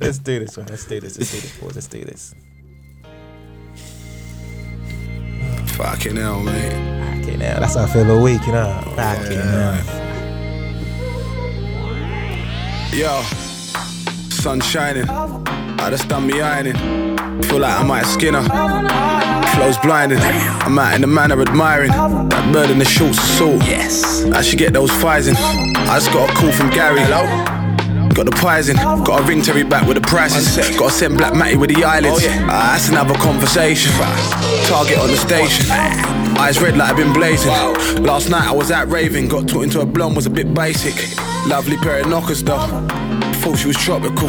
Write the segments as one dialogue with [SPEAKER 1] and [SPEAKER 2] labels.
[SPEAKER 1] Let's do this one. Let's do this. Let's do this, boys. Let's do this.
[SPEAKER 2] Fucking hell, man.
[SPEAKER 1] Okay, now that's how I feel a week, you know. Fucking
[SPEAKER 2] Yeah.
[SPEAKER 1] hell.
[SPEAKER 2] Yo, sun shining. I just done me ironing. Feel like I might skin her. Flows blinding. I'm out in the manner admiring. That bird in the shorts is salt. Yes. I should get those fries in. I just got a call from Gary. Hello? Got the prize in, got a ring Terry back with the prices. Got to send Black Matty with the eyelids. Ah, that's another conversation. Target on the station. Eyes red like I've been blazing. Last night I was out raving, got talking to a blonde, was a bit basic. Lovely pair of knockers though. Thought she was tropical.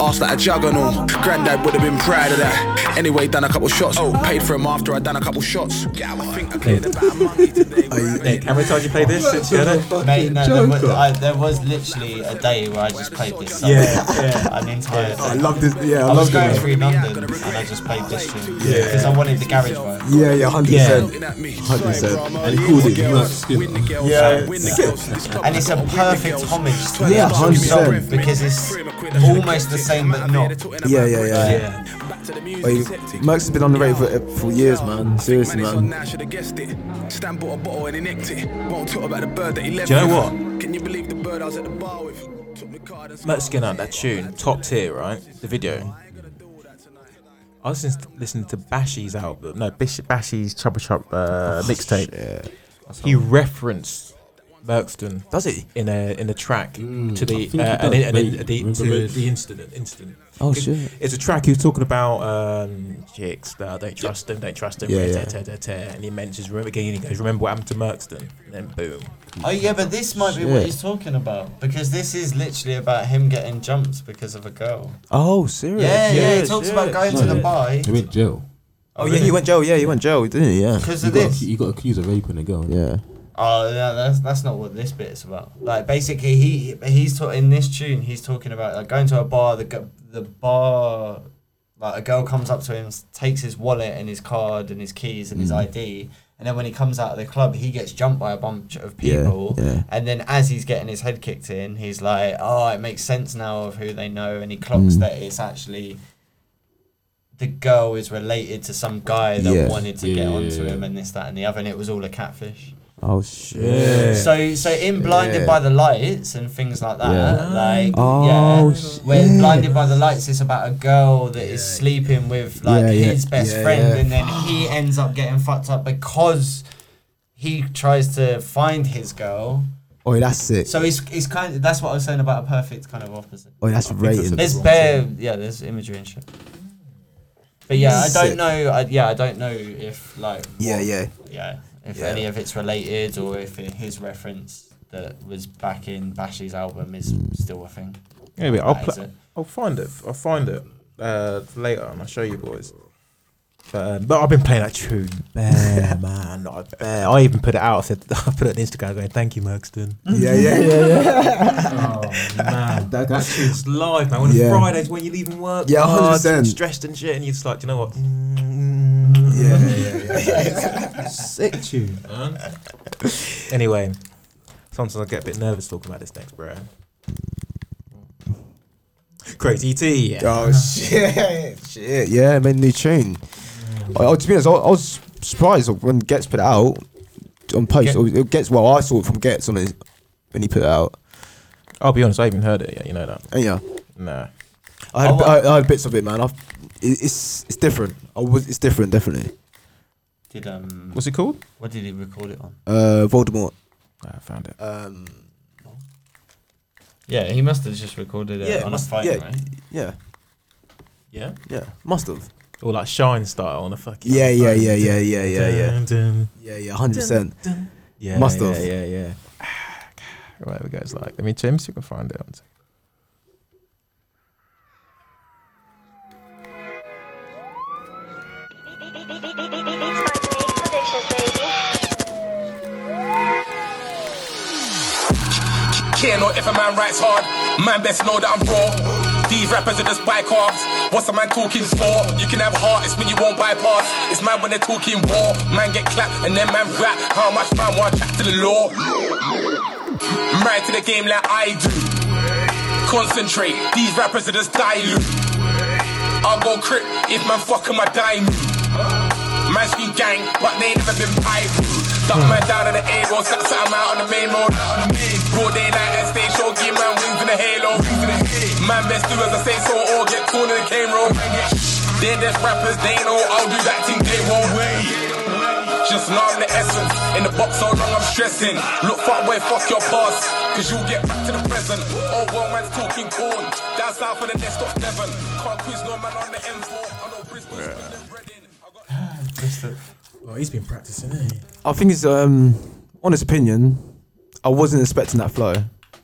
[SPEAKER 2] Asked like a juggernaut. Granddad would have been proud of that. Anyway, done a couple shots. Oh, paid for him after I done a couple shots. Yeah, I think I cleared about a monkey today.
[SPEAKER 1] Nick, how many times you played this since you had it?
[SPEAKER 3] Mate, no, there was, I, there was literally a day where I just played this song.
[SPEAKER 1] Yeah, yeah.
[SPEAKER 3] An entire
[SPEAKER 4] Oh, I
[SPEAKER 3] day.
[SPEAKER 4] love this. Yeah,
[SPEAKER 3] I
[SPEAKER 4] I,
[SPEAKER 3] was
[SPEAKER 4] love
[SPEAKER 3] going
[SPEAKER 4] this.
[SPEAKER 3] through London and I just played this tune. Because I wanted the garage work.
[SPEAKER 4] Yeah, yeah, hundred percent.
[SPEAKER 2] Looking at me.
[SPEAKER 4] Hundred
[SPEAKER 2] Sorry,
[SPEAKER 4] percent.
[SPEAKER 2] bro, I'm
[SPEAKER 5] And he
[SPEAKER 2] early.
[SPEAKER 5] called
[SPEAKER 2] Win
[SPEAKER 5] it
[SPEAKER 2] the
[SPEAKER 5] Merc
[SPEAKER 2] girls,
[SPEAKER 5] Skin.
[SPEAKER 2] win the girls,
[SPEAKER 1] Yeah.
[SPEAKER 2] win the girls. This club
[SPEAKER 3] And
[SPEAKER 2] has
[SPEAKER 3] it's a
[SPEAKER 2] got win the
[SPEAKER 3] perfect
[SPEAKER 2] girls.
[SPEAKER 3] homage to
[SPEAKER 4] Yeah,
[SPEAKER 3] the
[SPEAKER 4] 100%.
[SPEAKER 3] song because it's almost the same but not.
[SPEAKER 4] Yeah, yeah, yeah.
[SPEAKER 1] Yeah.
[SPEAKER 2] Back to the
[SPEAKER 4] But
[SPEAKER 2] music
[SPEAKER 4] he-
[SPEAKER 2] sector.
[SPEAKER 4] Mercs has been underrated for, for years, man. Seriously,
[SPEAKER 2] Man, it's on
[SPEAKER 4] man.
[SPEAKER 2] now, should have guessed it. Stan bought a bottle and he nicked it. Won't talk about the bird that he left
[SPEAKER 1] Do you know
[SPEAKER 2] with.
[SPEAKER 1] what?
[SPEAKER 2] Can you believe the bird I was at the bar with? Took my card and-
[SPEAKER 1] Matt Skinner, that tune, top tier, right? The video. I was just listening to Bashy's album, no, Bish- Bashy's Chubba Chub uh, mixtape. He referenced Merkston, does he, in a in a track to
[SPEAKER 5] I
[SPEAKER 1] the
[SPEAKER 5] think he
[SPEAKER 1] uh, and,
[SPEAKER 5] does,
[SPEAKER 1] and, and,
[SPEAKER 5] vaguely.
[SPEAKER 1] the
[SPEAKER 5] Remember
[SPEAKER 1] to
[SPEAKER 5] vaguely.
[SPEAKER 1] the incident incident.
[SPEAKER 4] Oh,
[SPEAKER 1] It-
[SPEAKER 4] shit.
[SPEAKER 1] It's a track he was talking about um, chicks that don't trust him, don't trust him,
[SPEAKER 4] Yeah,
[SPEAKER 1] rare,
[SPEAKER 4] yeah.
[SPEAKER 1] tear, tear, tear, tear, and he mentions remember again. He goes, remember what happened to Merkston, and then boom.
[SPEAKER 3] Oh yeah, but this might be what
[SPEAKER 4] Shit.
[SPEAKER 3] he's talking about because this is literally about him getting jumped because of a girl.
[SPEAKER 4] Oh, serious?
[SPEAKER 3] Yeah, yeah. He talks about going to the bar
[SPEAKER 5] He went to jail.
[SPEAKER 4] Oh, yeah, he went jail. Yeah, he went jail, didn't he? Yeah.
[SPEAKER 3] because
[SPEAKER 5] He
[SPEAKER 3] of
[SPEAKER 5] got,
[SPEAKER 3] this.
[SPEAKER 5] he got accused of raping a girl.
[SPEAKER 4] Yeah.
[SPEAKER 3] Oh yeah, that's that's not what this bit is about. Like basically, he he's ta- in this tune. He's talking about like going to a bar. The gu- the bar, like a girl comes up to him, s- takes his wallet and his card and his keys and his
[SPEAKER 4] Mm.
[SPEAKER 3] ID. And then when he comes out of the club, he gets jumped by a bunch of
[SPEAKER 4] Yeah,
[SPEAKER 3] people.
[SPEAKER 4] yeah.
[SPEAKER 3] And then as he's getting his head kicked in, he's like, "Oh, it makes sense now of who they know." And he
[SPEAKER 4] Mm.
[SPEAKER 3] clocks that it's actually the girl is related to some guy that
[SPEAKER 4] Yeah.
[SPEAKER 3] wanted to
[SPEAKER 5] Yeah,
[SPEAKER 3] get
[SPEAKER 5] yeah,
[SPEAKER 3] onto
[SPEAKER 5] yeah.
[SPEAKER 3] him and this, that, and the other. And it was all a catfish.
[SPEAKER 4] Oh shit.
[SPEAKER 3] So so in blinded
[SPEAKER 4] Yeah.
[SPEAKER 3] by the lights and things like that,
[SPEAKER 4] Yeah.
[SPEAKER 3] like
[SPEAKER 4] Oh,
[SPEAKER 3] yeah, when
[SPEAKER 4] shit.
[SPEAKER 3] blinded by the lights, it's about a girl that is sleeping with like
[SPEAKER 4] Yeah, yeah,
[SPEAKER 3] his best
[SPEAKER 4] yeah,
[SPEAKER 3] friend,
[SPEAKER 4] yeah.
[SPEAKER 3] and then he ends up getting fucked up because he tries to find his girl.
[SPEAKER 4] Oh, that's sick.
[SPEAKER 3] So it's it's kind of that's what I was saying about a perfect kind of opposite.
[SPEAKER 4] Oh, that's rating.
[SPEAKER 3] There's bare yeah, there's imagery and shit. But yeah, I
[SPEAKER 4] Sick.
[SPEAKER 3] don't know. I, yeah, I don't know if like
[SPEAKER 4] Yeah, yeah.
[SPEAKER 3] yeah, if
[SPEAKER 4] Yeah.
[SPEAKER 3] any of it's related or if it, his reference that was back in Bashy's album is still a thing.
[SPEAKER 1] Anyway, I'll
[SPEAKER 3] That is
[SPEAKER 1] play.
[SPEAKER 3] it.
[SPEAKER 1] I'll find it. I'll find it uh, later, and I'll show you boys. But, um, but I've been playing that tune, bare man. I, bare. I even put it out. I said I put it on Instagram, going, "Thank you, Merkston."
[SPEAKER 4] Yeah, yeah, yeah, yeah.
[SPEAKER 1] oh man, that, that tune's live, man. On
[SPEAKER 4] Yeah.
[SPEAKER 1] Fridays when you're leaving work,
[SPEAKER 4] Yeah,
[SPEAKER 1] hard,
[SPEAKER 4] 100%.
[SPEAKER 1] stressed and shit, and you're just like, "Do you know what? Mm,
[SPEAKER 4] Yeah, yeah, yeah.
[SPEAKER 1] sick tune. man. anyway, sometimes I get a bit nervous talking about this next, bro. Crazy T. Yeah.
[SPEAKER 4] Oh shit, shit, yeah, made a new tune. I, I, to be honest, I, I was surprised when Gets put it out on post.
[SPEAKER 3] Get-
[SPEAKER 4] or it Gets, well, I saw it from Gets on his when he put it out.
[SPEAKER 1] I'll Oh, be honest, I haven't heard it yet. You know that?
[SPEAKER 4] And yeah,
[SPEAKER 1] Nah.
[SPEAKER 4] I had,
[SPEAKER 3] Oh,
[SPEAKER 4] a bit-
[SPEAKER 3] what-
[SPEAKER 4] I, I had bits of it, man. I've, it, it's it's different. I was it's different, definitely.
[SPEAKER 3] Did um
[SPEAKER 1] What's it called?
[SPEAKER 3] what did he record it on?
[SPEAKER 4] Uh, Voldemort.
[SPEAKER 1] I found it.
[SPEAKER 4] Um,
[SPEAKER 3] Yeah, he must have just recorded it
[SPEAKER 4] Yeah,
[SPEAKER 3] on a
[SPEAKER 4] must-
[SPEAKER 3] phone,
[SPEAKER 4] yeah.
[SPEAKER 3] right?
[SPEAKER 4] yeah,
[SPEAKER 1] Yeah.
[SPEAKER 4] yeah, must have.
[SPEAKER 1] Or like Shine style on a fucking.
[SPEAKER 4] Yeah, yeah, yeah, yeah, yeah, yeah, yeah,
[SPEAKER 1] Dun,
[SPEAKER 4] yeah, yeah, hundred
[SPEAKER 1] dun,
[SPEAKER 4] percent.
[SPEAKER 1] dun. Yeah.
[SPEAKER 4] Must
[SPEAKER 1] yeah,
[SPEAKER 4] have.
[SPEAKER 1] Yeah, yeah. right, we go. It's like, let me James, you can find it. One sec.
[SPEAKER 6] Care not if a man writes hard, man best know that I'm raw. These rappers are just bike halves. What's a man talking for? You can have heart, it's when you won't bypass. It's mad when they're talking war. Man get clapped and then man rap. How much man want to to the law? Married to the game like I do. concentrate. These rappers are just dilute. I'll go crip if man fucking my dime. Man scream gang, but they ain't never been pipe. Duck man down on the A road, sat sat him out on the main road. Broad daylight and stay show, give man wings in the halo. Man best do as I say so, or get torn in the game road. They're just rappers, they know I'll do that thing they won't Just know I'm the essence. In the box so long I'm stressing. Look far away, fuck your boss. Cause you'll get back to the present. Oh, well, man's talking corn. Down south of the nest of Devon. Can't quiz no man on the M4. I know Brisbane.
[SPEAKER 1] Well, he's been practicing, eh?
[SPEAKER 4] I think it's um, honest opinion. I wasn't expecting that flow.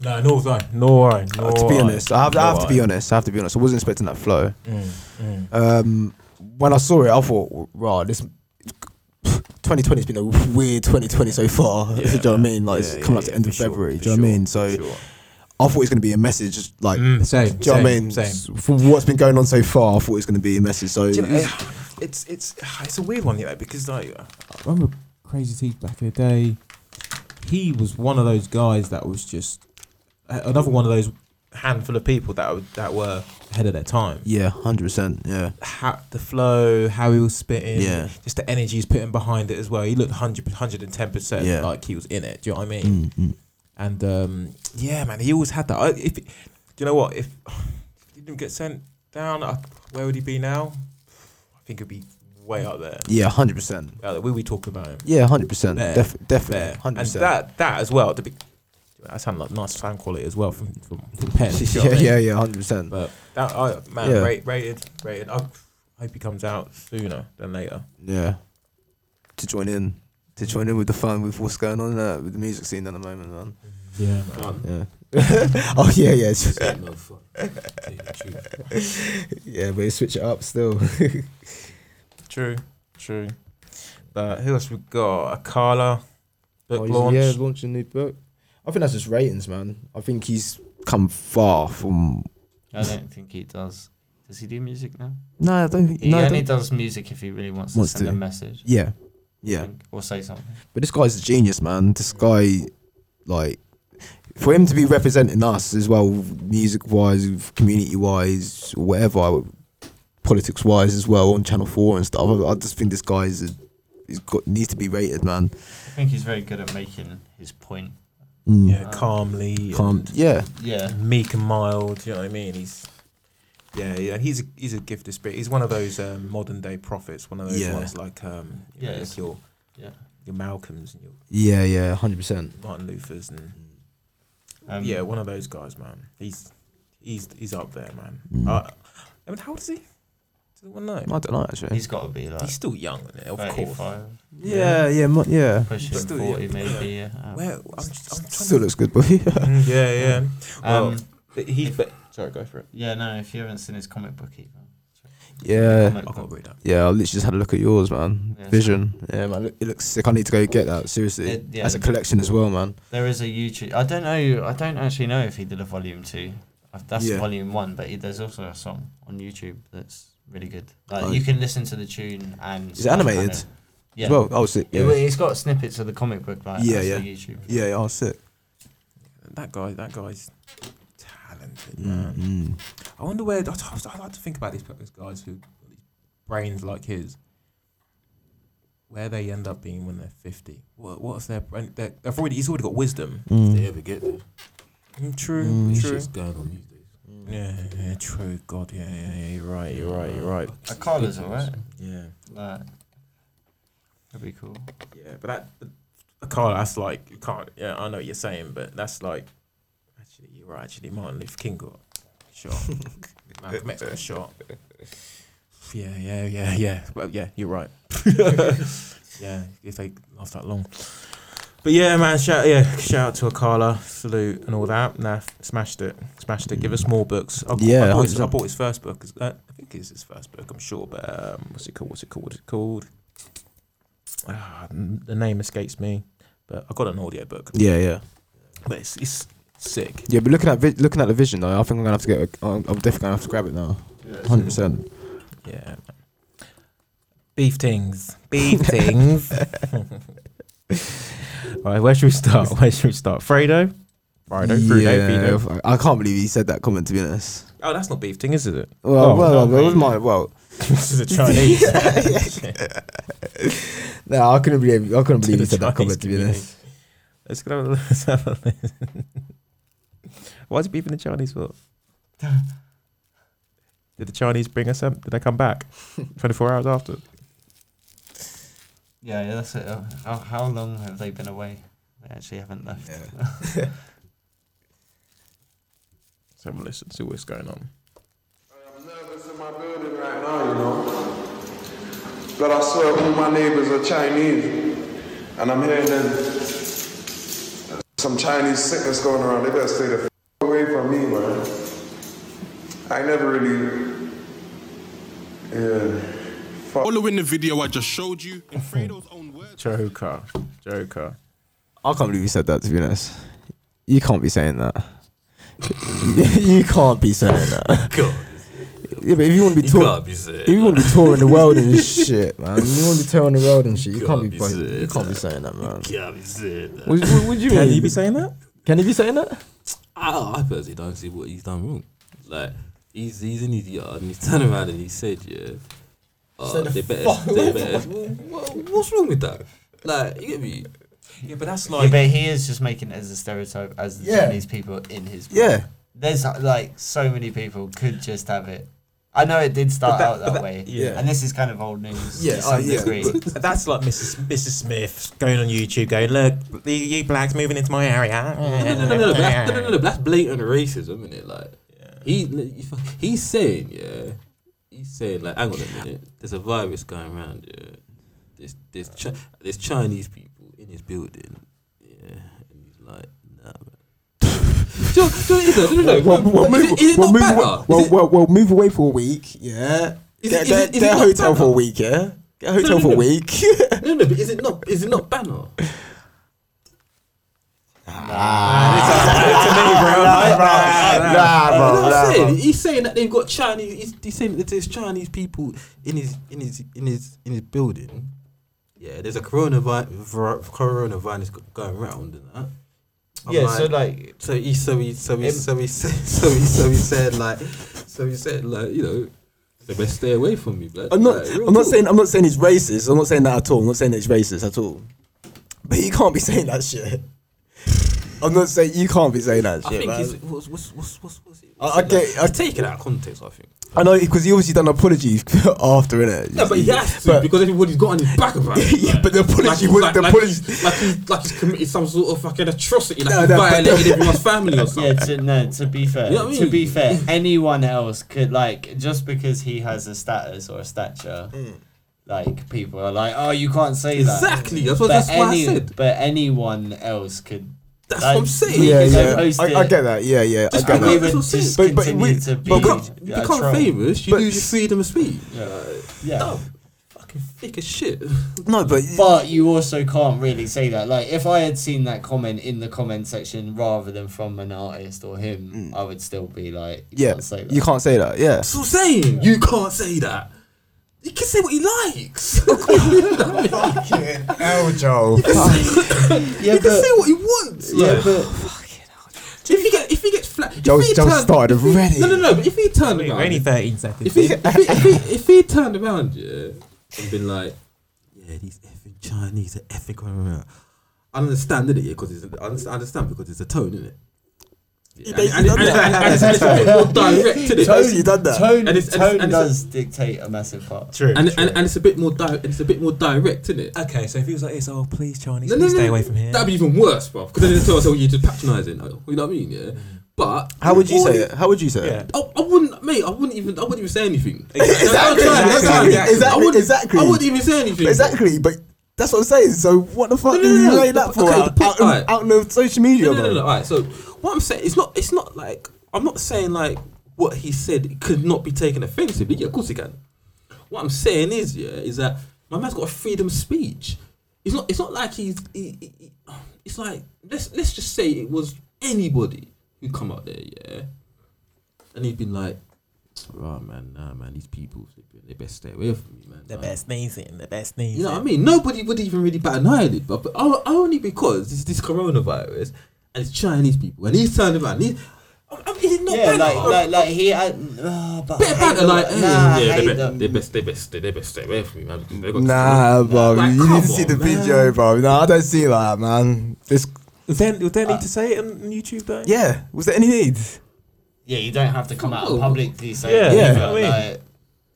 [SPEAKER 1] No, nor was I. Nor I.
[SPEAKER 4] Uh, to be honest, I have, I have to be honest. I have to be honest. I wasn't expecting that flow.
[SPEAKER 1] Mm,
[SPEAKER 4] Um, when I saw it, I thought, "Wow, this 2020 has been a weird 2020 so far." do you know what I mean? Like it's coming up to the end of February. do you know what I mean? So I thought it was going to be a message, just like
[SPEAKER 1] Mm, same,
[SPEAKER 4] Do you know what I
[SPEAKER 1] same,
[SPEAKER 4] mean?
[SPEAKER 1] same.
[SPEAKER 4] S- For what's been going on so far, I thought it was going to be a message. So
[SPEAKER 1] eh, It's it's it's a weird one, yeah, because like
[SPEAKER 5] I remember Crazy Teeth back in the day. He was one of those guys that was just a- another one of those
[SPEAKER 1] handful of people that were- that were ahead of their time.
[SPEAKER 4] yeah, hundred percent. Yeah,
[SPEAKER 1] How, the flow, how he was spitting,
[SPEAKER 4] Yeah.
[SPEAKER 1] just the energy he's putting behind it as well. He looked 100 110 percent
[SPEAKER 4] Yeah. Mm,
[SPEAKER 1] like he was in it. Do you know what I mean? And um, yeah, man, he always had that. I, if do you know what? If he didn't get sent down, I, where would he be now? I think he'd be way up there.
[SPEAKER 4] yeah, hundred percent.
[SPEAKER 1] Out there. We were talking about him.
[SPEAKER 4] Yeah, hundred percent.
[SPEAKER 1] There.
[SPEAKER 4] Definitely,
[SPEAKER 1] There. And
[SPEAKER 4] hundred percent.
[SPEAKER 1] that that as well. The big, I sound like nice sound quality as well from from, from Penn. do you
[SPEAKER 4] Yeah,
[SPEAKER 1] know what I mean?
[SPEAKER 4] yeah, yeah, hundred percent.
[SPEAKER 1] But that I man,
[SPEAKER 4] Yeah.
[SPEAKER 1] rate, rated, rated. I hope he comes out sooner than later.
[SPEAKER 4] Yeah. To join in, to join in with the fun with what's going on uh, with the music scene at the moment, man.
[SPEAKER 5] yeah.
[SPEAKER 4] Yeah. oh yeah, yeah, it's- yeah. But you switch it up still.
[SPEAKER 1] True, true. But who else we got? Akala, book
[SPEAKER 4] Oh, he's-
[SPEAKER 1] launch.
[SPEAKER 4] Yeah, he's launched a new book. I think that's just ratings, man. I think he's come far from.
[SPEAKER 3] I don't think he does. Does he do music now?
[SPEAKER 4] No, I don't.
[SPEAKER 3] He
[SPEAKER 4] no, I
[SPEAKER 3] only
[SPEAKER 4] don't-
[SPEAKER 3] does music if he really wants,
[SPEAKER 4] Wants
[SPEAKER 3] to send
[SPEAKER 4] to.
[SPEAKER 3] a message.
[SPEAKER 4] yeah,
[SPEAKER 3] I
[SPEAKER 4] yeah.
[SPEAKER 3] think, Or say something.
[SPEAKER 4] But this guy's a genius, man. This guy, like, for him to be representing us as well, music wise, community wise, whatever, politics wise as well on Channel Four and stuff. I, I just think this guy is, a, he's got needs to be rated, man.
[SPEAKER 3] I think he's very good at making his point.
[SPEAKER 1] yeah, calmly,
[SPEAKER 4] Mm. Calm. Yeah,
[SPEAKER 3] Yeah.
[SPEAKER 1] and meek and mild. You know what I mean? He's yeah, yeah. He's a, he's a gift of spirit. He's one of those um, modern day prophets. One of those
[SPEAKER 4] Yeah.
[SPEAKER 1] ones like um, you
[SPEAKER 3] Yeah,
[SPEAKER 1] know,
[SPEAKER 3] it's-
[SPEAKER 1] like your
[SPEAKER 3] Yeah.
[SPEAKER 1] your Malcolms and your
[SPEAKER 4] yeah, yeah, hundred percent.
[SPEAKER 1] Martin Luther's and
[SPEAKER 3] Um,
[SPEAKER 1] yeah, one of those guys, man. He's he's he's up there, man.
[SPEAKER 4] Mm.
[SPEAKER 1] Uh, I mean, how old is he? Does one know?
[SPEAKER 4] I don't know actually.
[SPEAKER 3] He's got to be like
[SPEAKER 1] He's still young, isn't he? of course.
[SPEAKER 3] 35,
[SPEAKER 4] yeah, yeah, mo- yeah.
[SPEAKER 3] pushing
[SPEAKER 1] Still,
[SPEAKER 3] 40
[SPEAKER 1] yeah.
[SPEAKER 3] maybe. Yeah. Um,
[SPEAKER 1] Where I'm, just- I'm trying
[SPEAKER 4] Still
[SPEAKER 1] to,
[SPEAKER 4] looks good, boy.
[SPEAKER 1] Mm, yeah, yeah. Well,
[SPEAKER 3] Um,
[SPEAKER 1] but he. But, sorry, go for it.
[SPEAKER 3] yeah, no, if you haven't seen his comic book either.
[SPEAKER 4] yeah.
[SPEAKER 3] Comic
[SPEAKER 1] I
[SPEAKER 3] book.
[SPEAKER 1] can't read that.
[SPEAKER 4] Yeah, I literally just had a look at yours, man.
[SPEAKER 3] Yeah.
[SPEAKER 4] Vision. Yeah, man. It looks sick. I need to go get that, seriously.
[SPEAKER 3] It- yeah.
[SPEAKER 4] As a collection as well, man.
[SPEAKER 3] There is a YouTube. I don't know. I don't actually know if he did a volume two. Uh, That's
[SPEAKER 4] Yeah.
[SPEAKER 3] volume one, but he, there's also a song on YouTube that's really good. Like
[SPEAKER 4] Oh.
[SPEAKER 3] you can listen to the tune and.
[SPEAKER 4] Is it animated?
[SPEAKER 3] Yeah.
[SPEAKER 4] As well. Oh, sick.
[SPEAKER 3] It,
[SPEAKER 4] Yeah.
[SPEAKER 3] well, it's got snippets of the comic book, like
[SPEAKER 4] Yeah,
[SPEAKER 3] yeah,
[SPEAKER 4] yeah.
[SPEAKER 3] YouTube.
[SPEAKER 4] yeah, yeah, oh, sick.
[SPEAKER 1] That guy. That guy's talented, man.
[SPEAKER 4] Mm-hmm.
[SPEAKER 1] I wonder where. I, I like to think about these these guys who brains like his. Where they end up being when they're fifty. What what's their brain? They're, they've already. He's already got wisdom.
[SPEAKER 5] They ever get there?
[SPEAKER 1] Mm, True.
[SPEAKER 5] This
[SPEAKER 1] True.
[SPEAKER 5] shit's going on these days.
[SPEAKER 1] Yeah, yeah, true. God, yeah, yeah, yeah, you're right, you're right, you're right.
[SPEAKER 3] Akala's alright.
[SPEAKER 1] Yeah,
[SPEAKER 3] Like, that'd be cool.
[SPEAKER 1] yeah, but that, but I can't, that's like, you can't, yeah, I know what you're saying, but that's like, actually, you're right, actually, Martin Luther King got shot. Malcolm X got shot. Yeah, yeah, yeah, yeah, but yeah, you're right. yeah, if they last that long. But yeah, man, shout yeah, shout out to Akala, salute and all that. Nah, smashed it, smashed it. Give us more books. I,
[SPEAKER 4] Yeah,
[SPEAKER 1] I bought, his, I
[SPEAKER 4] 100%.
[SPEAKER 1] bought his first book. is- Uh, I think it's his first book. I'm sure, but um, what's it called? What's it called? What's it called? Ah, n- the name escapes me, but I got an audio book.
[SPEAKER 4] Yeah, yeah.
[SPEAKER 1] But it's, it's sick.
[SPEAKER 4] Yeah, but looking at vi- looking at the vision, though, I think I'm going to have to get a, I'm I'm definitely going to have to grab it now. 100%.
[SPEAKER 1] Yeah. man. Beef things. Beef things. All right, where should we start? Where should we start? Fredo? Rido, Bruno, Vino.
[SPEAKER 4] Yeah, I can't believe he said that comment. To be honest,
[SPEAKER 1] Oh, that's not beef thing, is it?
[SPEAKER 4] well,
[SPEAKER 1] Oh,
[SPEAKER 4] well,
[SPEAKER 1] no,
[SPEAKER 4] well, it was
[SPEAKER 1] mate.
[SPEAKER 4] my well.
[SPEAKER 1] this is a Chinese.
[SPEAKER 4] No, I couldn't believe I couldn't
[SPEAKER 1] To
[SPEAKER 4] believe
[SPEAKER 1] the
[SPEAKER 4] he said that
[SPEAKER 1] Chinese
[SPEAKER 4] comment. To be
[SPEAKER 1] community.
[SPEAKER 4] honest,
[SPEAKER 1] Let's go. Let's have a listen. Why is it beefing the Chinese for? Did the Chinese bring us up? Did they come back 24 hours after?
[SPEAKER 3] Yeah, yeah, that's it. Uh, How, how long have they been away? They actually haven't left.
[SPEAKER 1] Let's have a listen, see what's going on.
[SPEAKER 7] I'm nervous in my building right now, you know. But I swear all my neighbors are Chinese. And I'm hearing there's some Chinese sickness going around. They better stay the f- away from me, man. I never really. Yeah.
[SPEAKER 6] Following the video I just showed you, in Fredo's own words.
[SPEAKER 1] Joker. Joker.
[SPEAKER 4] I can't believe he said that. To be honest, you can't be saying that. you can't be saying that.
[SPEAKER 8] God,
[SPEAKER 4] Yeah, but if you want to be
[SPEAKER 8] you gotta
[SPEAKER 4] talking,
[SPEAKER 8] be sick.
[SPEAKER 4] if you want to be touring the world and shit, man, you want to be touring the world and shit, you can't
[SPEAKER 8] Gotta
[SPEAKER 4] be
[SPEAKER 8] be
[SPEAKER 4] fucking-
[SPEAKER 8] saying
[SPEAKER 4] you can't be saying that, man.
[SPEAKER 8] gotta be sick.
[SPEAKER 4] What, what, what do you mean?
[SPEAKER 1] Can you be saying that?
[SPEAKER 4] Can he be saying that?
[SPEAKER 8] I, don't- I personally don't see what he's done wrong. Like he's he's in his yard and he's turned around and he said, yeah. Uh, they better, they better. Wha- wha- What's wrong with that? Like, you get me?
[SPEAKER 1] Yeah, but that's
[SPEAKER 3] yeah, but he is just making it as a stereotype as the
[SPEAKER 4] Yeah.
[SPEAKER 3] Chinese people in his.
[SPEAKER 4] Yeah.
[SPEAKER 3] There's uh, like so many people could just have it. I know it did start
[SPEAKER 1] that-
[SPEAKER 3] out
[SPEAKER 1] but
[SPEAKER 3] that,
[SPEAKER 1] that-
[SPEAKER 3] way,
[SPEAKER 1] yeah.
[SPEAKER 3] and this is kind of old news.
[SPEAKER 4] Yeah,
[SPEAKER 3] to
[SPEAKER 4] uh,
[SPEAKER 3] some
[SPEAKER 4] yeah,
[SPEAKER 3] degree.
[SPEAKER 1] That's like Mrs. Mrs. Smith going on YouTube, going, "Look, you, you blacks moving into my area."
[SPEAKER 8] No, no, no, no, no, but that's, no, no, no, but that's blatant racism, isn't it? Like, he, he fuck- he's saying, yeah, he's saying like, hang on a minute, there's a virus going around, yeah, there's there's Chi- there's Chinese people in his building, yeah, and he's like, nah. Man. do, you know- do, you know what it is, though? no, no, no,
[SPEAKER 4] Well, well,
[SPEAKER 8] is
[SPEAKER 4] move,
[SPEAKER 8] it, is it not
[SPEAKER 4] well, move,
[SPEAKER 8] better?
[SPEAKER 4] well,
[SPEAKER 8] Is
[SPEAKER 4] well,
[SPEAKER 8] it-
[SPEAKER 4] well, well, move away for a week. Yeah.
[SPEAKER 8] Is
[SPEAKER 4] get
[SPEAKER 8] it- is
[SPEAKER 4] get-
[SPEAKER 8] it- is it
[SPEAKER 4] get a
[SPEAKER 8] not
[SPEAKER 4] hotel for a
[SPEAKER 8] better?
[SPEAKER 4] week. Yeah. Get a hotel
[SPEAKER 8] No, no,
[SPEAKER 4] for a
[SPEAKER 8] no.
[SPEAKER 4] week.
[SPEAKER 8] no, no, but is it not is it not banner?
[SPEAKER 4] nah,
[SPEAKER 8] You know what I'm
[SPEAKER 4] nah,
[SPEAKER 8] saying? He's saying that they've got Chinese. He's, he's saying that there's Chinese people in his in his in his in his building. Yeah, there's a coronavirus coronavirus go- going around and that. I'm
[SPEAKER 3] yeah, so like
[SPEAKER 8] so he so he so he
[SPEAKER 3] Em-
[SPEAKER 8] so he said so he so he said like so he said like you know they best stay away from me, blood.
[SPEAKER 4] I'm not.
[SPEAKER 8] Like, real
[SPEAKER 4] I'm not
[SPEAKER 8] talk.
[SPEAKER 4] saying. I'm not saying he's racist. I'm not saying that at all. I'm not saying that he's racist at all. But you can't be saying that shit. I'm not saying you can't be saying that
[SPEAKER 8] I
[SPEAKER 4] shit,
[SPEAKER 8] think
[SPEAKER 4] man.
[SPEAKER 8] he's what's what's what's what's, what's it?
[SPEAKER 4] I-
[SPEAKER 8] what's
[SPEAKER 4] I
[SPEAKER 8] it
[SPEAKER 4] get-
[SPEAKER 8] like?
[SPEAKER 4] I-
[SPEAKER 8] He's taken out of context. I think.
[SPEAKER 4] I know because he obviously done apologies after, innit?
[SPEAKER 8] No, but he has to because everybody's got on his back about it.
[SPEAKER 4] Yeah, but the apology
[SPEAKER 8] like,
[SPEAKER 4] was-
[SPEAKER 8] like,
[SPEAKER 4] the
[SPEAKER 8] like,
[SPEAKER 4] apology-
[SPEAKER 8] he's- like he's like he's committed some sort of fucking atrocity, like
[SPEAKER 4] No,
[SPEAKER 8] he
[SPEAKER 4] no, but
[SPEAKER 8] violated
[SPEAKER 4] the-
[SPEAKER 8] everyone's family or something.
[SPEAKER 3] yeah, to, no. To be fair,
[SPEAKER 8] You know what I
[SPEAKER 3] to
[SPEAKER 8] mean?
[SPEAKER 3] be fair, anyone else could like just because he has a status or a stature,
[SPEAKER 8] Hmm.
[SPEAKER 3] like people are like, oh, you can't say that.
[SPEAKER 8] Exactly. That's what. That's what I
[SPEAKER 3] any-
[SPEAKER 8] said.
[SPEAKER 3] But anyone else could.
[SPEAKER 8] That's
[SPEAKER 3] like,
[SPEAKER 8] what I'm saying.
[SPEAKER 3] we
[SPEAKER 4] yeah,
[SPEAKER 3] could
[SPEAKER 4] yeah.
[SPEAKER 3] post
[SPEAKER 4] I, I
[SPEAKER 3] it.
[SPEAKER 4] get that. Yeah, yeah. I
[SPEAKER 8] Just
[SPEAKER 4] get
[SPEAKER 8] because
[SPEAKER 3] We
[SPEAKER 4] that.
[SPEAKER 8] that's
[SPEAKER 3] would
[SPEAKER 8] what I'm saying.
[SPEAKER 3] just
[SPEAKER 4] But- but
[SPEAKER 3] continue
[SPEAKER 4] we-
[SPEAKER 3] to be.
[SPEAKER 8] You become, you
[SPEAKER 3] a
[SPEAKER 8] become
[SPEAKER 3] troll.
[SPEAKER 8] famous. You
[SPEAKER 4] But-
[SPEAKER 8] lose your freedom of speech.
[SPEAKER 3] Yeah.
[SPEAKER 8] No,
[SPEAKER 3] Yeah.
[SPEAKER 8] fucking thick as shit.
[SPEAKER 4] No, but
[SPEAKER 3] But you also can't really say that. Like, if I had seen that comment in the comment section rather than from an artist or him, I would still be like, you
[SPEAKER 4] Hmm. yeah,
[SPEAKER 3] can't say that.
[SPEAKER 4] you can't say that. Yeah.
[SPEAKER 8] That's what I'm saying. You can't say that. He can say what he likes. he
[SPEAKER 4] Hell, Joel.
[SPEAKER 3] Yeah,
[SPEAKER 8] can say what he wants.
[SPEAKER 3] yeah,
[SPEAKER 8] like.
[SPEAKER 3] but
[SPEAKER 8] if he get if he gets flat,
[SPEAKER 4] Joel's
[SPEAKER 8] if he
[SPEAKER 4] Joel
[SPEAKER 8] turn-
[SPEAKER 4] started already.
[SPEAKER 8] No, no, no. But if he turned
[SPEAKER 1] We're
[SPEAKER 8] around,
[SPEAKER 1] only 13 seconds.
[SPEAKER 8] if he, if, he, if, he, if he turned around, yeah, and been like, yeah, these effing Chinese are effing going around. I understand, did it? Yeah, because it's I understand, I understand because it's a tone, isn't it? Yeah, and, and, and, and, and, it's- and it's a bit more direct,
[SPEAKER 4] Joel's
[SPEAKER 8] innit?
[SPEAKER 4] you done that.
[SPEAKER 3] tone,
[SPEAKER 8] And it's- and it's-
[SPEAKER 3] tone
[SPEAKER 8] and it's-
[SPEAKER 3] does dictate a massive part.
[SPEAKER 1] True.
[SPEAKER 8] And, and, and it's a bit more di- it's a bit more direct, isn't it?
[SPEAKER 1] okay, so if he was like this, oh please Chinese,
[SPEAKER 8] No, no,
[SPEAKER 1] please
[SPEAKER 8] no,
[SPEAKER 1] stay
[SPEAKER 8] no,
[SPEAKER 1] away from here.
[SPEAKER 8] That'd be even worse, bro. Because then they tell us, oh, you're just patronising. You know what I mean? Yeah. But
[SPEAKER 4] How would you
[SPEAKER 8] all
[SPEAKER 4] say
[SPEAKER 8] the-
[SPEAKER 4] it? How would you say
[SPEAKER 1] yeah.
[SPEAKER 4] it?
[SPEAKER 8] I, I wouldn't, mate. I wouldn't even. I wouldn't even say anything.
[SPEAKER 4] Exactly,
[SPEAKER 8] Don't try, don't try.
[SPEAKER 4] exactly,
[SPEAKER 8] I wouldn't-
[SPEAKER 4] exactly.
[SPEAKER 8] I wouldn't even say anything.
[SPEAKER 4] Exactly, but that's what I'm saying. So what the fuck
[SPEAKER 8] No,
[SPEAKER 4] no,
[SPEAKER 8] no,
[SPEAKER 4] you
[SPEAKER 8] no, no,
[SPEAKER 4] laying that for?
[SPEAKER 8] okay, the
[SPEAKER 4] out,
[SPEAKER 8] point-
[SPEAKER 4] out, in-
[SPEAKER 8] alright.
[SPEAKER 4] out in the social media,
[SPEAKER 8] No, no, no,
[SPEAKER 4] bro.
[SPEAKER 8] no. All right. So what I'm saying, it's not. It's not like I'm not saying like what he said could not be taken offensively. Yeah, of course he can. What I'm saying is, yeah, is that my man's got a freedom of speech. It's not. It's not like he's. He, he- he- it's like let's let's just say it was anybody who come out there, yeah, and he'd been like, right, man, nah, man, these people, they best stay away from me, man.
[SPEAKER 1] the
[SPEAKER 8] nah."
[SPEAKER 1] best sneezing, the best sneezing.
[SPEAKER 8] You know what I mean? Nobody would even really bat an eyelid, but, but o- only because it's this coronavirus and it's Chinese people, and he's turning around. and He's, I mean, is it not
[SPEAKER 3] Yeah,
[SPEAKER 8] bad?
[SPEAKER 3] like,
[SPEAKER 8] Oh,
[SPEAKER 3] like, like he. I, uh, but I
[SPEAKER 8] bit
[SPEAKER 3] hate
[SPEAKER 8] of banter,
[SPEAKER 3] them.
[SPEAKER 8] like,
[SPEAKER 1] eh,
[SPEAKER 8] eh. hey,
[SPEAKER 3] nah, I
[SPEAKER 8] yeah,
[SPEAKER 3] hate
[SPEAKER 8] they, be,
[SPEAKER 3] them.
[SPEAKER 8] they best, they best, they best stay away from me, man. They got-
[SPEAKER 4] Nah, bro.
[SPEAKER 8] Like,
[SPEAKER 4] you
[SPEAKER 8] come
[SPEAKER 4] need to see
[SPEAKER 8] on,
[SPEAKER 4] the
[SPEAKER 8] man.
[SPEAKER 4] video, bro. Nah, I don't see that, man. It's
[SPEAKER 1] Then would they need to say it on YouTube though?
[SPEAKER 4] Uh, yeah. Was there any need?
[SPEAKER 3] Yeah, you don't have to come out
[SPEAKER 8] Oh.
[SPEAKER 3] publicly saying
[SPEAKER 1] Yeah,
[SPEAKER 3] that
[SPEAKER 1] yeah,
[SPEAKER 3] either,
[SPEAKER 1] I mean.
[SPEAKER 3] like,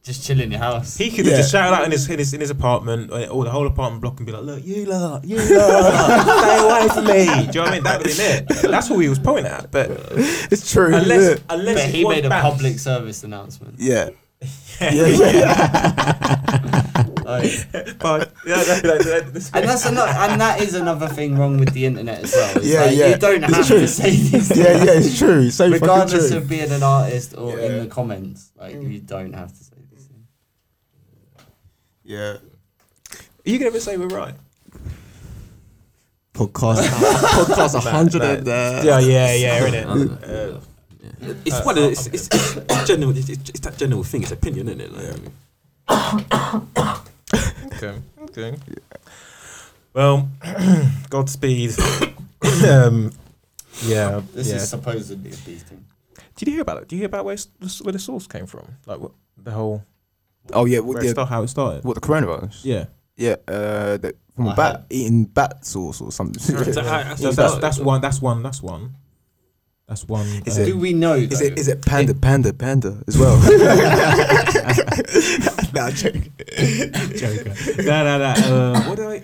[SPEAKER 3] just chill in your house.
[SPEAKER 1] He could
[SPEAKER 4] Yeah.
[SPEAKER 1] have just shouted out in his, in his in his apartment or or the whole apartment block and be like, "Look, you lot, you lot, stay away from me." Do you know what I mean? That would have been it. That's what he was pointing at. But
[SPEAKER 4] It's true. isn't
[SPEAKER 1] unless
[SPEAKER 4] it?
[SPEAKER 1] unless
[SPEAKER 3] but
[SPEAKER 1] it
[SPEAKER 3] he
[SPEAKER 1] was
[SPEAKER 3] made a
[SPEAKER 1] banned-
[SPEAKER 3] public service announcement.
[SPEAKER 4] Yeah. yeah, yeah,
[SPEAKER 3] Like,
[SPEAKER 1] But- yeah, no, no, no, no, this-
[SPEAKER 3] and that's another, and that is another thing wrong with the internet as well. It's
[SPEAKER 4] Yeah,
[SPEAKER 3] like,
[SPEAKER 4] yeah.
[SPEAKER 3] You don't
[SPEAKER 4] It's
[SPEAKER 3] have
[SPEAKER 4] true.
[SPEAKER 3] to say these things.
[SPEAKER 4] yeah, yeah. It's true. So
[SPEAKER 3] regardless
[SPEAKER 4] fucking
[SPEAKER 3] of
[SPEAKER 4] true.
[SPEAKER 3] being an artist or in
[SPEAKER 4] Yeah. Mm.
[SPEAKER 3] the comments, like you don't have to say these things.
[SPEAKER 4] yeah.
[SPEAKER 1] Are you gonna ever say we're right?
[SPEAKER 4] Podcast, podcast, hundred and uh,
[SPEAKER 1] Yeah, yeah, yeah,
[SPEAKER 8] I
[SPEAKER 1] innit?
[SPEAKER 8] don't know. Yeah. It's one of the- it's it's, it's, it's general it's, it's that general thing. It's opinion, isn't it? Like, I mean,
[SPEAKER 1] Okay. Okay. Well, Godspeed. um, yeah.
[SPEAKER 3] This
[SPEAKER 1] yeah.
[SPEAKER 3] is supposedly a beast thing.
[SPEAKER 1] Did you hear about it? Do you hear about where s- the s- where the source came from? Like what the whole
[SPEAKER 4] Oh yeah, what,
[SPEAKER 1] where
[SPEAKER 4] yeah,
[SPEAKER 1] it started, how it started?
[SPEAKER 4] what the coronavirus?
[SPEAKER 5] Yeah.
[SPEAKER 4] Yeah, uh, the, from
[SPEAKER 3] I
[SPEAKER 4] a bat
[SPEAKER 3] had-
[SPEAKER 4] eating bat sauce or something.
[SPEAKER 8] so how-
[SPEAKER 4] is
[SPEAKER 8] how-
[SPEAKER 1] So
[SPEAKER 8] so
[SPEAKER 1] that's
[SPEAKER 8] how-
[SPEAKER 1] that's one. That's one. That's one. That's one.
[SPEAKER 4] Is
[SPEAKER 1] um,
[SPEAKER 3] Do we know? though?
[SPEAKER 4] it is it panda panda panda as well? nah, I'm joking.
[SPEAKER 1] Joker. no, no, no. Uh, what do I?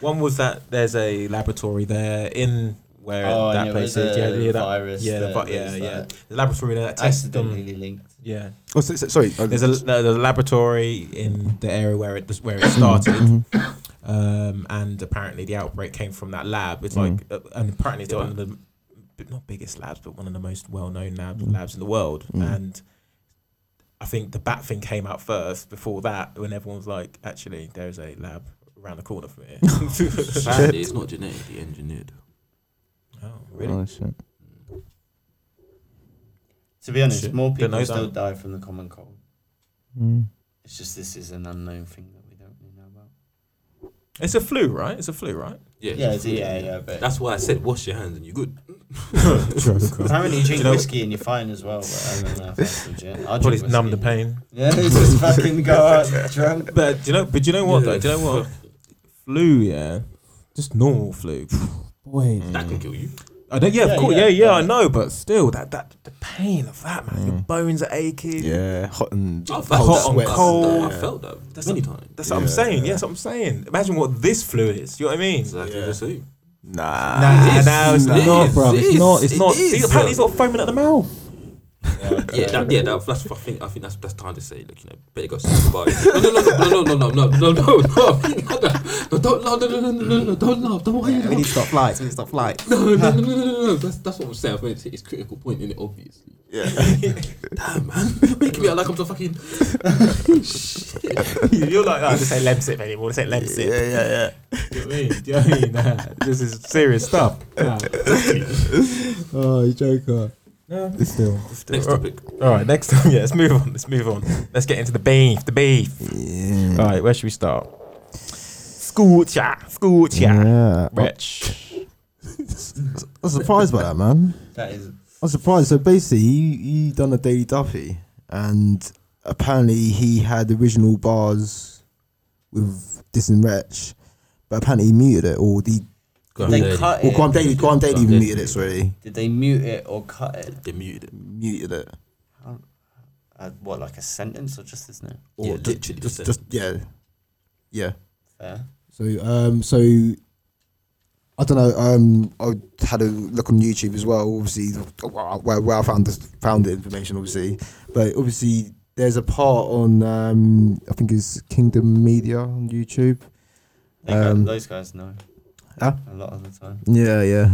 [SPEAKER 1] One was that there's a laboratory there in where
[SPEAKER 3] Oh,
[SPEAKER 1] that
[SPEAKER 3] and it
[SPEAKER 1] place
[SPEAKER 3] was
[SPEAKER 1] is.
[SPEAKER 3] a
[SPEAKER 1] Yeah, yeah, that,
[SPEAKER 3] virus
[SPEAKER 1] yeah, the
[SPEAKER 3] that
[SPEAKER 1] vi- yeah,
[SPEAKER 3] was,
[SPEAKER 1] yeah.
[SPEAKER 3] like,
[SPEAKER 1] The laboratory there that tests them.
[SPEAKER 3] accidentally linked.
[SPEAKER 1] Yeah,
[SPEAKER 4] Oh, so, so, sorry, oh,
[SPEAKER 1] there's a no, there's a laboratory in the area where it where it started.
[SPEAKER 4] Mm-hmm.
[SPEAKER 1] Um, and apparently the outbreak came from that lab. It's
[SPEAKER 4] Mm.
[SPEAKER 1] like, uh, and apparently it's one of the b- not biggest labs, but one of the most well-known lab,
[SPEAKER 4] Mm.
[SPEAKER 1] labs in the world. And I think the bat thing came out first. Before that, when everyone was like, actually, there's a lab around the corner from here.
[SPEAKER 8] apparently it's not genetically engineered.
[SPEAKER 1] oh, really?
[SPEAKER 4] oh, shit.
[SPEAKER 3] To be honest,
[SPEAKER 1] Shit.
[SPEAKER 3] more
[SPEAKER 1] Don't know
[SPEAKER 3] people still
[SPEAKER 1] that.
[SPEAKER 3] die from the common cold. It's just this is an unknown thing that we don't really know about.
[SPEAKER 1] It's a flu, right? It's a flu, right?
[SPEAKER 8] Yeah,
[SPEAKER 3] Yeah, it's- yeah, yeah. But
[SPEAKER 8] That's why I said wash your hands and you're good.
[SPEAKER 3] apparently, you drink
[SPEAKER 1] know-
[SPEAKER 3] whiskey and you're fine as well. But I don't know if that's legit. I
[SPEAKER 1] Body's
[SPEAKER 3] drink
[SPEAKER 1] numb to
[SPEAKER 3] whiskey.
[SPEAKER 1] pain.
[SPEAKER 3] Yeah, they just fucking go out drunk.
[SPEAKER 1] But do you know? But do you know what? Though? Do you know what? flu, yeah, just normal flu. Mm.
[SPEAKER 5] Boy,
[SPEAKER 8] That can kill you.
[SPEAKER 1] I don't, yeah,
[SPEAKER 3] Yeah,
[SPEAKER 1] of course,
[SPEAKER 3] yeah,
[SPEAKER 1] yeah, yeah, I
[SPEAKER 3] yeah.
[SPEAKER 1] know, but still, that that the pain of that, man. Your bones are aching.
[SPEAKER 4] yeah, hot and
[SPEAKER 8] I've
[SPEAKER 1] Hot
[SPEAKER 8] felt
[SPEAKER 1] and
[SPEAKER 8] that.
[SPEAKER 1] cold.
[SPEAKER 8] I felt that many times.
[SPEAKER 1] That's what I'm saying. Yes, I'm saying. Imagine what this flu is. You know what I mean?
[SPEAKER 8] Exactly the same.
[SPEAKER 4] nah.
[SPEAKER 1] Nah,
[SPEAKER 8] It is.
[SPEAKER 1] nah, it's
[SPEAKER 8] It
[SPEAKER 1] not.
[SPEAKER 8] is.
[SPEAKER 5] bruv,
[SPEAKER 8] It
[SPEAKER 5] it's
[SPEAKER 8] is.
[SPEAKER 5] not- it's
[SPEAKER 8] It
[SPEAKER 1] Not,
[SPEAKER 8] is.
[SPEAKER 1] see, apparently, he's not foaming at the mouth.
[SPEAKER 8] Yeah, that, yeah, that, that's. I think. I think that's that's time to say. Look, you know, better go sleep about it. No, no, no, no, no, no, no, no, no, no, no, don't laugh, no, no, no, no, no, no, don't laugh, don't why you
[SPEAKER 4] We need
[SPEAKER 8] laugh.
[SPEAKER 4] to stop flights. We need to stop flights.
[SPEAKER 8] No, no, no, no, no, no, no. That's that's what I'm saying. I'm going to say it's critical point in it, obviously.
[SPEAKER 4] Yeah.
[SPEAKER 8] Damn, man, You're making me out like I'm some fucking shit.
[SPEAKER 1] You're like, oh, this ain't Lemsip anymore. This ain't Lemsip.
[SPEAKER 4] Yeah, yeah, yeah.
[SPEAKER 1] Do you know what I mean? Do you know what I mean? Nah, this is serious stuff. Nah.
[SPEAKER 4] Oh, you joker.
[SPEAKER 5] still.
[SPEAKER 8] Next topic.
[SPEAKER 1] All right, next time, yeah, let's move on. Let's move on. Let's get into the beef. The beef. All right, where should we start? School chat. School chat.
[SPEAKER 4] Yeah. I
[SPEAKER 1] Rich.
[SPEAKER 4] was surprised by that, man.
[SPEAKER 3] That is.
[SPEAKER 4] I was surprised. So basically, he, he done a Daily Duffy, and apparently he had original bars with Diss and Wretch, but apparently he muted it, or the
[SPEAKER 3] They cut
[SPEAKER 4] or
[SPEAKER 3] it.
[SPEAKER 4] Grime Daily, Grime Daily
[SPEAKER 8] Grime Daily.
[SPEAKER 4] muted it. Sorry,
[SPEAKER 3] Did they mute it or cut it?
[SPEAKER 8] They muted it.
[SPEAKER 4] muted it.
[SPEAKER 3] Uh, what, like a sentence or just his name?
[SPEAKER 8] Yeah, literally.
[SPEAKER 4] Just, just yeah, yeah.
[SPEAKER 3] Fair.
[SPEAKER 4] So um, so I don't know. Um, I had a look on YouTube as well. Obviously, where, where I found this, found the information, obviously, but obviously there's a part on um, I think it's Kingdom Media on YouTube.
[SPEAKER 3] They go-
[SPEAKER 4] Um,
[SPEAKER 3] those guys know.
[SPEAKER 4] Huh?
[SPEAKER 3] A lot of the time.
[SPEAKER 4] Yeah, yeah.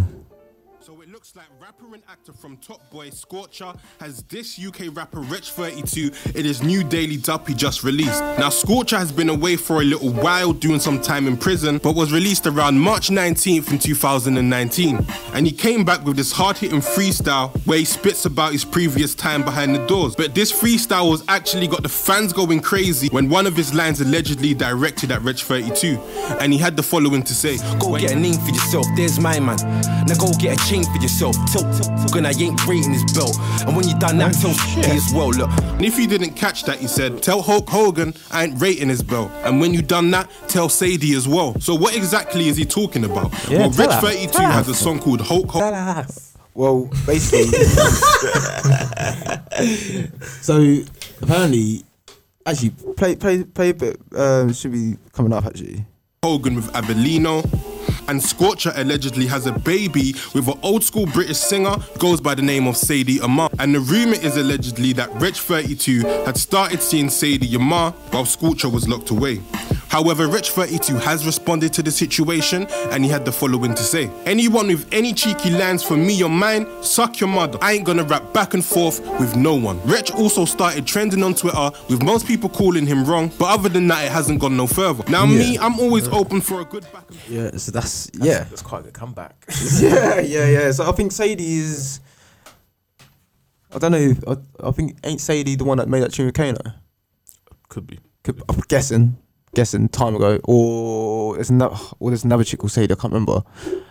[SPEAKER 7] So it looks like
[SPEAKER 9] Rapper and actor from Top Boy Scorcher has this UK rapper Rich 32 in his new daily dub he just released. Now Scorcher has been away for a little while doing some time in prison but was released around March 19th in 2019 and he came back with this hard hitting freestyle where he spits about his previous time behind the doors but this freestyle was actually got the fans going crazy when one of his lines allegedly directed at Rich 32 and he had the following to say
[SPEAKER 10] Go get a name for yourself, there's my man. Now go get a chain for yourself. Tilt, tilt, tilt, and I ain't rating this belt. And when you done that, tell me as well, look.
[SPEAKER 9] And if you didn't catch that, he said, Tell Hulk Hogan I ain't rating his belt. And when you done that, tell Sadie as well. So what exactly is he talking about?
[SPEAKER 1] Yeah,
[SPEAKER 9] well,
[SPEAKER 1] tell
[SPEAKER 9] Rich
[SPEAKER 1] her.
[SPEAKER 9] 32
[SPEAKER 1] Tell her.
[SPEAKER 9] has a song called Hulk Hogan.
[SPEAKER 4] Well, basically, so apparently, actually, play play play a bit. Um, should be coming up actually.
[SPEAKER 9] Hogan with Abellino. And Scorcher allegedly has a baby with an old school British singer, goes by the name of Sadie Amar. And the rumor is allegedly that Rich 32 had started seeing Sadie Amar while Scorcher was locked away. However, Rich 32 has responded to the situation and he had the following to say Anyone with any cheeky lines for me or mine, suck your mother. I ain't gonna rap back and forth with no one. Rich also started trending on Twitter with most people calling him wrong, but other than that, it hasn't gone no further. Now, me, I'm always open for a good back and
[SPEAKER 4] Yeah, so that's yeah,
[SPEAKER 1] That's quite a good comeback.
[SPEAKER 4] yeah, yeah, yeah. So I think Sadie is. I don't know. I, I think ain't Sadie the one that made that tune with Kano?
[SPEAKER 1] Could be.
[SPEAKER 4] Could- I'm guessing, guessing time ago, or there's another, or there's another chick called Sadie. I can't remember.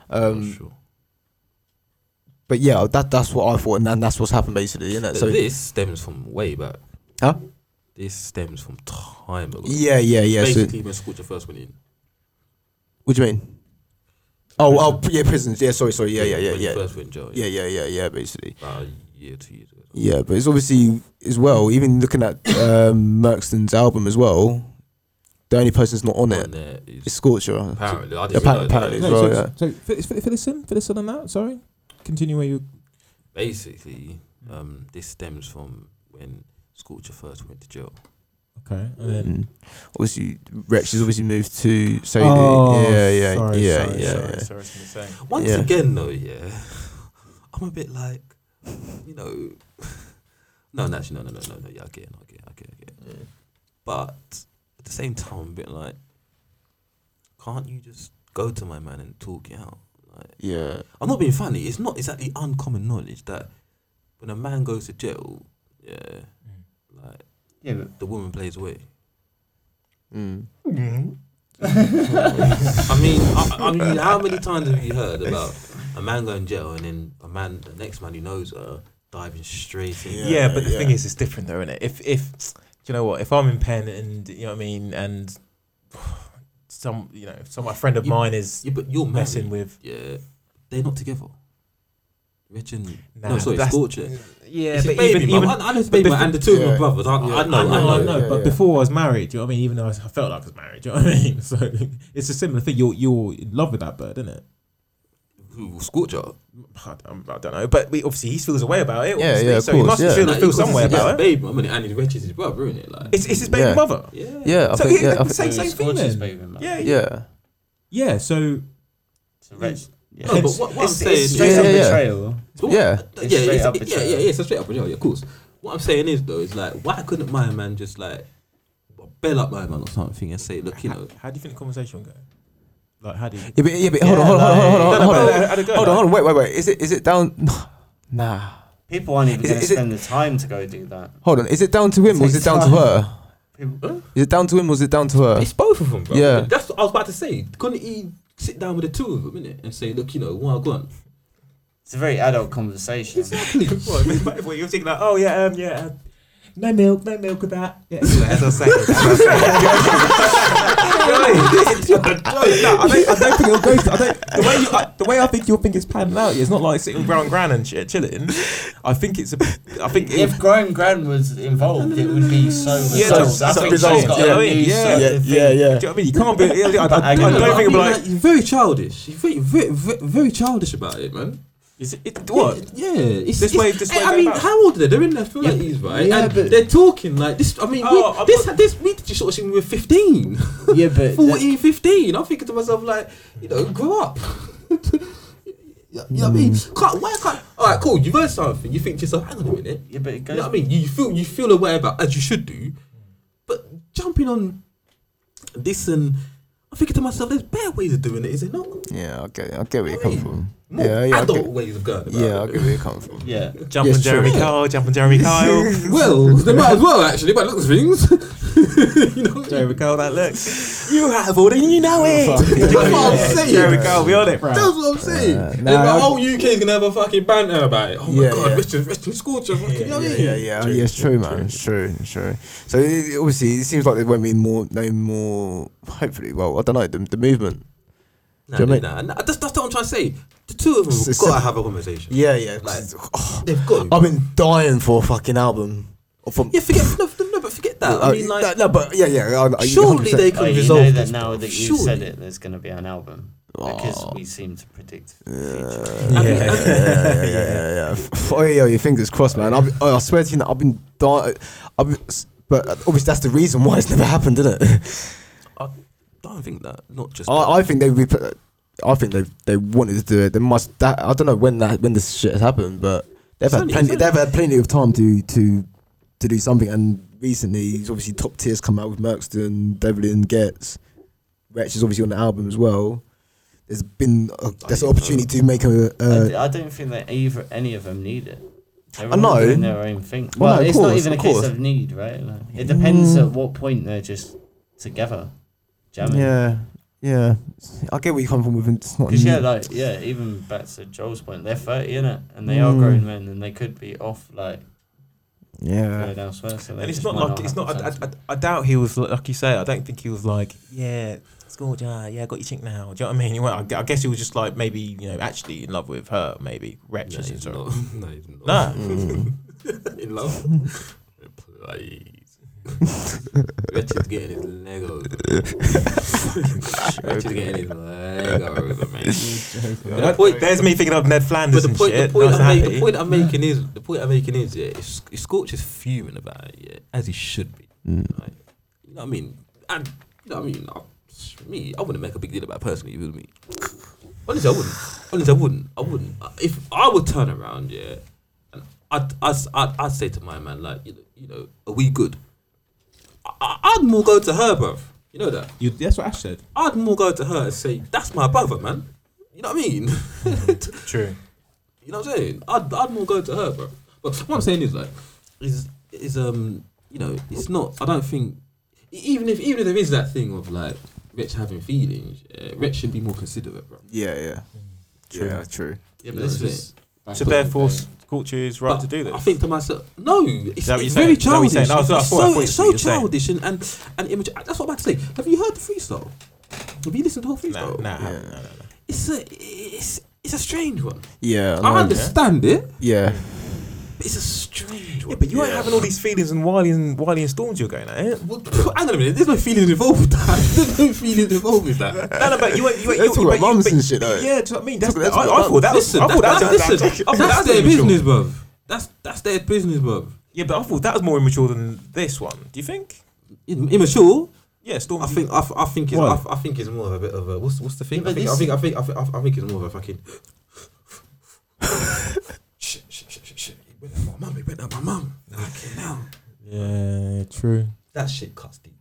[SPEAKER 4] Um,
[SPEAKER 1] sure.
[SPEAKER 4] but yeah, that that's what I thought, and then that's what's happened basically. Isn't it?
[SPEAKER 8] So
[SPEAKER 4] So
[SPEAKER 8] this stems from way back.
[SPEAKER 4] huh?
[SPEAKER 8] This stems from time ago.
[SPEAKER 4] Yeah, yeah, yeah. So,
[SPEAKER 8] Basically, when Scorcher first went in.
[SPEAKER 4] what do you mean? Oh, oh, pr- yeah, prisons. Yeah, sorry, sorry. Yeah, yeah, yeah,
[SPEAKER 8] when he
[SPEAKER 4] yeah,
[SPEAKER 8] First went in jail.
[SPEAKER 4] yeah, yeah, yeah, yeah. Basically,
[SPEAKER 8] About a year, two years ago.
[SPEAKER 4] yeah. But it's obviously as well. Even looking at um, Merkston's album as well, the only person's not on
[SPEAKER 8] And
[SPEAKER 4] it
[SPEAKER 8] there is-
[SPEAKER 4] is Scorcher.
[SPEAKER 8] apparently, I didn't realize
[SPEAKER 4] Apparently, apparently as
[SPEAKER 5] Uh, No,
[SPEAKER 4] well.
[SPEAKER 5] so, so
[SPEAKER 4] Yeah.
[SPEAKER 5] fill, fill, fill this in, fill this in on that. Sorry, continue where you.
[SPEAKER 8] Basically, um, this stems from when Scorcher first went to jail.
[SPEAKER 5] Okay, and then
[SPEAKER 4] Mm. Obviously, Rex has obviously moved to Sadie.
[SPEAKER 5] Oh,
[SPEAKER 4] yeah, yeah,
[SPEAKER 5] sorry,
[SPEAKER 4] yeah,
[SPEAKER 5] sorry,
[SPEAKER 4] yeah,
[SPEAKER 5] sorry,
[SPEAKER 4] yeah.
[SPEAKER 1] Sorry, I was gonna say.
[SPEAKER 8] Once
[SPEAKER 4] Yeah.
[SPEAKER 8] again, though, yeah, I'm a bit like, you know, no, no, actually, no, no, no, no, no, yeah, I get it, I get it, I get it, I get it. But at the same time, I'm a bit like, can't you just go to my man and talk it out? Like,
[SPEAKER 4] Yeah,
[SPEAKER 8] I'm not being funny. It's not exactly uncommon knowledge that when a man goes to jail, yeah, like
[SPEAKER 3] Yeah, but
[SPEAKER 8] the woman plays away.
[SPEAKER 4] Mm.
[SPEAKER 1] Mm-hmm.
[SPEAKER 8] I mean, I, I mean, how many times have you heard about a man going to jail and then a man, the next man who knows her, diving straight in?
[SPEAKER 1] Yeah, but the thing is, it's different though, isn't it? If if do you know what, if I'm in pen and you know what I mean, and some you know, some a friend of
[SPEAKER 8] You-
[SPEAKER 1] mine is
[SPEAKER 8] Yeah, but you're
[SPEAKER 1] messing
[SPEAKER 8] messing with.
[SPEAKER 1] with,
[SPEAKER 8] Yeah, they're not together. Rich and
[SPEAKER 1] Nah,
[SPEAKER 8] no, sorry,
[SPEAKER 1] that's-
[SPEAKER 8] Scorcher.
[SPEAKER 1] yeah,
[SPEAKER 8] It's his baby, mum. I, I know his baby,
[SPEAKER 1] the
[SPEAKER 8] mum, and the two of them
[SPEAKER 4] yeah,
[SPEAKER 8] are brothers. I, I know,
[SPEAKER 4] yeah,
[SPEAKER 8] I
[SPEAKER 5] I
[SPEAKER 8] know.
[SPEAKER 5] don't know,
[SPEAKER 4] yeah,
[SPEAKER 5] but
[SPEAKER 4] yeah.
[SPEAKER 5] before I was married, do you know what I mean? Even though I was- I felt like I was married, do you know what I mean? So it's a similar thing. You're you're in love with that bird, isn't it?
[SPEAKER 8] Who- Scorcher.
[SPEAKER 1] I don't, I don't know, but we, obviously he feels away about it.
[SPEAKER 4] Yeah,
[SPEAKER 1] obviously,
[SPEAKER 4] yeah, of
[SPEAKER 1] so he
[SPEAKER 4] course,
[SPEAKER 1] must
[SPEAKER 4] yeah.
[SPEAKER 1] feel,
[SPEAKER 8] Nah,
[SPEAKER 1] feel
[SPEAKER 8] because
[SPEAKER 1] some way
[SPEAKER 8] it's his
[SPEAKER 1] about it.
[SPEAKER 8] Baby, mum, innit? and his Rich is his brother, isn't it? Like,
[SPEAKER 1] It's, it's his baby
[SPEAKER 4] Yeah.
[SPEAKER 1] mother.
[SPEAKER 8] yeah.
[SPEAKER 4] yeah. I
[SPEAKER 1] So
[SPEAKER 4] think,
[SPEAKER 1] he-
[SPEAKER 4] yeah, I
[SPEAKER 1] same,
[SPEAKER 4] think,
[SPEAKER 1] same thing
[SPEAKER 3] Scorcher's
[SPEAKER 1] then.
[SPEAKER 3] baby mum.
[SPEAKER 1] Yeah, yeah,
[SPEAKER 4] yeah.
[SPEAKER 5] Yeah. So
[SPEAKER 3] so Rex. Yeah.
[SPEAKER 8] No, but what, what I'm
[SPEAKER 1] It's-
[SPEAKER 8] saying
[SPEAKER 1] it's
[SPEAKER 8] is,
[SPEAKER 3] Straight
[SPEAKER 4] Yeah,
[SPEAKER 3] up
[SPEAKER 4] yeah, yeah.
[SPEAKER 3] betrayal.
[SPEAKER 8] But what-
[SPEAKER 4] Yeah.
[SPEAKER 8] yeah,
[SPEAKER 3] It's straight
[SPEAKER 8] yeah,
[SPEAKER 3] up
[SPEAKER 8] it's- yeah,
[SPEAKER 3] betrayal.
[SPEAKER 8] yeah, it's a straight up betrayal, yeah, of course. What I'm saying is though, is like, why couldn't my man just like bail up my man or something and say, look, you know,
[SPEAKER 1] How do you think the conversation will go? Like, how do you?
[SPEAKER 4] Yeah, but, yeah, but hold on, hold on, hold on, hold on, hold on, hold on, hold on, hold on, wait, wait, wait. Is it is it down? Nah,
[SPEAKER 3] People aren't even
[SPEAKER 4] Is it-
[SPEAKER 3] going to
[SPEAKER 4] is it-
[SPEAKER 3] spend the time to go do that.
[SPEAKER 4] hold on. Is it down to him or is it
[SPEAKER 3] Takes
[SPEAKER 4] down to
[SPEAKER 3] time.
[SPEAKER 4] her?
[SPEAKER 3] People,
[SPEAKER 4] Is it down to him or is it down to her?
[SPEAKER 8] it's both of them, bro.
[SPEAKER 4] Yeah.
[SPEAKER 8] That's what I was about to say. Couldn't he sit down with the two of them, innit? And say, look, you know, while gone.
[SPEAKER 3] it's a very adult conversation.
[SPEAKER 1] What, what, you're thinking like, oh yeah, um, yeah. um, No milk, no milk with that. Yeah, as I was saying, as I was saying.
[SPEAKER 5] I don't, I don't think it'll go. I don't, the way you, I, the way I think you'll think it's panning out, it's not like sitting.
[SPEAKER 1] sitting round gran and shit, chilling. I think it's a. I think
[SPEAKER 3] if Graham Gran was involved, it would be so.
[SPEAKER 1] Yeah,
[SPEAKER 3] so,
[SPEAKER 1] that's-
[SPEAKER 3] I
[SPEAKER 1] that's
[SPEAKER 3] think
[SPEAKER 1] what
[SPEAKER 3] she's
[SPEAKER 1] I'm saying.
[SPEAKER 3] got
[SPEAKER 1] Yeah,
[SPEAKER 3] a new
[SPEAKER 1] yeah,
[SPEAKER 3] sort of thing.
[SPEAKER 1] Do you know what I mean? You can't be. I, I, I,
[SPEAKER 3] I
[SPEAKER 1] don't think it'll be like.
[SPEAKER 8] he's very childish. He's very, very, very, very childish about it, man.
[SPEAKER 1] Is it, it, what?
[SPEAKER 8] Yeah, it's, it's-
[SPEAKER 1] This way- this
[SPEAKER 8] I-
[SPEAKER 1] way
[SPEAKER 8] I
[SPEAKER 1] go
[SPEAKER 8] mean,
[SPEAKER 1] back.
[SPEAKER 8] how old are they? They're in their thirties, right?
[SPEAKER 3] yeah,
[SPEAKER 8] and
[SPEAKER 3] but-
[SPEAKER 8] they're talking like this. I mean,
[SPEAKER 1] Oh,
[SPEAKER 8] we,
[SPEAKER 1] I'm
[SPEAKER 8] this,
[SPEAKER 1] not-
[SPEAKER 8] this, we did sort of thing when we were fifteen.
[SPEAKER 3] Yeah, but
[SPEAKER 8] 14, 15. I'm thinking to myself, like, you know, grow up. You know what I mean? Can't, why can't? All right, cool. You've heard something. You think to yourself, hang on a minute.
[SPEAKER 3] Yeah, but it
[SPEAKER 8] You
[SPEAKER 3] goes.
[SPEAKER 8] know what I mean? You feel you feel aware about as you should do, but jumping on this and I'm thinking to myself, there's better ways of doing it, is it not?
[SPEAKER 4] Yeah, I get, I get where you
[SPEAKER 8] I
[SPEAKER 4] come
[SPEAKER 8] mean,
[SPEAKER 4] from.
[SPEAKER 8] More
[SPEAKER 4] Yeah, yeah, I
[SPEAKER 8] adult
[SPEAKER 4] get-
[SPEAKER 8] ways of going. About
[SPEAKER 4] Yeah, I
[SPEAKER 8] it.
[SPEAKER 4] get where you come from.
[SPEAKER 3] Yeah.
[SPEAKER 1] Jump
[SPEAKER 4] Yes,
[SPEAKER 1] on Jeremy
[SPEAKER 4] true.
[SPEAKER 1] Kyle, jump on Jeremy Kyle.
[SPEAKER 8] Well, they might as well actually, but looks of things. you know, what I mean?
[SPEAKER 1] Jeremy Kyle, that looks.
[SPEAKER 4] You have all and you know it.
[SPEAKER 8] that's what I'm saying.
[SPEAKER 1] Jeremy Kyle, we on it, bro.
[SPEAKER 8] That's what I'm saying. and
[SPEAKER 4] Uh, nah,
[SPEAKER 8] the
[SPEAKER 4] I-
[SPEAKER 8] whole UK is gonna have a fucking banter about it. Oh my
[SPEAKER 4] Yeah,
[SPEAKER 8] god,
[SPEAKER 4] yeah.
[SPEAKER 8] Richard, Richard Scorcher, fucking, you know what I mean?
[SPEAKER 4] Yeah, yeah, yeah. It's true, man. It's true. It's true. So it, it- obviously, it seems like there won't be more, no more. Hopefully, well, I don't know the, the movement.
[SPEAKER 8] Nah,
[SPEAKER 4] Do you know
[SPEAKER 8] nah,
[SPEAKER 4] what I
[SPEAKER 8] nah, nah. That's, that's what I'm trying to say. The two of them have
[SPEAKER 4] It's-
[SPEAKER 8] got to
[SPEAKER 4] it's-
[SPEAKER 8] have a conversation.
[SPEAKER 4] Yeah, yeah.
[SPEAKER 8] Like,
[SPEAKER 4] oh,
[SPEAKER 8] They've got.
[SPEAKER 4] I've been dying for a fucking album. Or From, Uh,
[SPEAKER 8] yeah, forget no, no, no, but forget that. I mean, like,
[SPEAKER 4] no, no, but yeah, yeah. I- I,
[SPEAKER 8] surely they
[SPEAKER 3] Oh,
[SPEAKER 8] can
[SPEAKER 3] you
[SPEAKER 8] resolve
[SPEAKER 3] know
[SPEAKER 8] this.
[SPEAKER 3] that now that you
[SPEAKER 8] Surely.
[SPEAKER 3] said it, there's going to be an album because we seem to predict the future.
[SPEAKER 8] I mean, I mean,
[SPEAKER 4] Oh. yeah, yeah, yeah, yeah. F- Oh, yeah, yeah, your fingers crossed, man. I've, oh, I swear to you, that I've been dying. I've been, s- but uh, obviously, that's the reason why it's never happened, isn't it?
[SPEAKER 8] I don't think that. Not just.
[SPEAKER 4] I, I think they, would be put- I think they, they wanted to do it. They must. That, I don't know when that when this shit has happened, but they've had
[SPEAKER 8] only-
[SPEAKER 4] plenty.
[SPEAKER 8] it's only-
[SPEAKER 4] They've had plenty of time to to to do something. And recently, obviously, top tiers come out with Merkston, Devlin, Gets, Wretch is obviously on the album as well. There's been a, there's an opportunity to make a.
[SPEAKER 3] I
[SPEAKER 4] Uh,
[SPEAKER 3] d- I don't think that either any of them need it. They're
[SPEAKER 4] I know.
[SPEAKER 3] all doing their own thing.
[SPEAKER 4] Well,
[SPEAKER 3] Well,
[SPEAKER 4] no, of
[SPEAKER 3] it's
[SPEAKER 4] course,
[SPEAKER 3] not even a
[SPEAKER 4] of
[SPEAKER 3] case
[SPEAKER 4] course.
[SPEAKER 3] of need, right? Like, it depends at what point they're just together jamming.
[SPEAKER 4] Yeah, yeah. I get where you come from with it's not.
[SPEAKER 3] Because yeah,
[SPEAKER 4] new.
[SPEAKER 3] like yeah, even back to Joel's point, they're thirty in it, and they
[SPEAKER 4] Mm.
[SPEAKER 3] are grown men, and they could be off like
[SPEAKER 4] yeah.
[SPEAKER 3] going elsewhere. So they
[SPEAKER 1] And it's
[SPEAKER 3] just
[SPEAKER 1] not
[SPEAKER 3] might
[SPEAKER 1] like it's
[SPEAKER 3] have
[SPEAKER 1] not. I,
[SPEAKER 3] sense.
[SPEAKER 1] I, I- I doubt he was like you say. I don't think he was like yeah, it's good. Yeah, yeah, got your chick now. Do you know what I mean? He went- I, gu- I guess he was just like maybe you know actually in love with her. Maybe
[SPEAKER 8] No,
[SPEAKER 1] wretches
[SPEAKER 8] he's
[SPEAKER 1] and
[SPEAKER 8] not.
[SPEAKER 1] so.
[SPEAKER 8] No, he's not.
[SPEAKER 1] Nah,
[SPEAKER 8] in love. Please. Richard's getting his Lego. Richard's getting his Lego, man.
[SPEAKER 1] That- there's me thinking of Ned
[SPEAKER 8] But
[SPEAKER 1] Flanders
[SPEAKER 8] the
[SPEAKER 1] and
[SPEAKER 8] point, the
[SPEAKER 1] shit.
[SPEAKER 8] point,
[SPEAKER 1] I was
[SPEAKER 8] I'm, ma-
[SPEAKER 1] happy.
[SPEAKER 8] the point I'm making is the point I'm making is yeah, it's, it's Scorch is fuming about it, yeah, as he should be.
[SPEAKER 1] Mm.
[SPEAKER 8] Like, you know what I mean? And you know what I mean, I, me, I wouldn't make a big deal about it personally. You know me? Honestly, I wouldn't. Honestly, I wouldn't. I wouldn't. Uh, If I would turn around, yeah, and I'd, I'd, I'd, I'd say to my man, like, you know, you know are we good? I- I, I'd more go to her, bruv. You know that?
[SPEAKER 5] You, that's what Ash said.
[SPEAKER 8] I'd more go to her and say, that's my brother, man. You know what I mean?
[SPEAKER 1] True.
[SPEAKER 8] You know what I'm saying? I'd, I'd more go to her, bro. But what I'm saying is like, is is um, you know, it's not. I don't think e- even if even if there is that thing of like Rich having feelings, uh, Rich should be more considerate, bro.
[SPEAKER 4] Yeah, yeah. True. Yeah, true.
[SPEAKER 3] yeah,
[SPEAKER 8] you
[SPEAKER 3] but
[SPEAKER 8] know
[SPEAKER 3] this
[SPEAKER 8] what I'm
[SPEAKER 3] was back
[SPEAKER 1] So
[SPEAKER 3] in the
[SPEAKER 1] therefore,
[SPEAKER 3] day.
[SPEAKER 1] culture is right
[SPEAKER 8] But
[SPEAKER 1] to do this.
[SPEAKER 8] I think to myself, no, it's,
[SPEAKER 1] that what
[SPEAKER 8] it's very
[SPEAKER 1] you're saying? Is that what you're
[SPEAKER 8] childish.
[SPEAKER 1] saying? I was- I
[SPEAKER 8] it's so,
[SPEAKER 1] thought- I thought
[SPEAKER 8] it's
[SPEAKER 1] that's
[SPEAKER 8] so
[SPEAKER 1] what you're saying.
[SPEAKER 8] childish and and and immature. That's what I'm about to say. Have you heard the freestyle? Have you listened to the whole
[SPEAKER 1] nah,
[SPEAKER 8] freestyle?
[SPEAKER 1] nah, nah, nah, nah.
[SPEAKER 8] It's a it's it's a strange one.
[SPEAKER 4] Yeah.
[SPEAKER 8] I understand it,
[SPEAKER 4] Yeah.
[SPEAKER 8] but it's a strange one.
[SPEAKER 1] Yeah, but you ain't having all these feelings and Wiley and Wiley and Storms you're going at. eh? It.
[SPEAKER 8] Well, hang on a minute. There's no feelings involved with that. There's no feelings involved with that.
[SPEAKER 1] No, no, but you ain't. You ain't.
[SPEAKER 4] They
[SPEAKER 1] you-
[SPEAKER 4] talk about
[SPEAKER 1] but you-
[SPEAKER 4] mums
[SPEAKER 1] but-
[SPEAKER 4] and shit, though.
[SPEAKER 1] Yeah, do you know what I mean? That's,
[SPEAKER 4] They talk
[SPEAKER 1] I, I
[SPEAKER 4] about
[SPEAKER 1] thought that was.
[SPEAKER 8] Listen,
[SPEAKER 1] I thought
[SPEAKER 8] that's,
[SPEAKER 1] that was.
[SPEAKER 8] that's, listen,
[SPEAKER 1] I thought
[SPEAKER 8] that's
[SPEAKER 1] that was
[SPEAKER 8] their
[SPEAKER 1] immature.
[SPEAKER 8] business, bruv. That's that's their business, bruv.
[SPEAKER 1] Yeah, but I thought that was more immature than this one. Do you think?
[SPEAKER 8] Im- Immature.
[SPEAKER 1] Yeah, Storms.
[SPEAKER 8] I think I, th- I think it's
[SPEAKER 5] Why?
[SPEAKER 8] I, th- I think it's more of a bit of a what's what's the thing?
[SPEAKER 3] Yeah,
[SPEAKER 8] I,
[SPEAKER 3] but
[SPEAKER 8] think, I
[SPEAKER 3] this-
[SPEAKER 8] think I think I think I think it's more of a fucking. shit, shit, shit, shit, shit. It went out my mum. It went out my mum. Okay, now
[SPEAKER 5] Yeah, true.
[SPEAKER 8] that shit cuts deep.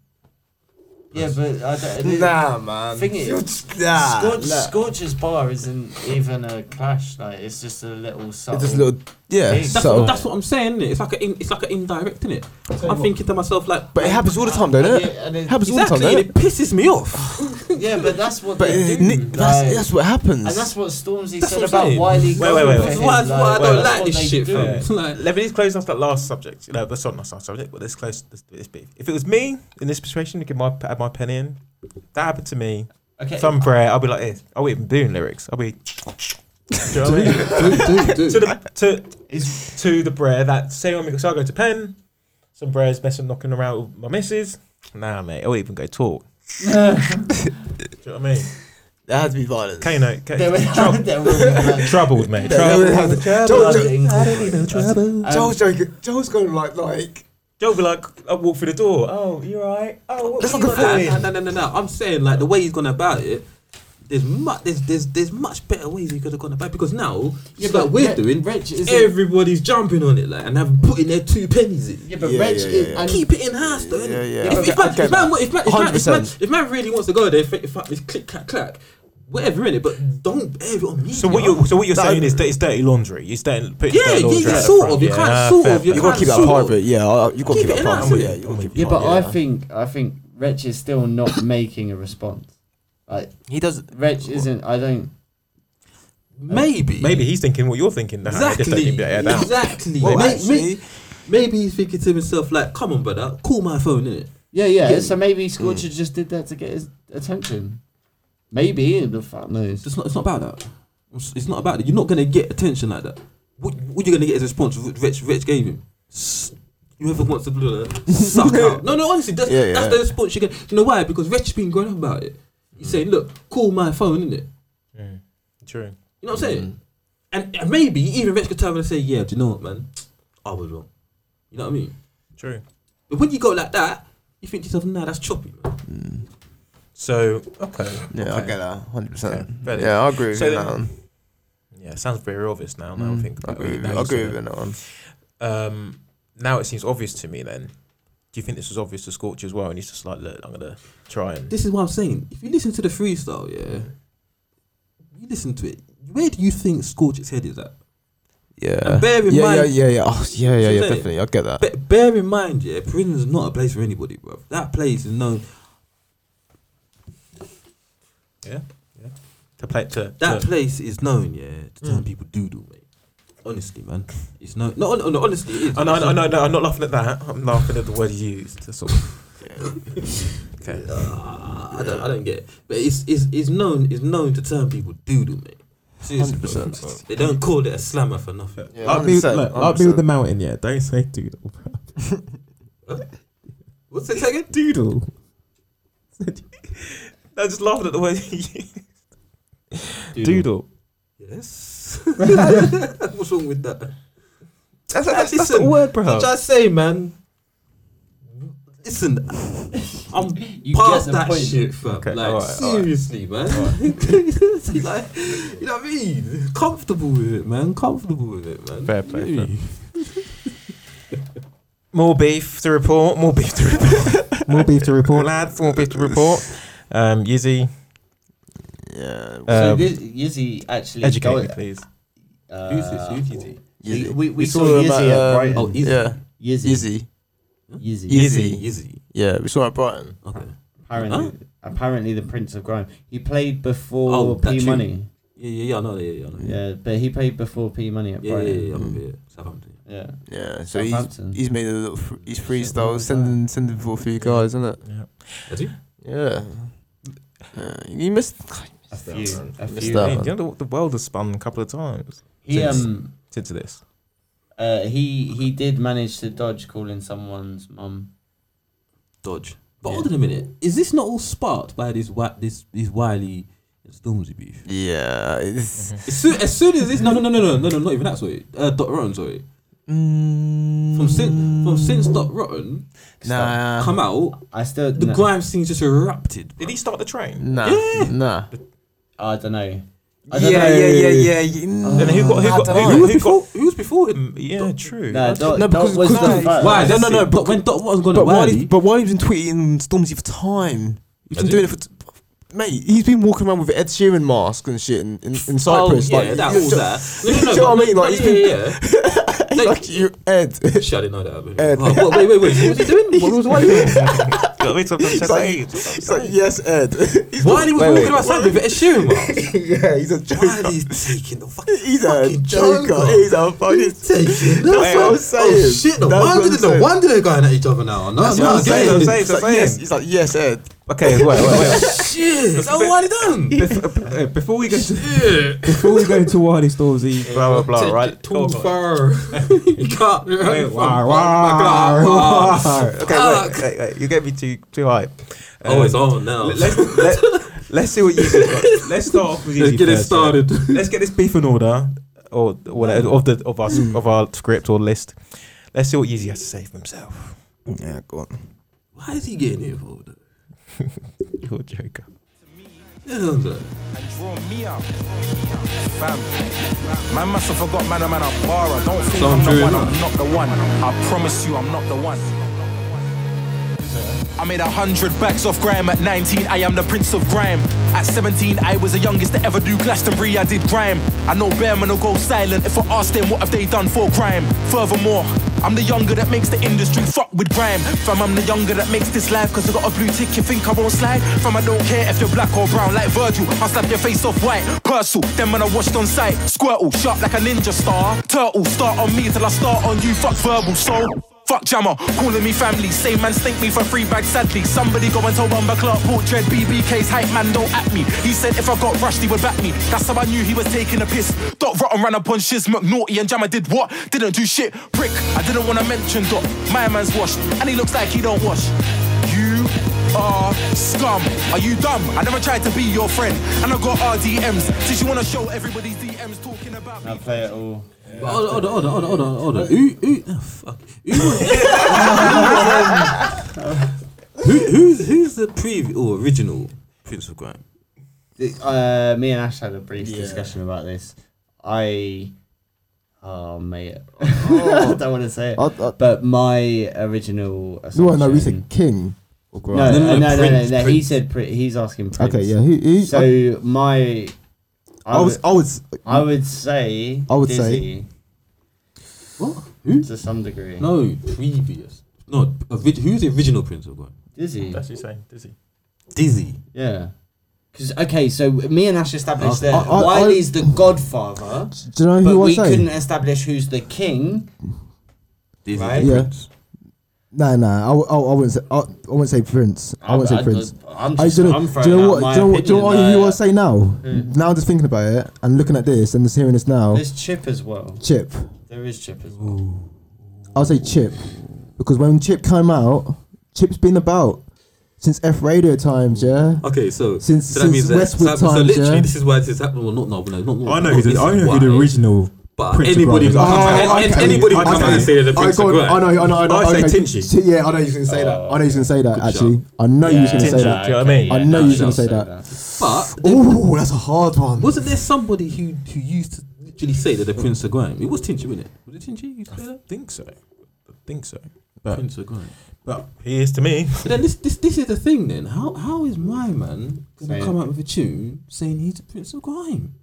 [SPEAKER 3] yeah, but I don't,
[SPEAKER 4] Nah, man.
[SPEAKER 3] Thing is-
[SPEAKER 4] You just- nah,
[SPEAKER 3] Scorch,
[SPEAKER 4] nah.
[SPEAKER 3] Scorch's bar isn't even a clash. Like it's just a little subtle.
[SPEAKER 4] It's just little. Yeah.
[SPEAKER 3] That's
[SPEAKER 8] That's,
[SPEAKER 4] so.
[SPEAKER 8] what, that's what I'm saying. innit? It's like a in, it's like an indirect in it. I'm thinking to myself like,
[SPEAKER 4] but it happens all the time, don't it?
[SPEAKER 3] Yeah, and it-
[SPEAKER 4] happens all the
[SPEAKER 8] exactly,
[SPEAKER 4] time,
[SPEAKER 8] and
[SPEAKER 4] don't
[SPEAKER 8] it
[SPEAKER 4] it?
[SPEAKER 8] pisses me off.
[SPEAKER 3] yeah, but that's what
[SPEAKER 4] But
[SPEAKER 3] they
[SPEAKER 4] it-
[SPEAKER 3] do.
[SPEAKER 4] ni-
[SPEAKER 3] like-
[SPEAKER 4] that's, that's what happens.
[SPEAKER 3] and that's what Stormzy
[SPEAKER 8] That's
[SPEAKER 3] said
[SPEAKER 8] what I'm
[SPEAKER 3] about
[SPEAKER 8] saying.
[SPEAKER 3] Wiley.
[SPEAKER 8] Wait,
[SPEAKER 1] wait, wait, wait.
[SPEAKER 8] That's
[SPEAKER 1] Yeah,
[SPEAKER 8] why, that's why I
[SPEAKER 1] like,
[SPEAKER 8] don't
[SPEAKER 1] that's
[SPEAKER 8] like this shit,
[SPEAKER 3] from.
[SPEAKER 8] fam. Like,
[SPEAKER 1] Let me just close off that last subject. No, that's not last subject, but let's close this, this bit. If it was me in this situation, to give my add my pen in, that happened to me.
[SPEAKER 3] Okay.
[SPEAKER 1] Some prayer, I'll be like this. I won't even doing lyrics. I'll be. Do you know what I mean? to the to is to the prayer that say when we go, so I go to pen, some prayers messing knocking around with my missus. Nah, mate, I won't even go talk. Do you know what I mean?
[SPEAKER 4] That has to be violent.
[SPEAKER 1] Kano, you
[SPEAKER 3] There was there was
[SPEAKER 1] troubled, mate.
[SPEAKER 4] Joel,
[SPEAKER 1] Troubled. Um,
[SPEAKER 3] trouble.
[SPEAKER 4] Joel, Joel's
[SPEAKER 8] Um,
[SPEAKER 4] joking. Joel's going like, like.
[SPEAKER 1] Joel be like, I walk through the door. Oh, you're right. Oh, what
[SPEAKER 4] That's
[SPEAKER 1] you
[SPEAKER 4] not
[SPEAKER 1] got
[SPEAKER 4] the
[SPEAKER 8] Nah,
[SPEAKER 1] doing?
[SPEAKER 8] nah, nah, nah, nah, nah. I'm saying like the way he's gone about it, There's much there's, there's there's much better ways you could have gone about it because now it's like
[SPEAKER 3] but
[SPEAKER 8] we're
[SPEAKER 3] Re-
[SPEAKER 8] doing
[SPEAKER 3] Reg is a-
[SPEAKER 8] everybody's jumping on it like and have putting their two pennies in.
[SPEAKER 3] Yeah, but Reg is. and-
[SPEAKER 8] Keep it in house though.
[SPEAKER 4] Yeah,
[SPEAKER 8] innit?
[SPEAKER 4] yeah.
[SPEAKER 8] If,
[SPEAKER 4] Okay,
[SPEAKER 8] if, man,
[SPEAKER 4] okay,
[SPEAKER 8] if, man,
[SPEAKER 4] man.
[SPEAKER 8] if, man, if, man, if, man,
[SPEAKER 4] 100%.
[SPEAKER 8] if man really wants to go there, if, if, if it's click clack clack, whatever in it, but don't air it on me.
[SPEAKER 1] So what
[SPEAKER 8] yo.
[SPEAKER 1] you're so what you're saying is that it's dirty laundry. You're dirty, putting
[SPEAKER 8] Yeah,
[SPEAKER 1] dirty
[SPEAKER 8] yeah,
[SPEAKER 1] laundry
[SPEAKER 8] yeah,
[SPEAKER 1] out the
[SPEAKER 8] sort
[SPEAKER 1] front.
[SPEAKER 8] of. You
[SPEAKER 1] Yeah,
[SPEAKER 8] can't
[SPEAKER 1] nah,
[SPEAKER 8] sort
[SPEAKER 1] fair
[SPEAKER 8] of. You
[SPEAKER 1] play.
[SPEAKER 4] You gotta keep that
[SPEAKER 8] Sort
[SPEAKER 4] part
[SPEAKER 8] of.
[SPEAKER 4] of it. Yeah, I- you gotta
[SPEAKER 8] Keep
[SPEAKER 4] keep
[SPEAKER 8] it
[SPEAKER 4] that
[SPEAKER 8] in
[SPEAKER 4] part
[SPEAKER 8] house,
[SPEAKER 4] of it.
[SPEAKER 8] innit?
[SPEAKER 4] Yeah, you gotta keep
[SPEAKER 1] Yeah,
[SPEAKER 4] it
[SPEAKER 3] Yeah, but
[SPEAKER 4] part,
[SPEAKER 3] I think I think Reg is still not making a response. Like
[SPEAKER 4] he does.
[SPEAKER 3] Reg isn't. I don't.
[SPEAKER 8] Maybe.
[SPEAKER 1] Maybe he's thinking what you're thinking. Nah, I just don't
[SPEAKER 8] Exactly.
[SPEAKER 1] keep that air down.
[SPEAKER 8] Exactly.
[SPEAKER 4] Well,
[SPEAKER 8] May-
[SPEAKER 4] actually-
[SPEAKER 8] may- maybe he's thinking to himself, like, come on, brother, call my phone, innit?
[SPEAKER 3] Yeah, yeah. So maybe Scorcher
[SPEAKER 4] Mm.
[SPEAKER 3] just did that to get his attention. Maybe the fuck knows.
[SPEAKER 8] It's not, it's not about that. It's, it's not about that. You're not going to get attention like that. What, what you're going to get is a response Rich, Rich gave him. S- Whoever wants to do that, suck out. No, no, honestly, that's,
[SPEAKER 4] Yeah, yeah.
[SPEAKER 8] that's the response you get. You know why? Because Rich has been growing up about it. He's saying, look, call my phone, innit?
[SPEAKER 1] True.
[SPEAKER 8] You know what I'm
[SPEAKER 4] Mm.
[SPEAKER 8] saying? And, and maybe even Rich could turn around and say, yeah, do you know what, man? I was wrong. You know what I mean?
[SPEAKER 1] True.
[SPEAKER 8] But when you go like that, you think to yourself, nah, that's choppy, man.
[SPEAKER 1] So okay.
[SPEAKER 4] Yeah, I
[SPEAKER 1] okay.
[SPEAKER 4] get that. Hundred percent.
[SPEAKER 1] fair enough.
[SPEAKER 4] Yeah, I agree with
[SPEAKER 1] So
[SPEAKER 4] you
[SPEAKER 1] then-
[SPEAKER 4] on that one. Mm,
[SPEAKER 1] Yeah, sounds very obvious now. Now I think.
[SPEAKER 4] I agree with you.
[SPEAKER 1] now
[SPEAKER 4] I
[SPEAKER 1] you
[SPEAKER 4] agree
[SPEAKER 1] said
[SPEAKER 4] with you
[SPEAKER 1] it.
[SPEAKER 4] on that one.
[SPEAKER 1] Um, now it seems obvious to me. Then, do you think this was obvious to Scorch as well? And he's just like, look, I'm gonna try and.
[SPEAKER 8] This is what I'm saying. If you listen to the freestyle, yeah, you listen to it. Where do you think Scorch's head is at?
[SPEAKER 4] Yeah.
[SPEAKER 8] And bear in
[SPEAKER 4] yeah,
[SPEAKER 8] mind-
[SPEAKER 4] yeah, yeah, yeah. Oh, yeah, yeah,
[SPEAKER 8] Should
[SPEAKER 4] yeah.
[SPEAKER 8] I say it?
[SPEAKER 4] Definitely, I get that.
[SPEAKER 8] Be- bear in mind, yeah, prison's not a place for anybody, bro. That place is known.
[SPEAKER 1] Yeah, yeah. To play to.
[SPEAKER 8] That
[SPEAKER 1] to Mm.
[SPEAKER 8] place is known, yeah, to turn people doodle, mate. Honestly, man, it's known. No, no, no honestly, it is.
[SPEAKER 1] oh, no, no, no, no, I'm not laughing at that. I'm laughing at the word you used. That's all. okay.
[SPEAKER 8] Ah, I don't, I don't get it. But it's, it's, it's known, it's known to turn people doodle, mate. Seriously, bro.
[SPEAKER 4] 100%.
[SPEAKER 8] They don't call it a slammer for nothing.
[SPEAKER 4] Yeah,
[SPEAKER 5] I'll be,
[SPEAKER 4] 100%,
[SPEAKER 5] look, I'll be with the mountain, yeah. Don't say doodle.
[SPEAKER 8] What's it again?
[SPEAKER 5] doodle.
[SPEAKER 1] I'm just laughing at the word you used.
[SPEAKER 5] Doodle.
[SPEAKER 8] Yes. What's wrong with that?
[SPEAKER 4] That's,
[SPEAKER 8] That's,
[SPEAKER 4] that's, that's
[SPEAKER 8] listen,
[SPEAKER 4] the word, bro.
[SPEAKER 8] What I say, man? Listen, I'm
[SPEAKER 3] You
[SPEAKER 8] past
[SPEAKER 3] get the
[SPEAKER 8] that
[SPEAKER 3] point.
[SPEAKER 8] shit, fam.
[SPEAKER 1] Okay,
[SPEAKER 8] like
[SPEAKER 1] alright, alright.
[SPEAKER 8] seriously, man. It's like, you know what I mean? Comfortable with it, man. Comfortable with it, man.
[SPEAKER 1] Fair play. fair. More beef to report. More beef to report,
[SPEAKER 5] More beef to report.
[SPEAKER 1] lads. More beef to report. Um, Yizzy,
[SPEAKER 4] yeah.
[SPEAKER 3] so
[SPEAKER 1] um,
[SPEAKER 3] this, Yizzy actually
[SPEAKER 1] educate
[SPEAKER 3] go-
[SPEAKER 1] me, please.
[SPEAKER 3] uh,
[SPEAKER 8] Who's this? Who's Yizzy?
[SPEAKER 3] We,
[SPEAKER 4] Yizzy.
[SPEAKER 3] we, we saw uh, Yizzy
[SPEAKER 4] him at,
[SPEAKER 3] at
[SPEAKER 4] um,
[SPEAKER 3] Brighton.
[SPEAKER 8] Oh, Izzy.
[SPEAKER 4] Yeah.
[SPEAKER 3] Yizzy.
[SPEAKER 4] Izzy.
[SPEAKER 3] Yizzy.
[SPEAKER 4] Yizzy.
[SPEAKER 8] Yizzy.
[SPEAKER 4] Yeah, we saw him at Brighton.
[SPEAKER 8] Okay.
[SPEAKER 3] Apparently, apparently the Prince of Grime. He played before
[SPEAKER 8] Oh, that
[SPEAKER 3] P
[SPEAKER 8] tune.
[SPEAKER 3] Money.
[SPEAKER 8] Yeah, yeah, yeah. I know. Yeah, yeah, I know. Yeah,
[SPEAKER 3] Yeah, but he played before P Money at
[SPEAKER 8] yeah, yeah.
[SPEAKER 3] Brighton.
[SPEAKER 8] yeah, I remember, yeah. Southampton.
[SPEAKER 3] yeah.
[SPEAKER 4] Mm. Yeah, so he's
[SPEAKER 3] Southampton.
[SPEAKER 4] he's made a little fr- he's
[SPEAKER 3] what
[SPEAKER 4] freestyle
[SPEAKER 3] was
[SPEAKER 4] sending sending for a few guys, isn't it?
[SPEAKER 8] Has he?
[SPEAKER 4] Yeah. Yeah, you missed.
[SPEAKER 3] A few. A
[SPEAKER 4] Missed
[SPEAKER 3] few.
[SPEAKER 4] that
[SPEAKER 1] Hey,
[SPEAKER 4] one.
[SPEAKER 1] do you know the, the world has spun a couple of times
[SPEAKER 3] He um
[SPEAKER 1] since this.
[SPEAKER 3] uh he he did manage to dodge calling someone's mum.
[SPEAKER 8] Dodge. But hold on a minute. Is this not all sparked by this wi- this this wily Stormzy beef?
[SPEAKER 4] Yeah, it's,
[SPEAKER 8] As soon, as soon as this, no, no, no, no, no, no, no, not even that. Sorry, uh, Dot Rotten. Sorry, from since from since Dot Rotten
[SPEAKER 4] nah,
[SPEAKER 8] come out,
[SPEAKER 3] I still
[SPEAKER 8] the
[SPEAKER 3] no,
[SPEAKER 8] grime scene just erupted.
[SPEAKER 1] Did he start the train?
[SPEAKER 4] nah, nah.
[SPEAKER 3] I don't know. I
[SPEAKER 4] Yeah,
[SPEAKER 3] don't
[SPEAKER 4] yeah,
[SPEAKER 3] know. Uh,
[SPEAKER 4] yeah, yeah. Mm, yeah.
[SPEAKER 1] Then who got who got who,
[SPEAKER 8] Who was
[SPEAKER 1] got- who got?
[SPEAKER 8] before? Who was before him?
[SPEAKER 1] Um, yeah, true.
[SPEAKER 3] No, Dot,
[SPEAKER 4] No,
[SPEAKER 3] no,
[SPEAKER 4] because-
[SPEAKER 3] was
[SPEAKER 4] because-
[SPEAKER 3] the first.
[SPEAKER 8] Why? No, no, no.
[SPEAKER 4] That's it.
[SPEAKER 8] But when Dot was gone,
[SPEAKER 4] But
[SPEAKER 8] at
[SPEAKER 4] while,
[SPEAKER 8] Wiley,
[SPEAKER 4] he, but while he's been tweeting Stormzy for time, he's been doing it for. T- mate, he's been walking around with an Ed Sheeran mask and shit in, in, in Cyprus.
[SPEAKER 8] oh, yeah,
[SPEAKER 4] like,
[SPEAKER 8] that
[SPEAKER 4] you-
[SPEAKER 8] all
[SPEAKER 4] you-
[SPEAKER 8] that. No, no, no.
[SPEAKER 4] you know what I mean?
[SPEAKER 8] but-
[SPEAKER 4] Like, he's
[SPEAKER 8] yeah,
[SPEAKER 4] been.
[SPEAKER 8] yeah, yeah. Like,
[SPEAKER 4] Like, you, Ed.
[SPEAKER 8] Shit, I didn't know that. But,
[SPEAKER 4] Ed.
[SPEAKER 8] oh, wait, wait, wait. What was he doing? What was Wiley doing?
[SPEAKER 1] Got me to
[SPEAKER 4] He's like, he's like, yes, Ed. He's
[SPEAKER 8] Wiley was
[SPEAKER 4] Wait,
[SPEAKER 8] walking
[SPEAKER 4] wait.
[SPEAKER 8] around Cyprus with Ed Sheeran. man.
[SPEAKER 4] yeah, he's a joker.
[SPEAKER 8] Wiley's taking the fucking.
[SPEAKER 4] He's a
[SPEAKER 8] fucking
[SPEAKER 4] joker. Oh, He's a fucking.
[SPEAKER 8] taking
[SPEAKER 4] That's what I'm saying.
[SPEAKER 8] Oh shit! No wonder,
[SPEAKER 4] That's what I'm
[SPEAKER 8] no
[SPEAKER 4] saying.
[SPEAKER 8] wonder they're going at each other now. No, no,
[SPEAKER 1] I'm saying,
[SPEAKER 8] okay.
[SPEAKER 1] I'm saying.
[SPEAKER 4] He's like, yes. He's like, yes, Ed.
[SPEAKER 1] Okay, wait, wait, wait.
[SPEAKER 8] Shit! So what done?
[SPEAKER 5] Uh, before we go to before we go to Wiley Stormzy,
[SPEAKER 1] blah blah blah. Right.
[SPEAKER 8] Too far. you can't
[SPEAKER 1] Wait,
[SPEAKER 8] run from
[SPEAKER 1] wow,
[SPEAKER 8] God, wow.
[SPEAKER 1] Okay, wait, wait, wait. You get me too too hype. Um,
[SPEAKER 8] Oh, it's on now. Let's,
[SPEAKER 1] Let, let's see what you got. Let's start off with Yeezy
[SPEAKER 8] get it
[SPEAKER 1] first,
[SPEAKER 8] started.
[SPEAKER 1] yeah. Let's get this beef in order, or whatever of the of our of our script or list. Let's see what Yeezy has to say for himself.
[SPEAKER 4] Yeah, go on.
[SPEAKER 8] Why is he getting involved?
[SPEAKER 1] You're a joker.
[SPEAKER 10] Draw me up. Fam. Man must have forgot man, I'm man, a bar. Don't think
[SPEAKER 8] Sound
[SPEAKER 10] I'm the
[SPEAKER 8] true,
[SPEAKER 10] one,
[SPEAKER 8] innit?
[SPEAKER 10] I'm not the one. I promise you, I'm not the one. I made a hundred bags off grime at 19. I am the prince of grime. At 17, I was the youngest to ever do Glastonbury. I did grime. I know bear men will go silent if I ask them what have they done for crime. Furthermore, I'm the younger that makes the industry fuck with grime. Fam, I'm the younger that makes this life because I got a blue tick. You think I won't slide? Fam, I don't care if you're black or brown, like Virgil. I'll slap your face off white. Purcell, them men are washed on sight. Squirtle, sharp like a ninja star. Turtle, start on me till I start on you. Fuck verbal, soul. Fuck jammer, calling me family. Same man stink me for three bags sadly. Somebody go and tell Bumba Clark, portrait BBK's hype man, don't at me. He said if I got rushed, he would back me. That's how I knew he was taking a piss. Dot Rotten ran upon Shiz McNaughty and Jammer did what? Didn't do shit. Prick, I didn't want to mention Dot. My man's washed, and he looks like he don't wash. You are scum. Are you dumb? I never tried to be your friend, and I got RDMs. Since you want to show everybody's DMs talking about me.
[SPEAKER 3] I play it all.
[SPEAKER 8] Hold on, hold on, hold on, hold on, hold on. Who, who, oh, fuck. Who was, who, who's, who's the previous or original Prince of Grime?
[SPEAKER 3] Uh, me and Ash had a brief discussion about this. I, oh mate, I don't want to say it.
[SPEAKER 4] Oh. I- I-
[SPEAKER 3] but my original
[SPEAKER 4] You
[SPEAKER 3] assumption.
[SPEAKER 4] want to know we said king or grime?
[SPEAKER 3] No, no,
[SPEAKER 8] no,
[SPEAKER 3] no, no, no,
[SPEAKER 8] Prince,
[SPEAKER 3] no, He
[SPEAKER 8] Prince.
[SPEAKER 3] said pri- he's asking. Prince.
[SPEAKER 4] Okay, yeah. Who, who,
[SPEAKER 3] So
[SPEAKER 4] I,
[SPEAKER 3] my, I,
[SPEAKER 4] I
[SPEAKER 3] would,
[SPEAKER 4] was, I was,
[SPEAKER 3] I would say.
[SPEAKER 4] I would
[SPEAKER 3] Dizzy
[SPEAKER 8] What? Who?
[SPEAKER 3] to some degree.
[SPEAKER 8] No, previous. No, orig- who's the original Prince of Grime?
[SPEAKER 3] Dizzy.
[SPEAKER 1] That's what you're saying, Dizzy.
[SPEAKER 8] Dizzy.
[SPEAKER 3] Yeah. Because okay, so me and Ash established that
[SPEAKER 4] I- I-
[SPEAKER 3] Wiley's the Godfather,
[SPEAKER 4] do you know
[SPEAKER 3] but
[SPEAKER 4] who I
[SPEAKER 3] we
[SPEAKER 4] say?
[SPEAKER 3] couldn't establish who's the king.
[SPEAKER 8] Dizzy.
[SPEAKER 3] Right?
[SPEAKER 4] Yeah. Nah, nah. I, w- I, I wouldn't say. I, I wouldn't say Prince. I, wouldn't say Prince.
[SPEAKER 3] I'm
[SPEAKER 4] I
[SPEAKER 3] just,
[SPEAKER 4] don't know-
[SPEAKER 3] I'm
[SPEAKER 4] do you
[SPEAKER 3] throwing
[SPEAKER 4] know
[SPEAKER 3] out
[SPEAKER 4] what?
[SPEAKER 3] my
[SPEAKER 4] Do you know what? Do you
[SPEAKER 3] opinion, uh,
[SPEAKER 4] know what? I- Who I
[SPEAKER 3] like,
[SPEAKER 4] say now?
[SPEAKER 8] Hmm.
[SPEAKER 4] Now I'm just thinking about it and looking at this and just hearing this now.
[SPEAKER 3] There's Chip as well.
[SPEAKER 4] Oh. Chip.
[SPEAKER 3] There is Chip as well.
[SPEAKER 4] I'll say Chip because when Chip came out, Chip's been about since F radio times. Yeah.
[SPEAKER 8] Okay, so
[SPEAKER 4] Since-
[SPEAKER 8] so
[SPEAKER 4] since Westwood
[SPEAKER 8] so, so
[SPEAKER 4] times,
[SPEAKER 8] literally
[SPEAKER 4] yeah?
[SPEAKER 8] this is why this happened. Well, not no, no, not, not
[SPEAKER 6] I know
[SPEAKER 8] not
[SPEAKER 6] who the,
[SPEAKER 8] this
[SPEAKER 6] I
[SPEAKER 8] is
[SPEAKER 6] know who
[SPEAKER 8] why.
[SPEAKER 6] the original.
[SPEAKER 8] But
[SPEAKER 6] Prince of
[SPEAKER 8] anybody
[SPEAKER 6] Grime
[SPEAKER 8] can
[SPEAKER 6] is.
[SPEAKER 8] come
[SPEAKER 6] Oh,
[SPEAKER 8] out. and-
[SPEAKER 6] okay.
[SPEAKER 8] Anybody can
[SPEAKER 6] Okay.
[SPEAKER 8] come out and say they're the
[SPEAKER 4] I
[SPEAKER 8] Prince of
[SPEAKER 4] go on- I
[SPEAKER 8] Grime.
[SPEAKER 4] know, I know, I know.
[SPEAKER 6] I say
[SPEAKER 4] okay.
[SPEAKER 6] Tinchy.
[SPEAKER 4] T- Yeah, I know you was gonna say
[SPEAKER 8] Oh.
[SPEAKER 4] that. I know you was gonna say that. Actually, I know you was gonna say
[SPEAKER 1] Tinchy,
[SPEAKER 4] that.
[SPEAKER 1] do you know what I mean?
[SPEAKER 4] I know
[SPEAKER 8] no,
[SPEAKER 4] you was
[SPEAKER 8] no,
[SPEAKER 4] gonna say
[SPEAKER 8] say
[SPEAKER 4] that.
[SPEAKER 8] But there-
[SPEAKER 4] Oh, that's a hard one.
[SPEAKER 8] wasn't there somebody who who used to literally say that the Prince of Grime? It was Tinchy, wasn't it? Was it Tinchy? You say that?
[SPEAKER 1] I think so. I think so. But
[SPEAKER 8] Prince of Grime.
[SPEAKER 1] but he is to me.
[SPEAKER 8] But then this this this is the thing. Then how how is my man gonna
[SPEAKER 3] Saying-
[SPEAKER 8] come out with a tune saying he's the Prince of Grime?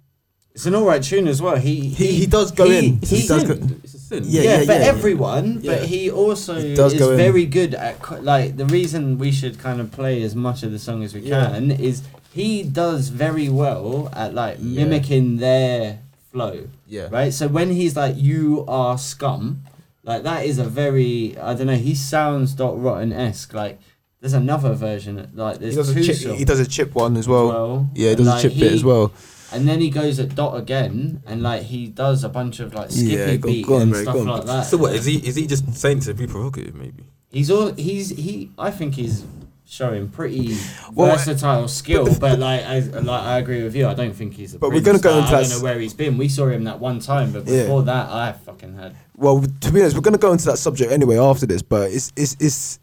[SPEAKER 3] It's an alright tune as well. He he,
[SPEAKER 4] he does go in.
[SPEAKER 8] It's
[SPEAKER 3] He,
[SPEAKER 8] a
[SPEAKER 4] He does
[SPEAKER 8] sin.
[SPEAKER 4] go-
[SPEAKER 8] It's a sin.
[SPEAKER 4] Yeah,
[SPEAKER 3] yeah, for
[SPEAKER 4] yeah.
[SPEAKER 3] everyone,
[SPEAKER 8] Yeah.
[SPEAKER 3] but he also
[SPEAKER 4] does
[SPEAKER 3] is
[SPEAKER 4] go in.
[SPEAKER 3] very good at co- like the reason we should kind of play as much of the song as we can is he does very well at like mimicking their flow.
[SPEAKER 4] Yeah.
[SPEAKER 3] Right. So when he's like, "You are scum," like that is a very I don't know. He sounds dot rotten esque. Like there's another version. Like there's
[SPEAKER 4] He does,
[SPEAKER 3] two
[SPEAKER 4] a chip,
[SPEAKER 3] songs
[SPEAKER 4] he does a chip one as well.
[SPEAKER 3] as well.
[SPEAKER 4] Yeah, he
[SPEAKER 3] And,
[SPEAKER 4] does
[SPEAKER 3] like,
[SPEAKER 4] a chip bit
[SPEAKER 3] he-
[SPEAKER 4] as well.
[SPEAKER 3] And then he goes at dot again, and like he does a bunch of like skippy
[SPEAKER 4] Yeah, go-
[SPEAKER 3] beat
[SPEAKER 4] go on,
[SPEAKER 3] and
[SPEAKER 4] mate,
[SPEAKER 3] stuff
[SPEAKER 4] go on.
[SPEAKER 3] like that.
[SPEAKER 8] So what is he? Is he just saying to be provocative? Maybe.
[SPEAKER 3] He's all he's he. I think he's showing pretty
[SPEAKER 4] Well,
[SPEAKER 3] versatile skill, but, like I like I agree with you. I don't think he's. A
[SPEAKER 4] But we're
[SPEAKER 3] Prince,
[SPEAKER 4] gonna go
[SPEAKER 3] like,
[SPEAKER 4] into
[SPEAKER 3] I
[SPEAKER 4] that
[SPEAKER 3] don't
[SPEAKER 4] s-
[SPEAKER 3] know where he's been. We saw him that one time, but
[SPEAKER 4] Yeah.
[SPEAKER 3] before that, I fucking had.
[SPEAKER 4] Well, to be honest, we're gonna go into that subject anyway after this, but it's it's it's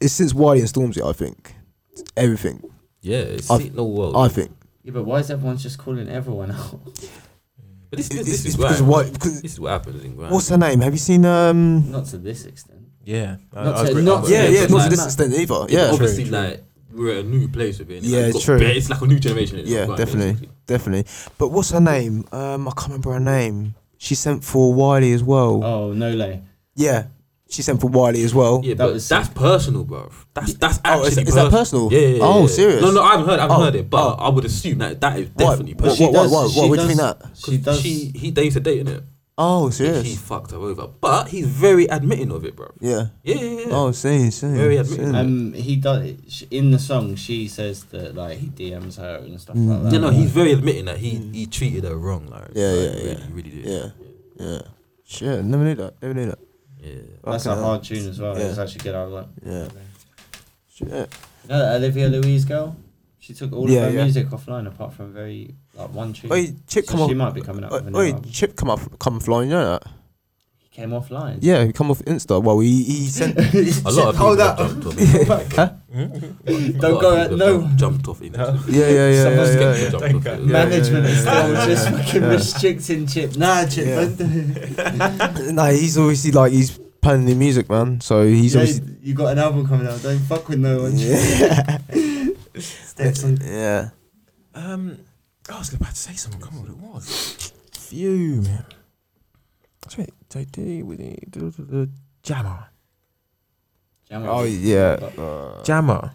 [SPEAKER 4] it's since Wiley and Stormzy, I think. Everything,
[SPEAKER 8] Yeah, it's
[SPEAKER 4] I-
[SPEAKER 8] Satan the world.
[SPEAKER 4] I think.
[SPEAKER 3] Yeah, but why is everyone just calling everyone out?
[SPEAKER 8] but this, this,
[SPEAKER 4] It's,
[SPEAKER 8] this
[SPEAKER 4] it's
[SPEAKER 8] is
[SPEAKER 4] because
[SPEAKER 8] why.
[SPEAKER 4] why? Because
[SPEAKER 8] This is what happens in Grime.
[SPEAKER 4] what's her name? Have you seen? um
[SPEAKER 3] Not to this extent.
[SPEAKER 1] Yeah. I-
[SPEAKER 3] Not
[SPEAKER 1] I
[SPEAKER 3] to-
[SPEAKER 1] agree-
[SPEAKER 3] not
[SPEAKER 1] I
[SPEAKER 3] to-
[SPEAKER 1] agree.
[SPEAKER 4] Yeah, yeah,
[SPEAKER 8] but
[SPEAKER 4] not
[SPEAKER 8] like
[SPEAKER 4] to this
[SPEAKER 8] that-
[SPEAKER 4] extent either. Yeah,
[SPEAKER 8] obviously, like we're at a new place with it.
[SPEAKER 4] Yeah,
[SPEAKER 8] like,
[SPEAKER 4] it's
[SPEAKER 8] got
[SPEAKER 4] true.
[SPEAKER 8] bare- it's like a new generation. innit?
[SPEAKER 4] yeah,
[SPEAKER 8] Like,
[SPEAKER 4] definitely,
[SPEAKER 8] basically.
[SPEAKER 4] definitely. But what's her name? Um, I can't remember her name. She sent for Wiley as well.
[SPEAKER 3] Oh no, lay.
[SPEAKER 4] Yeah, she sent for Wiley as well.
[SPEAKER 8] Yeah,
[SPEAKER 3] That
[SPEAKER 8] but
[SPEAKER 3] was
[SPEAKER 8] that's personal, bro. That's that's
[SPEAKER 4] Oh,
[SPEAKER 8] actually
[SPEAKER 4] is- is that personal?
[SPEAKER 8] Yeah, yeah, yeah,
[SPEAKER 4] Oh,
[SPEAKER 8] yeah.
[SPEAKER 4] serious?
[SPEAKER 8] No, no, I haven't heard. I haven't
[SPEAKER 4] Oh,
[SPEAKER 8] heard it, but
[SPEAKER 4] oh.
[SPEAKER 8] I would assume that that is
[SPEAKER 4] Why-
[SPEAKER 8] definitely
[SPEAKER 4] What-
[SPEAKER 8] personal.
[SPEAKER 4] what- what- what- what would you think that?
[SPEAKER 3] She does.
[SPEAKER 8] She he they used to date in it.
[SPEAKER 4] Oh,
[SPEAKER 8] He
[SPEAKER 4] serious?
[SPEAKER 8] fucked her over, but he's very admitting of it, bro.
[SPEAKER 4] Yeah.
[SPEAKER 8] Yeah, yeah, yeah.
[SPEAKER 4] Oh, see, see.
[SPEAKER 8] Very admitting.
[SPEAKER 4] see.
[SPEAKER 3] um, he does sh- in the song. She says that like he DMs her and stuff like that.
[SPEAKER 8] you know, he's very admitting that he he treated her wrong, like
[SPEAKER 4] Mm. Yeah,
[SPEAKER 8] like,
[SPEAKER 4] yeah,
[SPEAKER 8] really,
[SPEAKER 4] yeah.
[SPEAKER 8] really did.
[SPEAKER 4] Yeah, yeah. Shit, never knew that. Never knew that.
[SPEAKER 8] yeah.
[SPEAKER 3] That's a
[SPEAKER 4] Fucking hell.
[SPEAKER 3] hard tune as well.
[SPEAKER 4] Yeah.
[SPEAKER 3] It's actually good. I like.
[SPEAKER 4] Yeah. Shit.
[SPEAKER 3] You know that Olivia Louise girl? She took all
[SPEAKER 4] Yeah,
[SPEAKER 3] of her
[SPEAKER 4] yeah.
[SPEAKER 3] music offline apart from very like one tune.
[SPEAKER 4] Oi, Chip
[SPEAKER 3] So
[SPEAKER 4] come
[SPEAKER 3] she
[SPEAKER 4] on-
[SPEAKER 3] might be coming up with a new
[SPEAKER 4] Oi,
[SPEAKER 3] album.
[SPEAKER 4] Chip come up, come flying, you know that?
[SPEAKER 3] He Came offline.
[SPEAKER 4] Yeah, he come off Insta. Well, he, he sent.
[SPEAKER 3] a
[SPEAKER 11] A lot of people have
[SPEAKER 3] Hold up.
[SPEAKER 11] jumped off. A
[SPEAKER 4] huh?
[SPEAKER 11] lot
[SPEAKER 3] "Oh,
[SPEAKER 8] Hmm?
[SPEAKER 3] Don't
[SPEAKER 11] of
[SPEAKER 3] go
[SPEAKER 11] people
[SPEAKER 3] at
[SPEAKER 11] have
[SPEAKER 3] no.
[SPEAKER 11] jumped- Jumped off. Instagram.
[SPEAKER 4] Yeah, yeah, yeah,
[SPEAKER 3] Someone's
[SPEAKER 4] yeah,
[SPEAKER 11] People
[SPEAKER 4] yeah, yeah.
[SPEAKER 11] jumped off it.
[SPEAKER 3] Management is still just fucking restricting Chip. Nah, Chip,
[SPEAKER 4] Yeah.
[SPEAKER 3] don't do it.
[SPEAKER 4] Nah, he's obviously like he's playing new music, man. So he's
[SPEAKER 3] Yeah,
[SPEAKER 4] obviously
[SPEAKER 3] you got an album coming out. Don't fuck with no one. Chip. Steps on.
[SPEAKER 4] yeah.
[SPEAKER 1] Um, I was about to say something. Come on, what it was. Phew, man. That's right. Today we need do- do- do- jammer.
[SPEAKER 4] Oh yeah. Uh,
[SPEAKER 1] Jammer.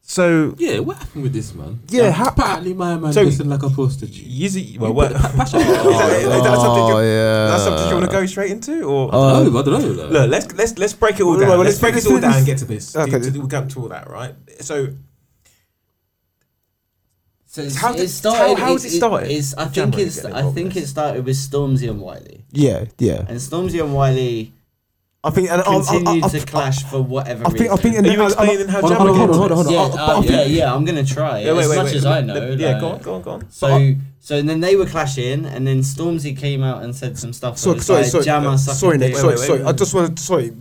[SPEAKER 1] So
[SPEAKER 8] Yeah, what happened with this man?
[SPEAKER 1] Yeah,
[SPEAKER 8] Like,
[SPEAKER 1] how-
[SPEAKER 8] apparently my man
[SPEAKER 1] So-
[SPEAKER 8] pissing like a prostitute.
[SPEAKER 1] Yizzy, well, what?
[SPEAKER 4] oh, yeah. Uh,
[SPEAKER 1] That's something you want to go straight into, or
[SPEAKER 8] Oh, I don't know. Like,
[SPEAKER 1] look, let's let's let's break it all
[SPEAKER 4] Well,
[SPEAKER 1] down.
[SPEAKER 4] well,
[SPEAKER 1] let's,
[SPEAKER 4] let's-
[SPEAKER 1] break
[SPEAKER 4] let's
[SPEAKER 1] it all
[SPEAKER 4] finish-
[SPEAKER 1] down and get to this.
[SPEAKER 4] Okay.
[SPEAKER 1] To- to- we'll come to all that, right? So
[SPEAKER 3] So it's,
[SPEAKER 1] How
[SPEAKER 3] how
[SPEAKER 1] did-
[SPEAKER 3] it started.
[SPEAKER 1] how- how has it started?
[SPEAKER 3] it's, I think
[SPEAKER 1] January
[SPEAKER 3] it's.
[SPEAKER 1] getting
[SPEAKER 3] I
[SPEAKER 1] involved in
[SPEAKER 3] think
[SPEAKER 1] this.
[SPEAKER 3] it started with Stormzy and Wiley.
[SPEAKER 4] Yeah, yeah.
[SPEAKER 3] And Stormzy and Wiley
[SPEAKER 4] I think and I, I,
[SPEAKER 3] continued
[SPEAKER 4] I,
[SPEAKER 3] to clash for whatever
[SPEAKER 4] I think I
[SPEAKER 3] reason.
[SPEAKER 4] think
[SPEAKER 1] Are you explaining how
[SPEAKER 4] hold on,
[SPEAKER 1] Jammer
[SPEAKER 4] hold on,
[SPEAKER 1] gets
[SPEAKER 4] hold on, hold on,
[SPEAKER 3] yeah,
[SPEAKER 4] hold on. I-
[SPEAKER 3] uh,
[SPEAKER 4] I
[SPEAKER 3] yeah,
[SPEAKER 4] think-
[SPEAKER 3] yeah, I'm gonna try.
[SPEAKER 1] Yeah,
[SPEAKER 3] as
[SPEAKER 1] wait, wait,
[SPEAKER 3] much
[SPEAKER 1] wait.
[SPEAKER 3] as I know.
[SPEAKER 1] yeah,
[SPEAKER 3] like-
[SPEAKER 1] go on, go on, go on.
[SPEAKER 3] So, so then they were clashing, and then Stormzy came out and said some stuff.
[SPEAKER 4] Sorry,
[SPEAKER 3] that was
[SPEAKER 4] sorry,
[SPEAKER 3] like,
[SPEAKER 4] sorry. uh,
[SPEAKER 3] Jammer sucking
[SPEAKER 4] sorry, Nick.
[SPEAKER 3] dick.
[SPEAKER 4] sorry,
[SPEAKER 1] wait,
[SPEAKER 4] sorry.
[SPEAKER 1] wait,
[SPEAKER 4] I
[SPEAKER 1] wait.
[SPEAKER 4] just wanted. Sorry,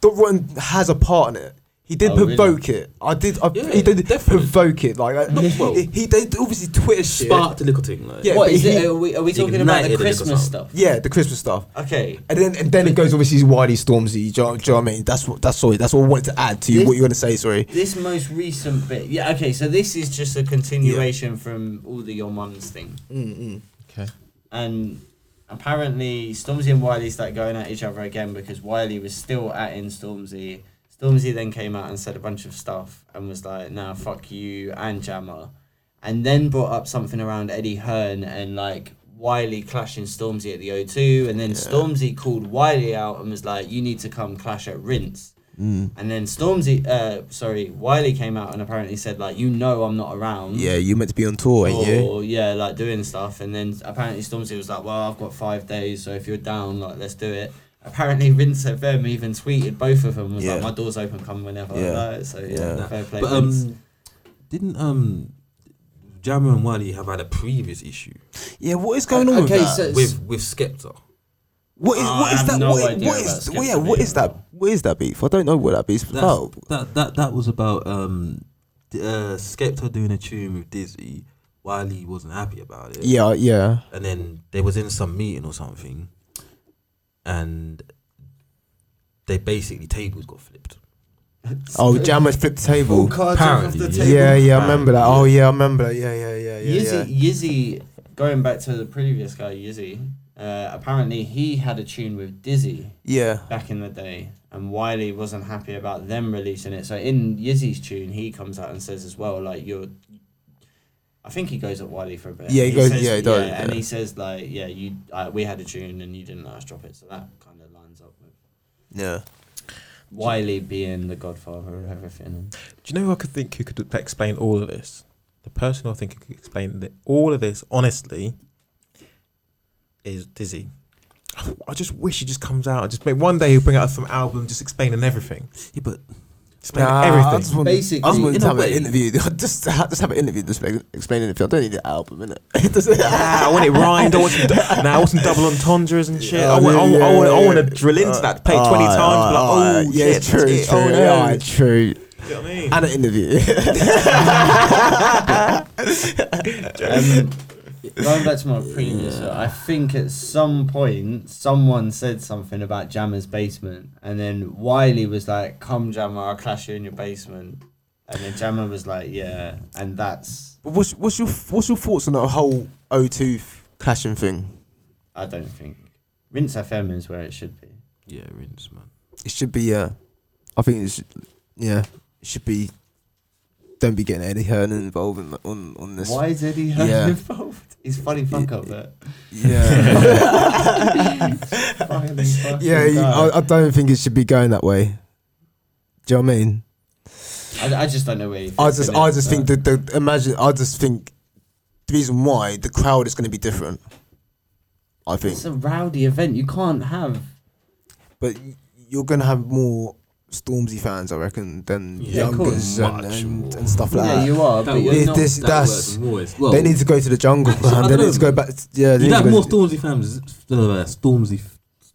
[SPEAKER 4] Dot Rotten has a part in it. He did
[SPEAKER 3] Oh, really?
[SPEAKER 4] provoke it. I did. I,
[SPEAKER 8] Yeah,
[SPEAKER 4] he did
[SPEAKER 8] definitely.
[SPEAKER 4] provoke it. Like I,
[SPEAKER 8] well.
[SPEAKER 4] he, he did obviously Twitter shit.
[SPEAKER 8] spark the little thing. Like,
[SPEAKER 4] Yeah,
[SPEAKER 3] What
[SPEAKER 4] but
[SPEAKER 3] is
[SPEAKER 4] he-
[SPEAKER 3] it? Are we, are we talking about
[SPEAKER 8] ignited
[SPEAKER 3] the
[SPEAKER 8] it or
[SPEAKER 3] Christmas stuff?
[SPEAKER 8] something.
[SPEAKER 4] Yeah, the Christmas stuff.
[SPEAKER 3] Okay.
[SPEAKER 4] And then, and then it goes obviously Wiley Stormzy. Do you, know, do you know what I mean? That's what. That's sorry. That's what I wanted to add to you.
[SPEAKER 3] This-
[SPEAKER 4] What you're gonna say? Sorry.
[SPEAKER 3] This most recent bit, yeah. Okay, so this is just a continuation from all the your mums thing,
[SPEAKER 1] Mm, Okay.
[SPEAKER 3] and apparently Stormzy and Wiley started going at each other again because Wiley was still at in Stormzy. Stormzy then came out and said a bunch of stuff and was like, "Nah, fuck you and Jammer," and then brought up something around Eddie Hearn and like Wiley clashing Stormzy at the O2, and then Stormzy called Wiley out and was like, "You need to come clash at Rinse."
[SPEAKER 8] Mm.
[SPEAKER 4] mm,
[SPEAKER 3] And then Stormzy, uh, sorry, Wiley came out and apparently said like, "You know I'm not
[SPEAKER 8] Mm.
[SPEAKER 3] around."
[SPEAKER 4] Yeah, you meant to be on
[SPEAKER 8] Oh,
[SPEAKER 4] tour, ain't you?
[SPEAKER 3] Or yeah, like doing stuff. And then apparently Stormzy was like, "Well, I've got five days, so if you're down, like, let's do it." Apparently, Vince FM even tweeted both of them was like,
[SPEAKER 4] Yeah.
[SPEAKER 3] "My door's open, come whenever."
[SPEAKER 4] Yeah.
[SPEAKER 3] Like, Oh, so yeah,
[SPEAKER 4] Yeah.
[SPEAKER 3] fair play.
[SPEAKER 8] But
[SPEAKER 3] Vince.
[SPEAKER 8] um, didn't um, Jammer and Wiley have had a previous issue Uh,
[SPEAKER 4] Yeah. What is going on with
[SPEAKER 3] okay,
[SPEAKER 4] that?
[SPEAKER 3] so
[SPEAKER 8] with with Skepta?
[SPEAKER 4] What is
[SPEAKER 3] Oh,
[SPEAKER 4] what
[SPEAKER 3] I
[SPEAKER 4] is
[SPEAKER 3] have
[SPEAKER 4] that?
[SPEAKER 3] no
[SPEAKER 4] what,
[SPEAKER 3] idea
[SPEAKER 4] what
[SPEAKER 3] about
[SPEAKER 4] is
[SPEAKER 3] Skepta
[SPEAKER 4] yeah? What
[SPEAKER 3] being
[SPEAKER 4] is that?
[SPEAKER 3] involved.
[SPEAKER 4] What is that beef? I don't know what that beef's
[SPEAKER 8] That's,
[SPEAKER 4] about.
[SPEAKER 8] That that that was about um, d- uh, Skepta doing a tune with Dizzy. Wiley wasn't happy about it.
[SPEAKER 4] Yeah, yeah.
[SPEAKER 8] and then they was in some meeting or something, and they basically tables got flipped.
[SPEAKER 4] Oh, Jammer's flipped the table.
[SPEAKER 3] cards
[SPEAKER 8] Apparently, yeah.
[SPEAKER 4] Yeah, yeah. I remember that. Oh, yeah. I remember that. Yeah, yeah, yeah, yeah. yeah.
[SPEAKER 3] Yizzy, Yizzy, going back to the previous guy, Yizzy. Uh, apparently, he had a tune with Dizzy
[SPEAKER 4] Yeah.
[SPEAKER 3] back in the day, and Wiley wasn't happy about them releasing it. So in Yizzy's tune, he comes out and says as well, like you're. I think he goes at Wiley for a bit.
[SPEAKER 4] Yeah, he goes-
[SPEAKER 3] says-
[SPEAKER 4] yeah, he does,
[SPEAKER 3] and
[SPEAKER 4] yeah.
[SPEAKER 3] he says like, yeah, you, uh, we had a tune and you didn't let us drop it, so that kind of lines up with
[SPEAKER 4] Yeah.
[SPEAKER 3] Wiley being the godfather of everything.
[SPEAKER 1] Do you know who I could think who could explain all of this? The person I think who could explain th- all of this honestly is Dizzy. I just wish he just comes out. and Just make one day he'll bring out some album, just explaining everything,
[SPEAKER 8] Yeah, but
[SPEAKER 1] explaining
[SPEAKER 4] I
[SPEAKER 1] everything.
[SPEAKER 4] just want,
[SPEAKER 3] Basically,
[SPEAKER 4] I just want
[SPEAKER 8] in
[SPEAKER 4] to
[SPEAKER 8] a
[SPEAKER 4] have
[SPEAKER 8] way-
[SPEAKER 4] an interview. just, I just have an interview just explain- explaining it. I don't need an album, innit? It doesn't-
[SPEAKER 1] Ah, I want it rhymed. I want some, du- nah, I want some double entendres and shit. I
[SPEAKER 4] Oh,
[SPEAKER 1] want, I want, I want, I
[SPEAKER 4] yeah,
[SPEAKER 1] want to
[SPEAKER 4] yeah.
[SPEAKER 1] drill into that, play
[SPEAKER 4] Alright,
[SPEAKER 1] twenty
[SPEAKER 4] alright,
[SPEAKER 1] times. be like, oh
[SPEAKER 4] alright. yeah,
[SPEAKER 1] shit,
[SPEAKER 4] true,
[SPEAKER 1] that's it,
[SPEAKER 4] true.
[SPEAKER 1] oh, no.
[SPEAKER 4] yeah, true.
[SPEAKER 1] Do you know what I mean?
[SPEAKER 4] And an interview.
[SPEAKER 3] Um, going back to my previous, one, I think at some point someone said something about Jammer's basement, and then Wiley was like, "Come, Jammer, I'll clash you in your basement," and then Jammer was like, "Yeah," and that's
[SPEAKER 4] But what's what's your what's your thoughts on that whole O2 f- clashing thing?
[SPEAKER 3] I don't think Rinse FM is where it should be.
[SPEAKER 8] yeah, rinse man.
[SPEAKER 4] It should be. Uh, I think it should. Yeah, it should be. Don't be getting Eddie Hearn involved in, on on this.
[SPEAKER 3] Why is Eddie Hearn
[SPEAKER 4] yeah.
[SPEAKER 3] involved? He's funny fuck up there.
[SPEAKER 4] Yeah,
[SPEAKER 3] Funny fucking
[SPEAKER 4] yeah. you-
[SPEAKER 3] guy.
[SPEAKER 4] I, I don't think it should be going that way. Do you know what I mean?
[SPEAKER 3] I, I just don't know where. he
[SPEAKER 4] I
[SPEAKER 3] fits
[SPEAKER 4] just,
[SPEAKER 3] in
[SPEAKER 4] I
[SPEAKER 3] it,
[SPEAKER 4] just
[SPEAKER 3] but-
[SPEAKER 4] think that the imagine. I just think the reason why the crowd is going to be different. I think,
[SPEAKER 3] it's a rowdy event. You can't have.
[SPEAKER 4] but you're going to have more Stormzy fans, I reckon, than
[SPEAKER 3] Yeah, of course.
[SPEAKER 4] youngers and,
[SPEAKER 8] Much
[SPEAKER 4] and,
[SPEAKER 8] more.
[SPEAKER 4] and stuff like
[SPEAKER 3] yeah,
[SPEAKER 4] that.
[SPEAKER 3] you are,
[SPEAKER 8] That
[SPEAKER 3] but you're
[SPEAKER 8] was-
[SPEAKER 4] This-
[SPEAKER 3] not.
[SPEAKER 4] this-
[SPEAKER 8] That
[SPEAKER 4] that's-
[SPEAKER 8] works more as well.
[SPEAKER 4] they need to go to the jungle,
[SPEAKER 8] Actually, I
[SPEAKER 4] man. They
[SPEAKER 8] don't
[SPEAKER 4] need to
[SPEAKER 8] know.
[SPEAKER 4] go back. yeah, they
[SPEAKER 8] You'd
[SPEAKER 4] need to
[SPEAKER 8] have
[SPEAKER 4] go
[SPEAKER 8] more
[SPEAKER 4] to-
[SPEAKER 8] Stormzy fans, uh, Stormzy,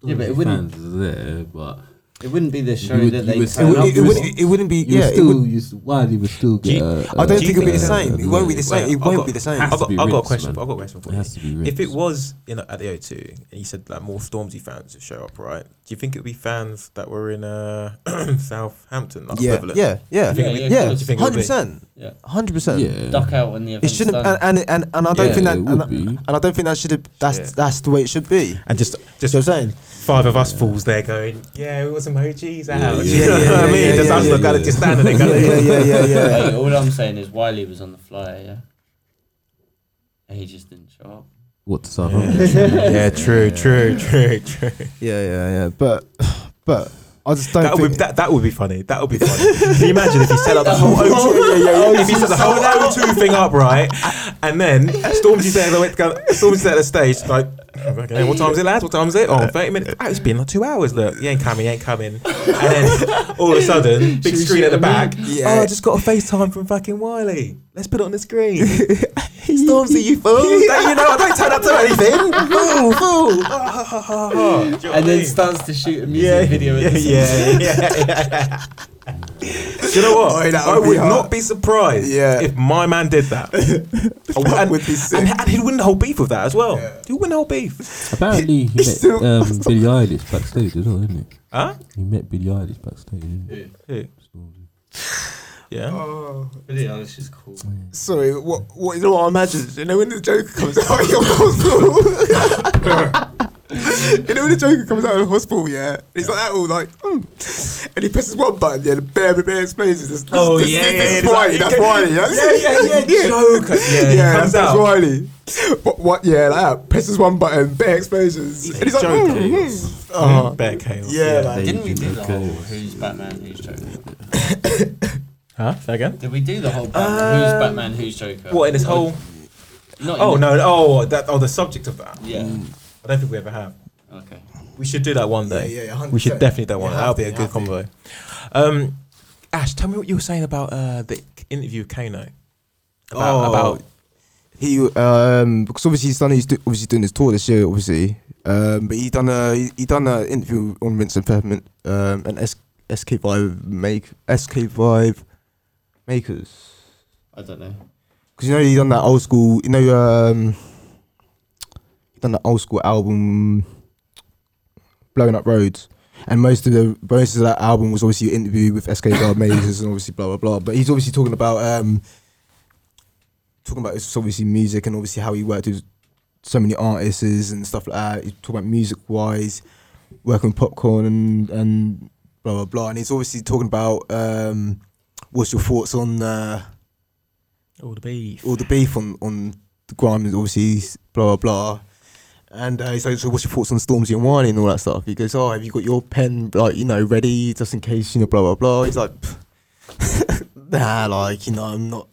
[SPEAKER 3] Yeah, but it wouldn't.
[SPEAKER 8] fans there, but
[SPEAKER 3] It wouldn't be the show
[SPEAKER 8] would-
[SPEAKER 3] that
[SPEAKER 8] you
[SPEAKER 3] they
[SPEAKER 8] would-
[SPEAKER 4] It,
[SPEAKER 3] turn
[SPEAKER 8] would-
[SPEAKER 3] up
[SPEAKER 4] would, it,
[SPEAKER 3] for.
[SPEAKER 4] wouldn't, it wouldn't be.
[SPEAKER 8] you
[SPEAKER 4] yeah,
[SPEAKER 8] would
[SPEAKER 4] it
[SPEAKER 8] still,
[SPEAKER 4] would,
[SPEAKER 8] you s- Wiley would still
[SPEAKER 1] Do
[SPEAKER 8] get.
[SPEAKER 1] you-
[SPEAKER 8] a-
[SPEAKER 4] I don't
[SPEAKER 8] a-
[SPEAKER 4] think it'll be the
[SPEAKER 8] a-
[SPEAKER 4] same. It won't be the
[SPEAKER 8] Wait,
[SPEAKER 4] same. It
[SPEAKER 1] I've
[SPEAKER 4] won't
[SPEAKER 1] got-
[SPEAKER 4] be the same.
[SPEAKER 8] Has
[SPEAKER 1] I've
[SPEAKER 8] to
[SPEAKER 1] got,
[SPEAKER 8] be
[SPEAKER 1] I've got
[SPEAKER 8] rinsed,
[SPEAKER 1] a question.
[SPEAKER 8] man.
[SPEAKER 1] I've got a question for
[SPEAKER 8] It
[SPEAKER 1] you.
[SPEAKER 8] has to be
[SPEAKER 1] If it
[SPEAKER 8] rinsed.
[SPEAKER 1] was in at the O2 and you said like more Stormzy fans would show up, right? Do you think it would be fans that were in uh, Southampton, like
[SPEAKER 4] Yeah,
[SPEAKER 1] equivalent?
[SPEAKER 4] yeah, yeah,
[SPEAKER 3] Yeah,
[SPEAKER 1] Do you think it would-
[SPEAKER 3] yeah,
[SPEAKER 1] do
[SPEAKER 4] yeah.
[SPEAKER 1] you think it would
[SPEAKER 4] Hundred
[SPEAKER 1] be?
[SPEAKER 4] percent.
[SPEAKER 3] Yeah.
[SPEAKER 4] Hundred percent.
[SPEAKER 8] Yeah.
[SPEAKER 3] duck out when the
[SPEAKER 4] It
[SPEAKER 3] event's
[SPEAKER 4] shouldn't,
[SPEAKER 3] done.
[SPEAKER 4] and, and and and I don't
[SPEAKER 8] Yeah,
[SPEAKER 4] think that,
[SPEAKER 8] it would
[SPEAKER 4] and, I-
[SPEAKER 8] be.
[SPEAKER 4] and I don't think that should have. That's
[SPEAKER 1] Yeah.
[SPEAKER 4] that's the way it should be.
[SPEAKER 1] And just just
[SPEAKER 4] So I'm saying,
[SPEAKER 1] five of us fools there going, yeah, we want some emojis out.
[SPEAKER 8] yeah,
[SPEAKER 1] you know
[SPEAKER 4] yeah,
[SPEAKER 1] what I
[SPEAKER 4] yeah,
[SPEAKER 1] mean?
[SPEAKER 4] yeah,
[SPEAKER 1] just
[SPEAKER 4] yeah,
[SPEAKER 1] us
[SPEAKER 8] yeah,
[SPEAKER 1] lot gotta
[SPEAKER 8] yeah.
[SPEAKER 1] just standing there.
[SPEAKER 4] yeah,
[SPEAKER 1] gotta-
[SPEAKER 4] yeah, yeah, yeah, yeah.
[SPEAKER 3] Hey, all I'm saying is Wiley was on the flyer, yeah? And he just didn't show up.
[SPEAKER 8] What the Southampton?
[SPEAKER 1] Yeah, true, true, true, true.
[SPEAKER 4] Yeah, yeah, yeah. But, but I just don't
[SPEAKER 1] That would
[SPEAKER 4] think.
[SPEAKER 1] be, that, that would be funny. That would be funny. Can you imagine if he set up the whole O2, if he set the whole O2 thing up right, and then Stormzy's there, they went to go, Stormzy's there at the stage, like, okay, what time is it, lads? What time is it? Oh, 30 minutes. Oh, it's been like two hours. Look, you ain't coming, you ain't coming. And then all of a sudden, big screen at the back.
[SPEAKER 4] Yeah.
[SPEAKER 1] Oh, I just got a FaceTime from fucking Wiley. Let's put it on the screen. Stormzy, you fool. Don't you know I don't turn up to anything. Fool, fool. Ha, ha, ha, ha, ha. Do you know what I
[SPEAKER 3] And then
[SPEAKER 1] mean?
[SPEAKER 3] starts to shoot a music video.
[SPEAKER 1] Yeah,
[SPEAKER 3] at the same
[SPEAKER 1] yeah, yeah, yeah. Do you know what?
[SPEAKER 4] Oi, that
[SPEAKER 1] I
[SPEAKER 4] would be
[SPEAKER 1] would
[SPEAKER 4] hard.
[SPEAKER 1] not be surprised
[SPEAKER 4] Yeah.
[SPEAKER 1] if my man did that. and,
[SPEAKER 4] would be sick.
[SPEAKER 1] And, and he'd win the whole beef with that as well. He'd win the whole beef.
[SPEAKER 8] Apparently, he met
[SPEAKER 4] still-
[SPEAKER 8] um, Billie Eilish backstage as well, didn't he?
[SPEAKER 1] Huh?
[SPEAKER 8] He met Billie Eilish backstage. Didn't he?
[SPEAKER 1] Who? Yeah.
[SPEAKER 3] Billie Eilish Oh, is cool.
[SPEAKER 4] Sorry, what what you know what I imagine? You know when the Joker comes out of your hospital. you know when the Joker comes out of the hospital, yeah? He's like that all like, mm. and he presses one button, yeah, the bear the bear explodes. This,
[SPEAKER 1] Oh,
[SPEAKER 4] this,
[SPEAKER 1] yeah,
[SPEAKER 4] this,
[SPEAKER 1] yeah,
[SPEAKER 4] this, That's Wiley.
[SPEAKER 1] yeah.
[SPEAKER 4] That's Wiley. Yeah,
[SPEAKER 1] yeah, yeah, yeah. Joker. Yeah,
[SPEAKER 4] Yeah,
[SPEAKER 1] he
[SPEAKER 4] that's,
[SPEAKER 1] comes
[SPEAKER 4] that's
[SPEAKER 1] out.
[SPEAKER 4] Wiley. What, what? Yeah, like that. Presses one button, bear explosions. and he's like,
[SPEAKER 1] Joker.
[SPEAKER 4] mm,
[SPEAKER 3] "Mm-hmm."
[SPEAKER 4] mm. Uh,
[SPEAKER 1] Bear chaos.
[SPEAKER 4] yeah, like,
[SPEAKER 3] Uh-huh. Didn't we do the whole who's Batman, who's Joker?
[SPEAKER 1] Huh? Say again? Uh,
[SPEAKER 3] Did we do the whole Batman, who's Batman, who's Joker?
[SPEAKER 1] What in this whole?
[SPEAKER 3] Not in
[SPEAKER 1] Oh
[SPEAKER 3] the-
[SPEAKER 1] no! Oh, that. Oh, the subject of that.
[SPEAKER 3] Yeah.
[SPEAKER 1] I don't think we ever have.
[SPEAKER 3] Okay.
[SPEAKER 1] We should do that one day.
[SPEAKER 4] Yeah, yeah, yeah,
[SPEAKER 1] we should
[SPEAKER 4] 100%.
[SPEAKER 1] definitely do that one.
[SPEAKER 4] Yeah,
[SPEAKER 1] That'll be
[SPEAKER 4] have
[SPEAKER 1] a
[SPEAKER 4] to,
[SPEAKER 1] good combo. Um, Ash, tell me what you were saying about uh, the interview with Kano. About,
[SPEAKER 4] Oh.
[SPEAKER 1] about
[SPEAKER 4] He um because obviously he's done he's do, obviously doing his tour this year obviously um but he done a he, he done an interview on Rinse and Peppermint um and S, SK5 make SK5 makers
[SPEAKER 3] I don't know.
[SPEAKER 4] because you know he done that old school you know um he done that old school album blowing up roads and most of the most of that album was obviously an interview with SK5 makers and obviously blah blah blah but he's obviously talking about um talking about it's obviously music and obviously how he worked with so many artists and stuff like that. He's talking about music wise, working with popcorn and and blah blah blah. And he's obviously talking about um, what's your thoughts on uh,
[SPEAKER 1] all the beef.
[SPEAKER 4] all the beef on on the Grimes, obviously blah blah blah. And uh, he's like, so what's your thoughts on Stormzy and Wiley and all that stuff? He goes, oh, have you got your pen like you know ready just in case you know blah blah blah. He's like, nah, like you know I'm not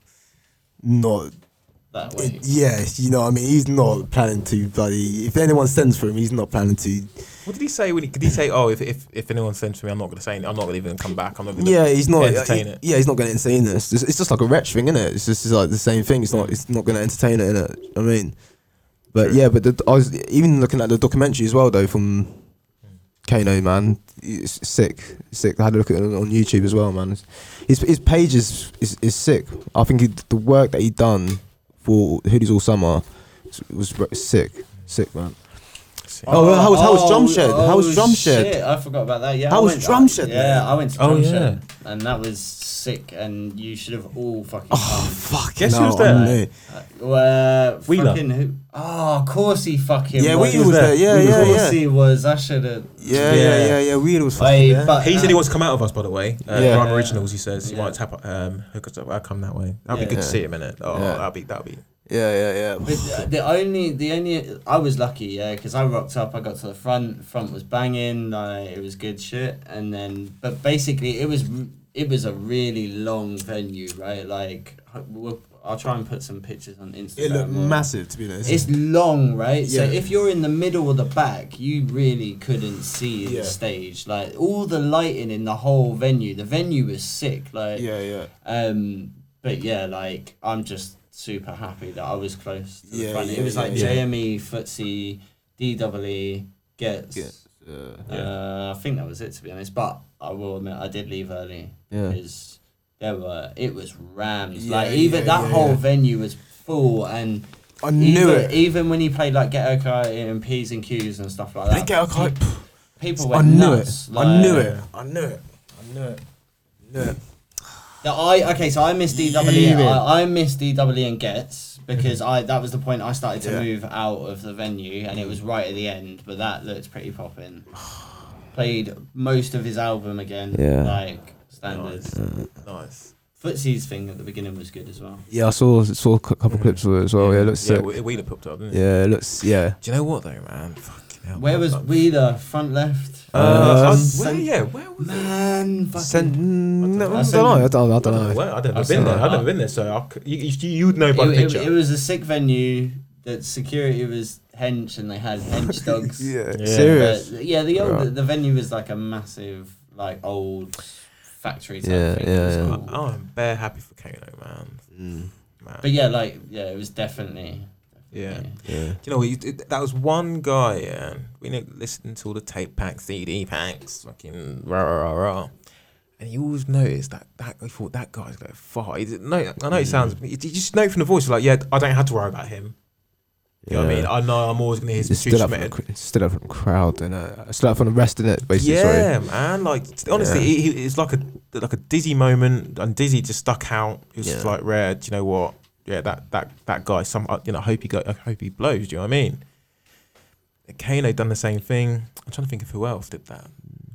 [SPEAKER 4] not
[SPEAKER 3] That way.
[SPEAKER 4] Yes, you know, what I mean, he's not planning to bloody. If anyone sends for him, he's not planning to.
[SPEAKER 1] What did he say? When he, did he say, "Oh, if, if if anyone sends to me, I'm not going to say. It. I'm not going to even come back. I'm not going to."
[SPEAKER 4] Yeah, he's not.
[SPEAKER 1] entertain
[SPEAKER 4] he-
[SPEAKER 1] it.
[SPEAKER 4] Yeah, he's not going to entertain this. It's, it's just like a wretch thing, innit? It's just it's like the same thing. It's not. It's not going to entertain it, innit? I mean, but yeah, but the, I was even looking at the documentary as well, though, from
[SPEAKER 1] Hmm.
[SPEAKER 4] Kano, man. It's sick, sick. I had a look at it on YouTube as well, man. His his page is is, is sick. I think he, the work that he done for Hoodies All Summer was, was sick, sick, man. Oh, well, how was how was drum shed? How was drum shed?
[SPEAKER 3] oh, Shit, I forgot about that. Yeah.
[SPEAKER 4] How
[SPEAKER 3] I
[SPEAKER 4] was
[SPEAKER 3] went-
[SPEAKER 4] drum shed,
[SPEAKER 3] Yeah,
[SPEAKER 4] man?
[SPEAKER 3] I went to
[SPEAKER 1] Oh,
[SPEAKER 3] drum
[SPEAKER 1] yeah.
[SPEAKER 3] shed, and that was sick. And you should have all fucking. come.
[SPEAKER 4] Oh,
[SPEAKER 3] Uh,
[SPEAKER 4] Fuck,
[SPEAKER 1] Guess
[SPEAKER 4] no,
[SPEAKER 1] who was there?
[SPEAKER 4] I'm late.
[SPEAKER 3] Well,
[SPEAKER 1] Wheeler.
[SPEAKER 3] fucking who? Oh, of course he fucking.
[SPEAKER 4] Yeah,
[SPEAKER 3] was.
[SPEAKER 4] Wheeler was there. Yeah,
[SPEAKER 3] Of
[SPEAKER 4] yeah,
[SPEAKER 3] course
[SPEAKER 4] yeah.
[SPEAKER 3] he was. I should have.
[SPEAKER 4] Yeah, yeah, yeah, yeah. Weird was fucking.
[SPEAKER 3] Wait,
[SPEAKER 4] there.
[SPEAKER 3] but
[SPEAKER 1] He
[SPEAKER 3] uh,
[SPEAKER 1] said he wants to come out of us, by the way. Uh,
[SPEAKER 4] Yeah.
[SPEAKER 1] Grime Originals, he says. You
[SPEAKER 3] Yeah.
[SPEAKER 1] might tap um, hook us up. I'll come that way. That'd
[SPEAKER 3] Yeah.
[SPEAKER 1] be good to see him in it. Oh,
[SPEAKER 4] Yeah.
[SPEAKER 1] that'll be, that'll be.
[SPEAKER 4] yeah, yeah, yeah.
[SPEAKER 3] But the- the only, the only, I was lucky, yeah, because I rocked up. I got to the front. Front was banging. Like, it was good shit. And then, but basically, it was, it was a really long venue, right? Like, we'll, I'll try and put some pictures on Instagram.
[SPEAKER 4] It looked
[SPEAKER 3] or-
[SPEAKER 4] massive, to be honest.
[SPEAKER 3] It's long, right? So
[SPEAKER 4] Yeah.
[SPEAKER 3] if you're in the middle or the back, you really couldn't see
[SPEAKER 4] Yeah.
[SPEAKER 3] the stage. Like all the lighting in the whole venue. The venue was sick. Like
[SPEAKER 4] yeah, yeah.
[SPEAKER 3] um, but yeah, like I'm just super happy that I was close to the
[SPEAKER 4] Yeah,
[SPEAKER 3] front.
[SPEAKER 4] yeah,
[SPEAKER 3] it was like
[SPEAKER 4] yeah, yeah.
[SPEAKER 3] JME, Footsie, DWE, E, Gets,
[SPEAKER 4] Gets,
[SPEAKER 8] Uh,
[SPEAKER 3] Uh, I think that was it to be honest. But I will admit I did leave early
[SPEAKER 8] Yeah.
[SPEAKER 3] because there were it was rammed.
[SPEAKER 4] Yeah,
[SPEAKER 3] like even
[SPEAKER 4] yeah,
[SPEAKER 3] that
[SPEAKER 4] yeah,
[SPEAKER 3] whole
[SPEAKER 4] yeah.
[SPEAKER 3] venue was full and.
[SPEAKER 4] I knew
[SPEAKER 3] even,
[SPEAKER 4] it.
[SPEAKER 3] Even when he played like Ghetto Kai and P's and Q's and stuff like
[SPEAKER 4] I
[SPEAKER 3] that,
[SPEAKER 4] didn't get a hype.
[SPEAKER 3] people
[SPEAKER 4] I
[SPEAKER 3] went
[SPEAKER 4] knew it.
[SPEAKER 3] nuts.
[SPEAKER 4] I knew
[SPEAKER 3] like-
[SPEAKER 4] it. I knew it. I knew it. I knew it.
[SPEAKER 3] The, I okay, so I missed DWE. E. I, I missed DWE E and Gets because I that was the point I started to
[SPEAKER 4] Yeah.
[SPEAKER 3] move out of the venue, and it was right at the end. But that looked pretty popping. Played most of his album again,
[SPEAKER 8] Yeah.
[SPEAKER 3] like standards.
[SPEAKER 1] Nice.
[SPEAKER 3] Footsie's thing at the beginning was good as well.
[SPEAKER 4] Yeah, I saw saw a cou- couple clips of it as well. Yeah, it looks
[SPEAKER 1] Yeah,
[SPEAKER 4] sick.
[SPEAKER 1] Whe- Wheeler popped up, didn't he?
[SPEAKER 4] Yeah, it looks yeah.
[SPEAKER 1] Do you know what though, man? Fucking hell.
[SPEAKER 3] Where
[SPEAKER 1] man,
[SPEAKER 3] was
[SPEAKER 1] like-
[SPEAKER 3] Wheeler? Front left.
[SPEAKER 1] Uh,
[SPEAKER 4] Um,
[SPEAKER 1] where, yeah, where was it?
[SPEAKER 3] Man, fucking.
[SPEAKER 4] Send, mm,
[SPEAKER 1] I
[SPEAKER 4] I
[SPEAKER 1] don't
[SPEAKER 4] don't know.
[SPEAKER 1] know.
[SPEAKER 4] I don't know. I don't, I don't know.
[SPEAKER 1] Well, I've never
[SPEAKER 3] I've
[SPEAKER 1] been
[SPEAKER 3] seen
[SPEAKER 1] there.
[SPEAKER 3] it.
[SPEAKER 1] I've never been there, so I c- you, you, you would know by the
[SPEAKER 3] It, it,
[SPEAKER 1] picture.
[SPEAKER 3] it was a sick venue. That security was hench, and they had hench dogs.
[SPEAKER 4] Yeah.
[SPEAKER 1] Yeah.
[SPEAKER 4] serious.
[SPEAKER 3] But, yeah, the old
[SPEAKER 4] Yeah.
[SPEAKER 3] the venue is like a massive like old factory type
[SPEAKER 4] Yeah,
[SPEAKER 3] thing.
[SPEAKER 4] yeah,
[SPEAKER 3] It was
[SPEAKER 4] yeah.
[SPEAKER 3] cool.
[SPEAKER 1] I'm bare happy for Kano, man. Mm. Man.
[SPEAKER 3] But yeah, like yeah, it was definitely.
[SPEAKER 1] yeah.
[SPEAKER 4] Yeah.
[SPEAKER 1] Do you know what? You, it, that was one guy, yeah. We know, listened to all the tape packs, CD packs, fucking rah rah rah rah. And you always noticed that that I thought that guy's going far. He didn't, no, I
[SPEAKER 4] Mm.
[SPEAKER 1] know it sounds. You, you just know from the voice, like yeah, I don't have to worry about him. You know what I mean? I know I'm always going to hear some
[SPEAKER 4] It's stood
[SPEAKER 1] shoots
[SPEAKER 4] up,
[SPEAKER 1] from
[SPEAKER 4] from the,
[SPEAKER 1] it.
[SPEAKER 4] cr- it's stood up from the crowd and uh, stood up from the rest of it, basically.
[SPEAKER 1] Yeah,
[SPEAKER 4] Sorry.
[SPEAKER 1] man. Like t- honestly,
[SPEAKER 4] Yeah.
[SPEAKER 1] it- it- it's like a like a dizzy moment, and dizzy just stuck out. It was just
[SPEAKER 4] Yeah.
[SPEAKER 1] like rare. Do you know what? Yeah, that that that guy. Some uh, you know, I hope he go. I hope he blows. Do you know what I mean? Kano done the same thing. I'm trying to think of who else did that.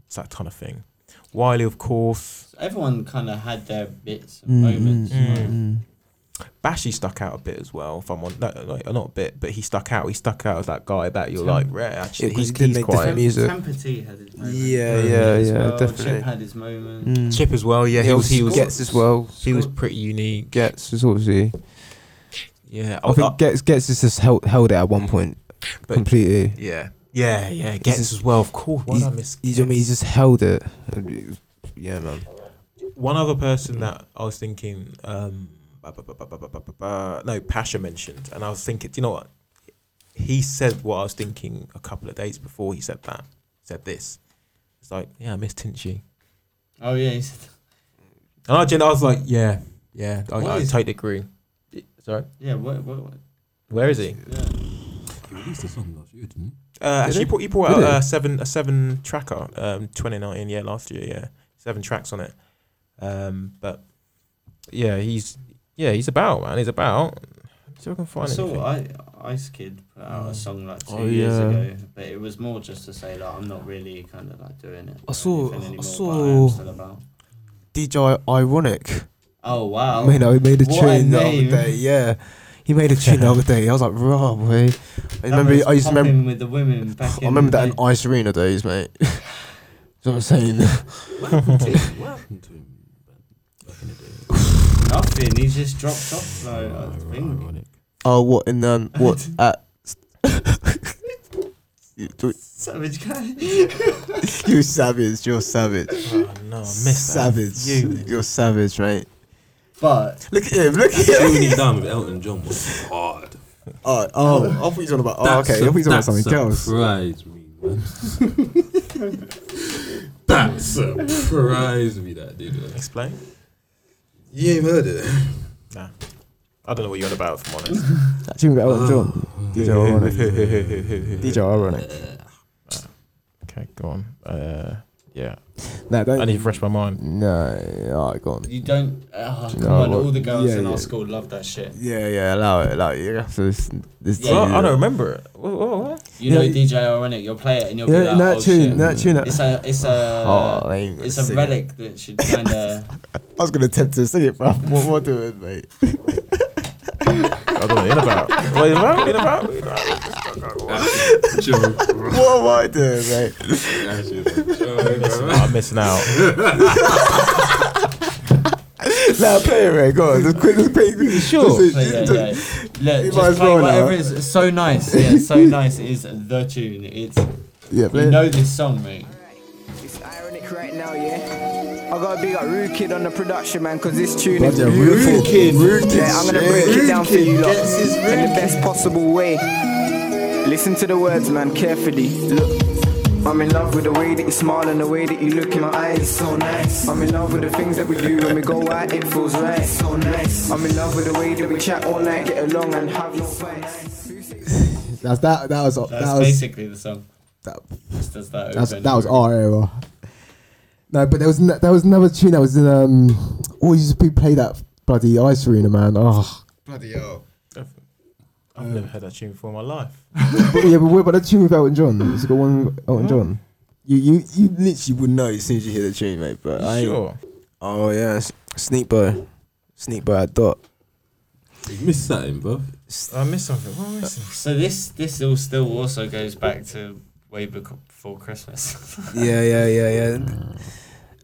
[SPEAKER 1] It's that kind of thing. Wiley, of course.
[SPEAKER 3] So everyone kind of had their bits
[SPEAKER 1] Mm-hmm.
[SPEAKER 3] and
[SPEAKER 4] Mm,
[SPEAKER 3] moments.
[SPEAKER 1] Mm. Bashy stuck out a bit as well. If I'm on, no, no, not a bit, but he stuck out. He stuck out as that guy that you're like rare. Actually,
[SPEAKER 4] Yeah, 'cause
[SPEAKER 1] he's,
[SPEAKER 4] he didn't
[SPEAKER 1] he's
[SPEAKER 4] make
[SPEAKER 1] quite
[SPEAKER 4] different- Mm, Music.
[SPEAKER 3] Tempety had his moment.
[SPEAKER 4] Yeah, yeah,
[SPEAKER 3] as
[SPEAKER 4] yeah,
[SPEAKER 3] well.
[SPEAKER 4] definitely.
[SPEAKER 3] Chip had his moment.
[SPEAKER 4] Mm.
[SPEAKER 1] chip as well. Yeah, he was. He was.
[SPEAKER 4] gets as well.
[SPEAKER 1] he was pretty unique.
[SPEAKER 4] Gets is obviously.
[SPEAKER 1] Yeah,
[SPEAKER 4] I think gets gets is just held held it at one point
[SPEAKER 1] But-
[SPEAKER 4] completely.
[SPEAKER 1] Yeah. Yeah, yeah. Gets as well, of course. Why
[SPEAKER 4] He's,
[SPEAKER 1] did I miss?
[SPEAKER 4] he's, I mean, he's just held it. Yeah, man.
[SPEAKER 1] One other person that I was thinking, um, ba- ba- ba- ba- ba- ba- ba- ba- ba- no, Pasha mentioned, and I was thinking, do you know what? He said what I was thinking a couple of days before he said that. Said this. It's like, yeah, I miss Tinchy.
[SPEAKER 3] Oh yeah, he said,
[SPEAKER 1] And I, gen- I was like, yeah, yeah, I,
[SPEAKER 3] What
[SPEAKER 1] I
[SPEAKER 3] is-
[SPEAKER 1] totally agree. I- Sorry,
[SPEAKER 3] yeah. What? What? what
[SPEAKER 1] where is he?
[SPEAKER 3] yeah.
[SPEAKER 8] he released a song last year, didn't he?
[SPEAKER 4] Did
[SPEAKER 1] Uh, actually,
[SPEAKER 4] he?
[SPEAKER 1] he brought, he brought
[SPEAKER 4] Did
[SPEAKER 1] out
[SPEAKER 4] he?
[SPEAKER 1] a seven a seven tracker, um, 2019, yeah, last year, yeah, seven tracks on it. Um, but yeah, he's yeah, he's about man, he's about. See if I can
[SPEAKER 3] I
[SPEAKER 1] find
[SPEAKER 3] saw
[SPEAKER 1] anything.
[SPEAKER 3] I, Ice Kid put out a song like two
[SPEAKER 4] Oh,
[SPEAKER 3] years
[SPEAKER 4] yeah.
[SPEAKER 3] ago, but it was more just to say like I'm not really kind of like doing it.
[SPEAKER 4] I
[SPEAKER 3] or
[SPEAKER 4] saw-
[SPEAKER 3] anything
[SPEAKER 4] I
[SPEAKER 3] anymore,
[SPEAKER 4] saw-
[SPEAKER 3] but I am still about.
[SPEAKER 4] DJ Ironic.
[SPEAKER 3] Oh wow.
[SPEAKER 4] I mean, I made a
[SPEAKER 3] What a
[SPEAKER 4] tune the
[SPEAKER 3] name.
[SPEAKER 4] other day. Yeah, he made a tune the other day. I was like, raw boy. I
[SPEAKER 3] That
[SPEAKER 4] remember.
[SPEAKER 3] was
[SPEAKER 4] I used to remember.
[SPEAKER 3] popping with the women back
[SPEAKER 4] I
[SPEAKER 3] in
[SPEAKER 4] remember
[SPEAKER 3] the
[SPEAKER 4] that in
[SPEAKER 3] day.
[SPEAKER 4] Ice Arena days, mate. That's what I'm saying.
[SPEAKER 8] What happened to him? What happened to him? Back in the day.
[SPEAKER 3] Nothing. He just dropped off. Like, I think.
[SPEAKER 8] Ironic.
[SPEAKER 4] Oh, what in um, what at? you,
[SPEAKER 3] Savage guy.
[SPEAKER 4] you savage. You're savage.
[SPEAKER 1] Oh, no, I missed
[SPEAKER 4] savage.
[SPEAKER 1] That. You.
[SPEAKER 4] You're savage, right?
[SPEAKER 3] But
[SPEAKER 4] uh, Look at him. Look at him.
[SPEAKER 8] Tony Down with Elton John was hard.
[SPEAKER 4] Oh, oh, I thought he was on about. Oh, okay. I thought he was on about something else.
[SPEAKER 8] Surprised me, man. that surprised me, that dude. man.
[SPEAKER 1] Explain.
[SPEAKER 8] You ain't heard it.
[SPEAKER 1] Nah, I don't know what you're on about. If I'm honest.
[SPEAKER 4] That tune with Elton John. DJ Ironic.
[SPEAKER 1] okay,
[SPEAKER 4] DJ Ironic.
[SPEAKER 1] go on. Uh, yeah,
[SPEAKER 4] No, don't.
[SPEAKER 1] I need to refresh my mind.
[SPEAKER 4] No. Alright, go on.
[SPEAKER 3] you don't. Oh, come
[SPEAKER 4] No,
[SPEAKER 3] on,
[SPEAKER 4] what-
[SPEAKER 3] all the girls
[SPEAKER 4] yeah,
[SPEAKER 3] in our
[SPEAKER 4] yeah.
[SPEAKER 3] school love that shit.
[SPEAKER 4] Yeah, yeah, allow it, allow it. You have to listen. This
[SPEAKER 3] Yeah,
[SPEAKER 1] Well,
[SPEAKER 3] yeah,
[SPEAKER 1] I don't remember it. Whoa, whoa, whoa.
[SPEAKER 3] You
[SPEAKER 4] Yeah,
[SPEAKER 3] know
[SPEAKER 4] you-
[SPEAKER 3] DJ Ironic, you'll play it and you'll
[SPEAKER 4] Yeah,
[SPEAKER 3] be like,
[SPEAKER 4] that
[SPEAKER 3] oh,
[SPEAKER 4] tune,
[SPEAKER 3] shit.
[SPEAKER 4] that tune.
[SPEAKER 3] It's a, it's a,
[SPEAKER 4] Oh, I ain't gonna
[SPEAKER 3] it's a
[SPEAKER 4] sing it.
[SPEAKER 3] relic that should kind of.
[SPEAKER 4] I was gonna attempt to sing it, bro. What, what do it, mate?
[SPEAKER 1] I don't know what you're on about. What are you on about? What are you on about? What are you on about?
[SPEAKER 8] Joke.
[SPEAKER 4] What am I doing, mate?
[SPEAKER 1] I'm missing out.
[SPEAKER 4] Now play it, mate. Go on, just quick, just quick, quick. Sure.
[SPEAKER 3] Yeah, yeah, yeah. Look,
[SPEAKER 4] You
[SPEAKER 3] just
[SPEAKER 4] might as
[SPEAKER 3] play
[SPEAKER 4] well
[SPEAKER 3] whatever
[SPEAKER 4] now.
[SPEAKER 3] it is. It's so nice. Yeah, it's so nice. It is the tune. It's
[SPEAKER 4] Yeah, play
[SPEAKER 3] you
[SPEAKER 4] it.
[SPEAKER 3] know this song, mate.
[SPEAKER 11] It's ironic right now, yeah. I gotta big up Rude Kid on the production, man, cause this tune
[SPEAKER 4] Bloody
[SPEAKER 11] is
[SPEAKER 4] hell,
[SPEAKER 11] beautiful.
[SPEAKER 4] Rude Kid, Rude Kid,
[SPEAKER 11] Yeah, I'm gonna break
[SPEAKER 4] shit.
[SPEAKER 11] it down for
[SPEAKER 4] Rude
[SPEAKER 11] you
[SPEAKER 4] Kid,
[SPEAKER 11] lot
[SPEAKER 4] yes, it's
[SPEAKER 11] in the best possible way. Listen to the words, man, carefully. Look. I'm in love with the way that you smile and the way that you look in my eyes. so nice. I'm in love with the things that we do when we go out. It feels right. So nice. I'm in love with the way that we chat all night, get along and have no fights.
[SPEAKER 4] That's that. That was. Oh, that
[SPEAKER 3] That's
[SPEAKER 4] was,
[SPEAKER 3] basically the song.
[SPEAKER 4] That,
[SPEAKER 3] Just does that.
[SPEAKER 4] That's,
[SPEAKER 3] open.
[SPEAKER 4] that was our era. No, but there was n- there was another tune that was in um. Oh, you just play that bloody ice arena, man. Oh,
[SPEAKER 1] Bloody hell. I've I've never heard that tune before in my life.
[SPEAKER 4] but yeah, but what about that tune with Elton John? It's got one with Elton John. You you you literally would know as soon as you hear the tune, mate. But I ain't-
[SPEAKER 1] Sure.
[SPEAKER 4] Oh yeah, S- Sneak Boy, Sneak Boy at Dot.
[SPEAKER 8] You missed something, bro.
[SPEAKER 1] I missed something. What am I missing?
[SPEAKER 3] So this this all still also goes back to way bec- before Christmas.
[SPEAKER 4] Yeah, yeah, yeah, yeah.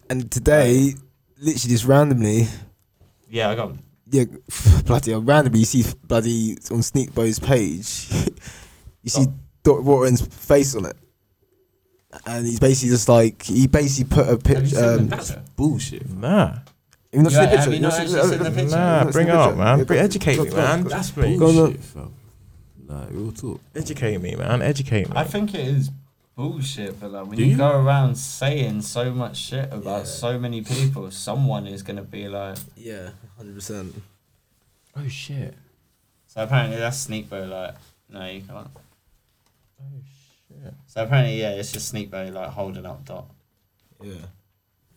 [SPEAKER 4] And today, literally just randomly,
[SPEAKER 3] yeah, I got.
[SPEAKER 4] yeah, bloody hell, randomly you see bloody on Sneak Boy's page, you see
[SPEAKER 3] Oh.
[SPEAKER 4] Dot Warren's face on it, and he's basically just like he basically put a
[SPEAKER 3] Have you
[SPEAKER 4] picture.
[SPEAKER 3] seen the
[SPEAKER 4] Um,
[SPEAKER 3] picture?
[SPEAKER 8] bullshit.
[SPEAKER 1] Nah.
[SPEAKER 4] you've not
[SPEAKER 3] You
[SPEAKER 4] seen the
[SPEAKER 3] have- have
[SPEAKER 4] picture.
[SPEAKER 3] you
[SPEAKER 4] You've
[SPEAKER 3] not
[SPEAKER 4] seen-
[SPEAKER 3] actually seen the picture?
[SPEAKER 4] You've
[SPEAKER 1] Nah,
[SPEAKER 4] not
[SPEAKER 1] bring
[SPEAKER 4] seen
[SPEAKER 1] it
[SPEAKER 4] the
[SPEAKER 1] up,
[SPEAKER 4] picture.
[SPEAKER 1] man.
[SPEAKER 4] Yeah,
[SPEAKER 1] Bring-
[SPEAKER 4] go-
[SPEAKER 1] educate
[SPEAKER 4] go-
[SPEAKER 1] me,
[SPEAKER 4] go-
[SPEAKER 1] man.
[SPEAKER 4] go-
[SPEAKER 1] That's
[SPEAKER 4] go-
[SPEAKER 1] me.
[SPEAKER 4] on,
[SPEAKER 8] Bullshit, fam. Like real talk.
[SPEAKER 1] Educate me, man. Educate me.
[SPEAKER 3] I think it is bullshit, but like when
[SPEAKER 8] Do
[SPEAKER 3] you,
[SPEAKER 8] you?
[SPEAKER 3] go around saying so much shit about so many people, someone is gonna be like.
[SPEAKER 4] Yeah, hundred percent.
[SPEAKER 1] oh shit.
[SPEAKER 3] So apparently that's Sneak Bo like, no, you can't.
[SPEAKER 1] Oh shit.
[SPEAKER 3] So apparently, yeah, it's just Sneak Bo like holding up dot,
[SPEAKER 4] Yeah.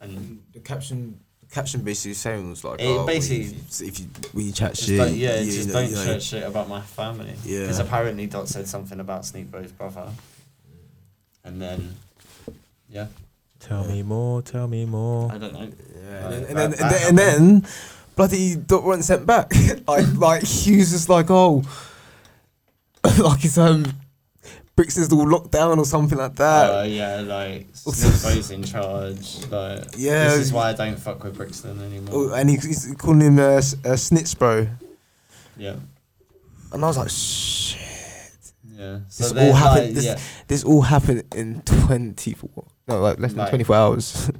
[SPEAKER 3] and
[SPEAKER 4] The caption, the caption basically saying was like,
[SPEAKER 3] It
[SPEAKER 4] oh,
[SPEAKER 3] basically-
[SPEAKER 4] if you, if you when you chat
[SPEAKER 3] just
[SPEAKER 4] shit,
[SPEAKER 3] don't, yeah,
[SPEAKER 4] you
[SPEAKER 3] just
[SPEAKER 4] know,
[SPEAKER 3] don't
[SPEAKER 4] you know,
[SPEAKER 3] chat shit about my family.
[SPEAKER 4] Yeah.
[SPEAKER 3] Because apparently Dot said something about Sneak Bo's brother, and then, yeah,
[SPEAKER 1] Tell me more. Tell me more.
[SPEAKER 3] I don't know.
[SPEAKER 4] Yeah, and,
[SPEAKER 3] Like,
[SPEAKER 4] then,
[SPEAKER 3] that-
[SPEAKER 4] and, then,
[SPEAKER 3] that
[SPEAKER 4] and, then, and then bloody Dot weren't sent back. like, like Hughes is like, oh, like his um, bricks is all locked down or something like that.
[SPEAKER 3] Uh, yeah, like Snippo's in charge. Like,
[SPEAKER 4] Yeah.
[SPEAKER 3] this is why I don't fuck with Brixton anymore.
[SPEAKER 4] Oh, and he's, he's calling him a, s- a snitch, bro.
[SPEAKER 3] yeah,
[SPEAKER 4] And I was like, shit,
[SPEAKER 3] yeah. So
[SPEAKER 4] this
[SPEAKER 3] they're
[SPEAKER 4] all happened.
[SPEAKER 3] like,
[SPEAKER 4] this,
[SPEAKER 3] yeah,
[SPEAKER 4] this all happened in twenty four. No, like less than
[SPEAKER 3] Like-
[SPEAKER 4] twenty four hours.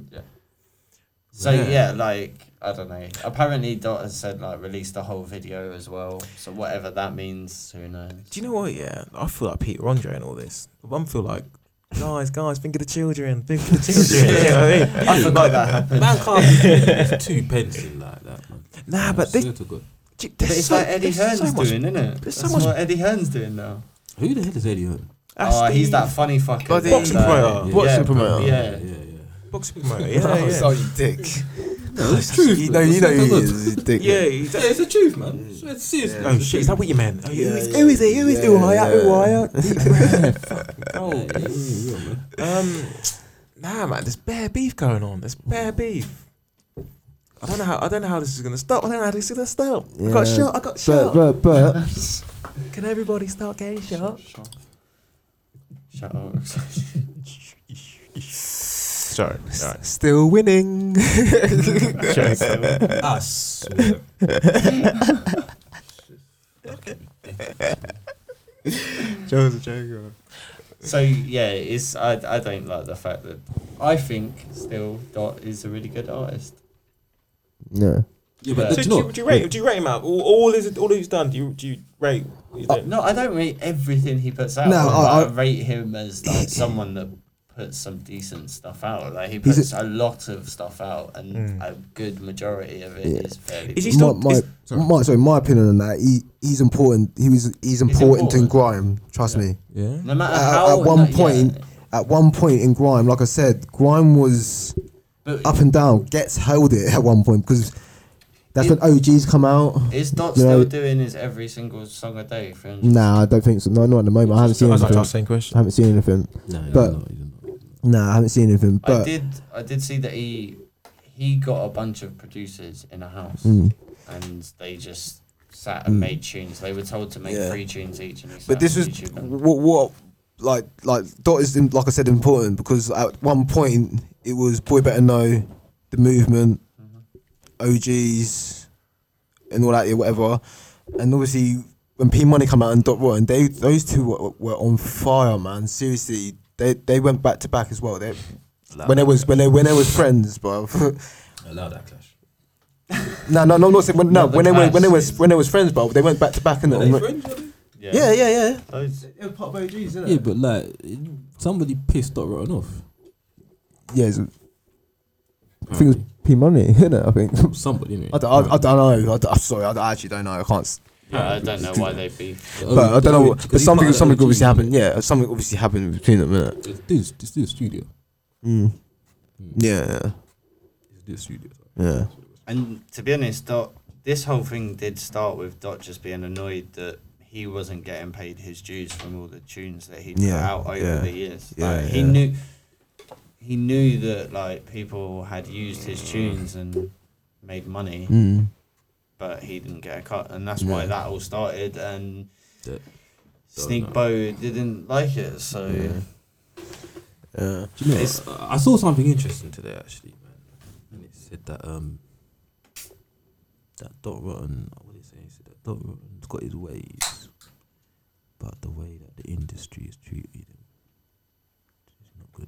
[SPEAKER 3] So yeah. like I don't know. Apparently, Dot has said like release the whole video as well. So whatever that means, who knows?
[SPEAKER 1] Do you know what? Yeah, I feel like Peter Andre and all this. I'm feel like, guys, guys, think of the children, think of the children. You know what I mean?
[SPEAKER 3] I forgot that happened.
[SPEAKER 8] Man can't be doing two pence in like that, man.
[SPEAKER 1] Nah,
[SPEAKER 8] I
[SPEAKER 1] but this,
[SPEAKER 8] swear to God.
[SPEAKER 1] gee,
[SPEAKER 3] But
[SPEAKER 1] there's
[SPEAKER 3] it's
[SPEAKER 1] so,
[SPEAKER 3] like Eddie
[SPEAKER 1] there's
[SPEAKER 3] Hearn's
[SPEAKER 1] so much.
[SPEAKER 3] doing, isn't it?
[SPEAKER 1] there's
[SPEAKER 3] That's
[SPEAKER 1] so much-
[SPEAKER 3] what Eddie Hearn's doing now.
[SPEAKER 8] Who the hell is Eddie Hearn?
[SPEAKER 1] That's
[SPEAKER 3] oh, he's
[SPEAKER 1] the
[SPEAKER 3] that funny fucker.
[SPEAKER 4] Bloody-
[SPEAKER 3] that's,
[SPEAKER 1] boxing
[SPEAKER 3] uh,
[SPEAKER 1] promoter.
[SPEAKER 8] yeah.
[SPEAKER 4] Boxing
[SPEAKER 3] yeah,
[SPEAKER 4] promoter.
[SPEAKER 3] Yeah.
[SPEAKER 8] Yeah, yeah.
[SPEAKER 1] Boxing promoter. Yeah, yeah.
[SPEAKER 4] oh, you dick.
[SPEAKER 8] No, it's true.
[SPEAKER 4] You know, you know who he is. He's a dick.
[SPEAKER 1] yeah, he's
[SPEAKER 8] Yeah,
[SPEAKER 1] that,
[SPEAKER 8] it's the truth, man. It's- It's seriously.
[SPEAKER 1] oh shit, is that what you meant? Oh, yeah, who, is,
[SPEAKER 4] yeah,
[SPEAKER 1] who is he? Who is the
[SPEAKER 4] yeah,
[SPEAKER 1] wire? Who
[SPEAKER 4] yeah.
[SPEAKER 1] wire?
[SPEAKER 8] Oh, yeah, yeah, yeah, man.
[SPEAKER 1] Um, nah, man, there's bare beef going on. There's bare beef. I don't know how I don't know how this is gonna stop. I don't know how this is gonna stop. I got
[SPEAKER 4] Yeah.
[SPEAKER 1] shot. I got
[SPEAKER 4] But
[SPEAKER 1] shot.
[SPEAKER 4] but but
[SPEAKER 1] Can everybody start getting shot?
[SPEAKER 3] Shut up.
[SPEAKER 1] Sorry. Right.
[SPEAKER 4] still winning.
[SPEAKER 12] Ah,
[SPEAKER 8] I swear.
[SPEAKER 4] Joe's a joker.
[SPEAKER 3] so yeah, it's I, I don't like the fact that I think still Dot is a really good artist.
[SPEAKER 4] No.
[SPEAKER 8] Yeah, but do
[SPEAKER 3] So
[SPEAKER 1] So
[SPEAKER 8] you
[SPEAKER 1] do,
[SPEAKER 8] know-
[SPEAKER 1] you, do you rate? Do you rate him out? All, all is all he's done. Do you do you rate? You don't-
[SPEAKER 3] No, I don't rate everything he puts out.
[SPEAKER 4] No,
[SPEAKER 3] but
[SPEAKER 4] I-
[SPEAKER 3] I,
[SPEAKER 4] I-
[SPEAKER 3] rate him as like someone that puts some decent stuff out. Like he
[SPEAKER 4] He's
[SPEAKER 3] puts a, lot of stuff out, and a good majority of it is fairly.
[SPEAKER 1] Is he
[SPEAKER 4] my,
[SPEAKER 1] still?
[SPEAKER 4] my,
[SPEAKER 1] is-
[SPEAKER 4] sorry. My, sorry, my opinion on that. He he's important. He was he's
[SPEAKER 3] important.
[SPEAKER 4] important, to Grime. Trust me.
[SPEAKER 5] Yeah.
[SPEAKER 3] no matter
[SPEAKER 4] At,
[SPEAKER 3] how
[SPEAKER 4] at one
[SPEAKER 3] no,
[SPEAKER 4] point,
[SPEAKER 3] yeah,
[SPEAKER 4] at one point in Grime, like I said, Grime was
[SPEAKER 3] But-
[SPEAKER 4] up and down. Gets held it at one point because that's when OGs come out.
[SPEAKER 3] is Dot
[SPEAKER 4] you
[SPEAKER 3] still
[SPEAKER 4] know-
[SPEAKER 3] doing his every single song a day? For him?
[SPEAKER 4] Nah, I don't think so. No, not at the moment. I haven't seen
[SPEAKER 1] I was like,
[SPEAKER 4] anything.
[SPEAKER 1] I was saying
[SPEAKER 4] I
[SPEAKER 1] question.
[SPEAKER 4] haven't seen anything.
[SPEAKER 8] No, he's
[SPEAKER 4] But-
[SPEAKER 8] not, he's not.
[SPEAKER 4] Nah, I haven't seen anything.
[SPEAKER 3] I
[SPEAKER 4] But
[SPEAKER 3] did. I did see that he he got a bunch of producers in a house,
[SPEAKER 4] Hmm.
[SPEAKER 3] and they just sat and made tunes. They were told to make
[SPEAKER 4] Yeah.
[SPEAKER 3] three tunes each, and he sat
[SPEAKER 4] But this
[SPEAKER 3] on
[SPEAKER 4] was
[SPEAKER 3] YouTube and-
[SPEAKER 4] what, what like like Dot is in- like I said important because at one point it was Boy Better Know, the movement,
[SPEAKER 3] Mm-hmm.
[SPEAKER 4] OGs, and all that yeah, whatever, and obviously when P Money come out and Dot Rotten, they those two were, were on fire, man. Seriously, they they went back to back as well. They when they was when they when they was friends, bro.
[SPEAKER 8] Allow that clash.
[SPEAKER 4] no, no, no, I'm not saying when, no,
[SPEAKER 3] No, the
[SPEAKER 4] when they were when they
[SPEAKER 3] clash
[SPEAKER 4] was when they was friends, bro. They went back to back and
[SPEAKER 8] Are they friends? Are they?
[SPEAKER 3] Yeah.
[SPEAKER 4] Yeah, yeah, yeah.
[SPEAKER 3] Those-
[SPEAKER 4] It was part of OGs, isn't
[SPEAKER 8] Yeah, but like somebody pissed Dot Rotten off.
[SPEAKER 4] Yeah, it's, I think it was P Money, isn't it? I think.
[SPEAKER 8] Somebody. innit?
[SPEAKER 4] I, don't, I, I don't know. I don't, I'm sorry, I, don't- I actually don't know. I can't. s-
[SPEAKER 13] Yeah, I don't know why they be.
[SPEAKER 4] But I don't know. What, but
[SPEAKER 8] he's part
[SPEAKER 4] something,
[SPEAKER 8] of the
[SPEAKER 4] something
[SPEAKER 8] OGs,
[SPEAKER 4] obviously happened. Yeah, something obviously happened between them, innit?
[SPEAKER 8] It's dude's, it's dude's studio.
[SPEAKER 4] Mm. Yeah,
[SPEAKER 8] It's dude's studio.
[SPEAKER 4] yeah.
[SPEAKER 3] And to be honest, Doc, this whole thing did start with Doc just being annoyed that he wasn't getting paid his dues from all the tunes that he put
[SPEAKER 4] Yeah,
[SPEAKER 3] out over
[SPEAKER 4] yeah,
[SPEAKER 3] the years.
[SPEAKER 4] yeah,
[SPEAKER 3] like, He
[SPEAKER 4] yeah.
[SPEAKER 3] knew he knew that like people had used his tunes and made money,
[SPEAKER 4] Mm.
[SPEAKER 3] but he didn't get a cut, and that's why
[SPEAKER 4] Yeah.
[SPEAKER 3] that all started. And
[SPEAKER 8] Yeah.
[SPEAKER 3] Sneak Bo didn't like it, so
[SPEAKER 4] Yeah.
[SPEAKER 8] Do you know,
[SPEAKER 3] It's-
[SPEAKER 8] I I saw something interesting today actually, man. And it said that um that Dot Rotten, what did it say? It said that Dot Rotten's got his ways, but the way that the industry is treating him is not good.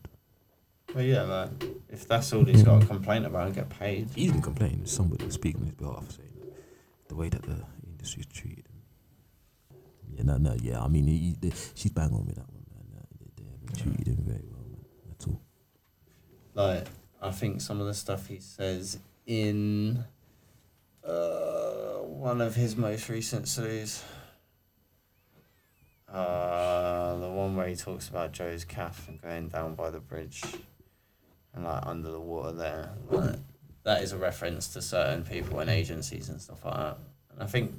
[SPEAKER 3] well, yeah, like if that's all he's got to complain about and get paid,
[SPEAKER 8] He didn't complain. Somebody was speaking on his behalf, saying the way that the industry is treated him. Yeah, no, no, yeah. I mean, he, he- they, she's bang on with that one, man. No, They, they haven't treated him very well, man, at all.
[SPEAKER 3] like I think some of the stuff he says in uh, one of his most recent series, uh, the one where he talks about Joe's calf and going down by the bridge and like under the water there, like, that is a reference to certain people and agencies and stuff like that. And I think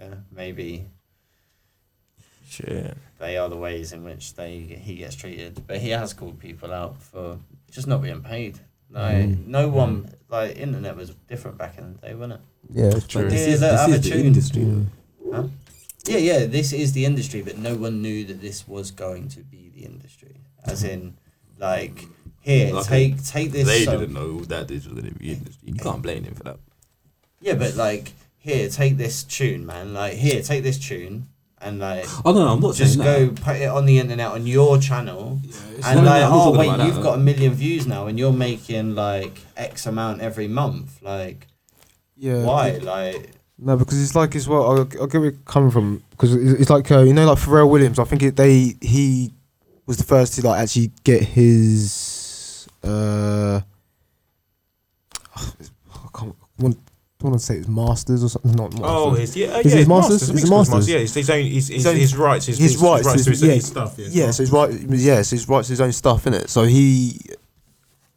[SPEAKER 3] yeah, maybe
[SPEAKER 1] Shit.
[SPEAKER 3] they are the ways in which they he gets treated. But he has called people out for just not being paid. No,
[SPEAKER 8] Mm.
[SPEAKER 3] no one like internet was different back in the day, wasn't it?
[SPEAKER 4] Yeah,
[SPEAKER 8] But
[SPEAKER 4] true.
[SPEAKER 8] this
[SPEAKER 3] Yeah,
[SPEAKER 8] is,
[SPEAKER 3] that
[SPEAKER 8] this
[SPEAKER 3] other
[SPEAKER 8] is the
[SPEAKER 3] tune.
[SPEAKER 8] industry, though.
[SPEAKER 3] Yeah, yeah. This is the industry, but no one knew that this was going to be the industry. As in, like here,
[SPEAKER 8] Like,
[SPEAKER 3] take take this.
[SPEAKER 8] they
[SPEAKER 3] song.
[SPEAKER 8] didn't know that this was going to be industry. You can't blame them for that.
[SPEAKER 3] Yeah, but like here, take this tune, man. Like here, take this tune, and like
[SPEAKER 8] Oh no, no I'm not
[SPEAKER 3] just
[SPEAKER 8] saying
[SPEAKER 3] go
[SPEAKER 8] that.
[SPEAKER 3] put it on the internet on your channel
[SPEAKER 8] it's
[SPEAKER 3] and
[SPEAKER 8] not
[SPEAKER 3] like
[SPEAKER 8] that. I'm not
[SPEAKER 3] oh
[SPEAKER 8] talking
[SPEAKER 3] wait
[SPEAKER 8] about that,
[SPEAKER 3] you've
[SPEAKER 8] no.
[SPEAKER 3] got a million views now and you're making like x amount every month like
[SPEAKER 4] Yeah.
[SPEAKER 3] why like
[SPEAKER 4] No, because it's like as well. I, I get where you're coming from because it's, it's like uh, you know, like Pharrell Williams. I think it, they he was the first to like actually get his. Uh, I can't. I want, don't want to say it's masters or something. Not masters.
[SPEAKER 1] Oh, his yeah, uh,
[SPEAKER 4] Is
[SPEAKER 1] yeah,
[SPEAKER 4] it masters?
[SPEAKER 1] I
[SPEAKER 4] Is
[SPEAKER 1] think
[SPEAKER 4] it
[SPEAKER 1] it's called
[SPEAKER 4] masters?
[SPEAKER 1] Yeah, it's his own, his, his,
[SPEAKER 4] His own-
[SPEAKER 1] his rights, his,
[SPEAKER 4] his rights, his-
[SPEAKER 1] rights to his,
[SPEAKER 4] yeah.
[SPEAKER 1] his stuff. Yeah,
[SPEAKER 4] yeah, so his right, yeah, so his rights to his own stuff in it. So he,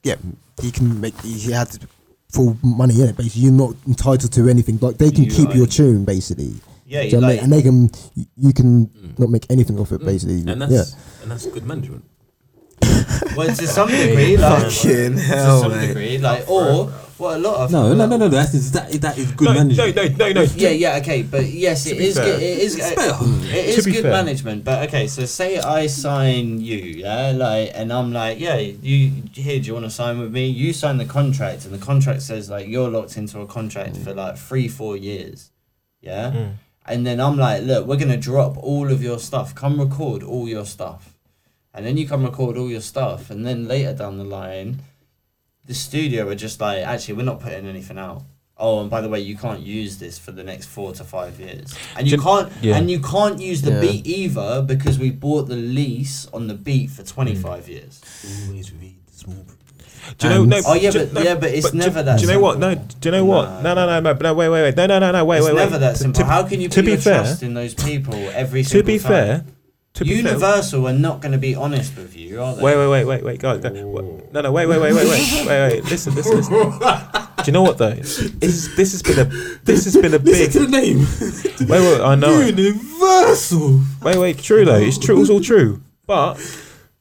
[SPEAKER 4] yeah, he can make he, he had to full money in it. Basically, you're not entitled to anything. Like they can
[SPEAKER 3] You
[SPEAKER 4] keep
[SPEAKER 3] are-
[SPEAKER 4] your tune basically.
[SPEAKER 3] yeah
[SPEAKER 4] Do you know what
[SPEAKER 3] like,
[SPEAKER 4] I
[SPEAKER 3] Mm.
[SPEAKER 4] mean? and they can you can not make anything off it basically.
[SPEAKER 8] And
[SPEAKER 4] yeah.
[SPEAKER 8] that's and that's good management.
[SPEAKER 3] well to some degree like
[SPEAKER 4] Fucking
[SPEAKER 3] to
[SPEAKER 4] hell,
[SPEAKER 3] some
[SPEAKER 4] mate.
[SPEAKER 3] degree like or what a lot of
[SPEAKER 8] No, no,
[SPEAKER 3] like,
[SPEAKER 8] no, no. That's is that that is good
[SPEAKER 1] No, no,
[SPEAKER 8] management.
[SPEAKER 1] no, no, no.
[SPEAKER 3] yeah yeah okay but yes it
[SPEAKER 1] be
[SPEAKER 3] is
[SPEAKER 1] fair.
[SPEAKER 3] good, it is it,
[SPEAKER 8] fair.
[SPEAKER 3] it is
[SPEAKER 1] be
[SPEAKER 3] good
[SPEAKER 1] fair.
[SPEAKER 3] management but okay so say I sign you yeah like and I'm like yeah you here do you want to sign with me you sign the contract and the contract says like you're locked into a contract for like three four years yeah
[SPEAKER 1] Mm.
[SPEAKER 3] and then I'm like look we're gonna drop all of your stuff come record all your stuff and then you come record all your stuff and then later down the line the studio are just like actually we're not putting anything out oh and by the way you can't use this for the next four to five years and you
[SPEAKER 1] Do-
[SPEAKER 3] can't
[SPEAKER 1] yeah.
[SPEAKER 3] and you can't use the
[SPEAKER 4] Yeah.
[SPEAKER 3] beat either because we bought the lease on the beat
[SPEAKER 1] Hmm.
[SPEAKER 3] for 25 years
[SPEAKER 8] Always read the small print.
[SPEAKER 1] Do you know? No,
[SPEAKER 3] Oh, yeah,
[SPEAKER 1] do-
[SPEAKER 3] but-
[SPEAKER 1] no,
[SPEAKER 3] yeah, but it's
[SPEAKER 1] do-
[SPEAKER 3] never that
[SPEAKER 1] Do you know what? No,
[SPEAKER 3] simple.
[SPEAKER 1] do you know what? No, no, no, no, no. Wait, wait, wait. No, no, no, no. Wait,
[SPEAKER 3] it's
[SPEAKER 1] wait, wait.
[SPEAKER 3] never that
[SPEAKER 1] To-
[SPEAKER 3] simple
[SPEAKER 1] to-
[SPEAKER 3] how can you
[SPEAKER 1] to
[SPEAKER 3] put
[SPEAKER 1] be
[SPEAKER 3] your
[SPEAKER 1] fair,
[SPEAKER 3] trust in those people every
[SPEAKER 1] to
[SPEAKER 3] single
[SPEAKER 1] be
[SPEAKER 3] time?
[SPEAKER 1] fair, to be fair.
[SPEAKER 3] universal are not going to be honest with you are they
[SPEAKER 1] Wait, wait, wait, wait, wait, guys. guys. Wha- No, no, wait, wait, wait, wait, wait, wait, wait. Listen, listen, listen. Do you know what though? This this has been a this has been a big.
[SPEAKER 8] Listen to the name.
[SPEAKER 1] Wait, wait, I know. it.
[SPEAKER 8] Universal.
[SPEAKER 1] Wait, wait, true though. It's true. It was all true. But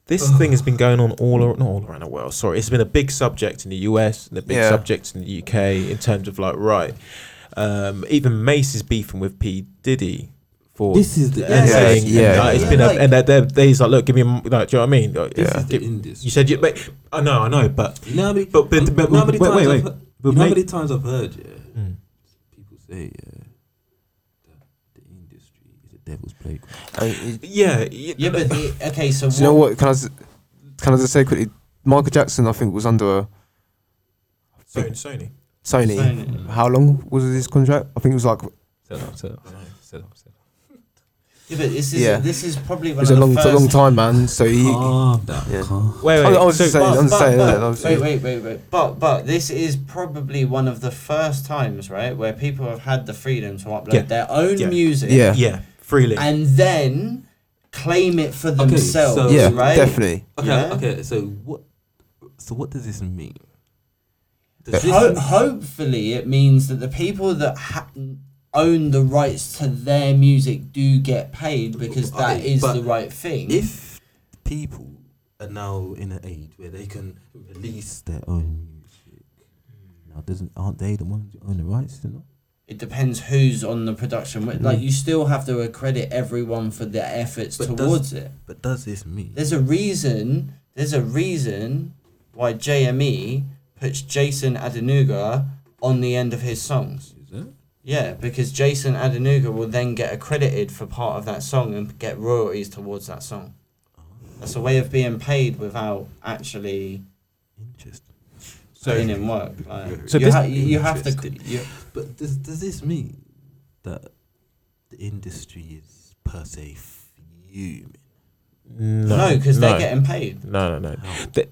[SPEAKER 1] this thing has been going on all ar- not all around the world. Sorry, it's been a big subject in the US and a big
[SPEAKER 4] Yeah.
[SPEAKER 1] subject in the UK in terms of like right. Um, even Mace is beefing with P Diddy for
[SPEAKER 8] This is the
[SPEAKER 1] yeah,
[SPEAKER 8] industry.
[SPEAKER 1] saying,
[SPEAKER 4] yeah,
[SPEAKER 1] and,
[SPEAKER 4] yeah.
[SPEAKER 1] like, it's
[SPEAKER 3] Yeah,
[SPEAKER 1] been a,
[SPEAKER 3] like-
[SPEAKER 1] and they're, they're, they're- he's like, look, give me, a m- like, do you know what I mean? Like,
[SPEAKER 8] This is the
[SPEAKER 1] give-
[SPEAKER 8] industry.
[SPEAKER 1] you said you, but I know, I know, but
[SPEAKER 8] You know how many,
[SPEAKER 1] But- but-
[SPEAKER 8] you
[SPEAKER 1] but-
[SPEAKER 8] know how many
[SPEAKER 1] wait,
[SPEAKER 8] times
[SPEAKER 1] wait,
[SPEAKER 8] I've
[SPEAKER 1] wait.
[SPEAKER 8] heard-
[SPEAKER 1] But
[SPEAKER 8] you know how
[SPEAKER 1] mate-
[SPEAKER 8] many times I've heard, yeah,
[SPEAKER 1] Mm.
[SPEAKER 8] people say, yeah, that the industry is a devil's playground.
[SPEAKER 4] And it-
[SPEAKER 1] Uh, yeah, y-
[SPEAKER 3] Uh, yeah but the, okay so
[SPEAKER 4] do you know what? Can I s- can I just say quickly? Michael Jackson, I think, was under
[SPEAKER 1] So in Sony.
[SPEAKER 4] Sony.
[SPEAKER 3] Sony.
[SPEAKER 4] How long was his contract? I think it was like
[SPEAKER 8] Set up, set up, set up, set up.
[SPEAKER 3] Yeah, but this is
[SPEAKER 4] Yeah.
[SPEAKER 3] this is probably one
[SPEAKER 4] It's
[SPEAKER 3] of
[SPEAKER 4] a
[SPEAKER 3] the
[SPEAKER 4] long,
[SPEAKER 3] first
[SPEAKER 4] long time, man. So he.
[SPEAKER 3] Calm
[SPEAKER 4] yeah.
[SPEAKER 1] Wait,
[SPEAKER 4] I, I was just saying. I was
[SPEAKER 3] but,
[SPEAKER 4] saying.
[SPEAKER 3] but-
[SPEAKER 4] yeah, I was-
[SPEAKER 3] wait, wait, wait, wait. But but this is probably one of the first times, right, where people have had the freedom to upload
[SPEAKER 1] Yeah.
[SPEAKER 3] their own
[SPEAKER 1] Yeah.
[SPEAKER 3] music,
[SPEAKER 1] Yeah. Yeah, freely.
[SPEAKER 3] and then claim it for themselves,
[SPEAKER 8] so-
[SPEAKER 3] right?
[SPEAKER 8] Okay,
[SPEAKER 3] Yeah.
[SPEAKER 8] okay. So what? So what does this mean?
[SPEAKER 3] Ho- hopefully, it means that the people that ha- own the rights to their music do get paid because that
[SPEAKER 8] Okay,
[SPEAKER 3] is
[SPEAKER 8] but
[SPEAKER 3] the right thing.
[SPEAKER 8] If people are now in an age where they can release their own music, now doesn't aren't they the ones who own the rights to not?
[SPEAKER 3] it depends who's on the production, wi- like you still have to accredit everyone for their efforts
[SPEAKER 8] Mm. But does-
[SPEAKER 3] towards it.
[SPEAKER 8] But does this mean?
[SPEAKER 3] There's a reason. There's a reason why JME puts Jason Adenuga on the end of his songs. Is
[SPEAKER 8] it?
[SPEAKER 3] Yeah, because Jason Adenuga will then get accredited for part of that song and get royalties towards that song. That's a way of being paid without actually putting in work. Like,
[SPEAKER 8] So
[SPEAKER 3] you,
[SPEAKER 8] this-
[SPEAKER 3] ha- you you have to.
[SPEAKER 8] Interesting.
[SPEAKER 3] You,
[SPEAKER 8] But does does this mean that the industry is per se fuming?
[SPEAKER 12] Hmm.
[SPEAKER 1] No,
[SPEAKER 3] No, 'cause they're
[SPEAKER 1] no.
[SPEAKER 3] getting paid.
[SPEAKER 1] No, no, no.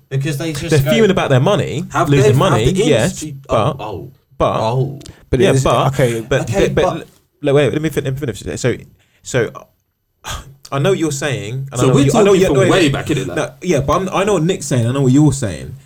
[SPEAKER 3] Because they just
[SPEAKER 1] they're
[SPEAKER 3] go-
[SPEAKER 1] fuming about their money,
[SPEAKER 3] Have they-
[SPEAKER 1] losing
[SPEAKER 3] have the
[SPEAKER 1] money. yes,
[SPEAKER 3] industry-
[SPEAKER 1] but
[SPEAKER 8] oh,
[SPEAKER 1] but
[SPEAKER 8] oh,
[SPEAKER 1] but
[SPEAKER 8] But
[SPEAKER 1] yeah,
[SPEAKER 8] it is-
[SPEAKER 1] but
[SPEAKER 8] okay.
[SPEAKER 1] but
[SPEAKER 8] Okay,
[SPEAKER 1] but,
[SPEAKER 8] but-
[SPEAKER 1] le- wait, let me fin- let me finish. this. So so. I know what you're saying. And
[SPEAKER 5] So
[SPEAKER 1] I know what
[SPEAKER 5] we're
[SPEAKER 1] you, I know
[SPEAKER 5] talking
[SPEAKER 1] what you-
[SPEAKER 5] from
[SPEAKER 1] wait,
[SPEAKER 5] way
[SPEAKER 1] wait.
[SPEAKER 5] back, innit, like?
[SPEAKER 1] No, yeah, but I'm, I know what Nick's saying. I know what you're saying.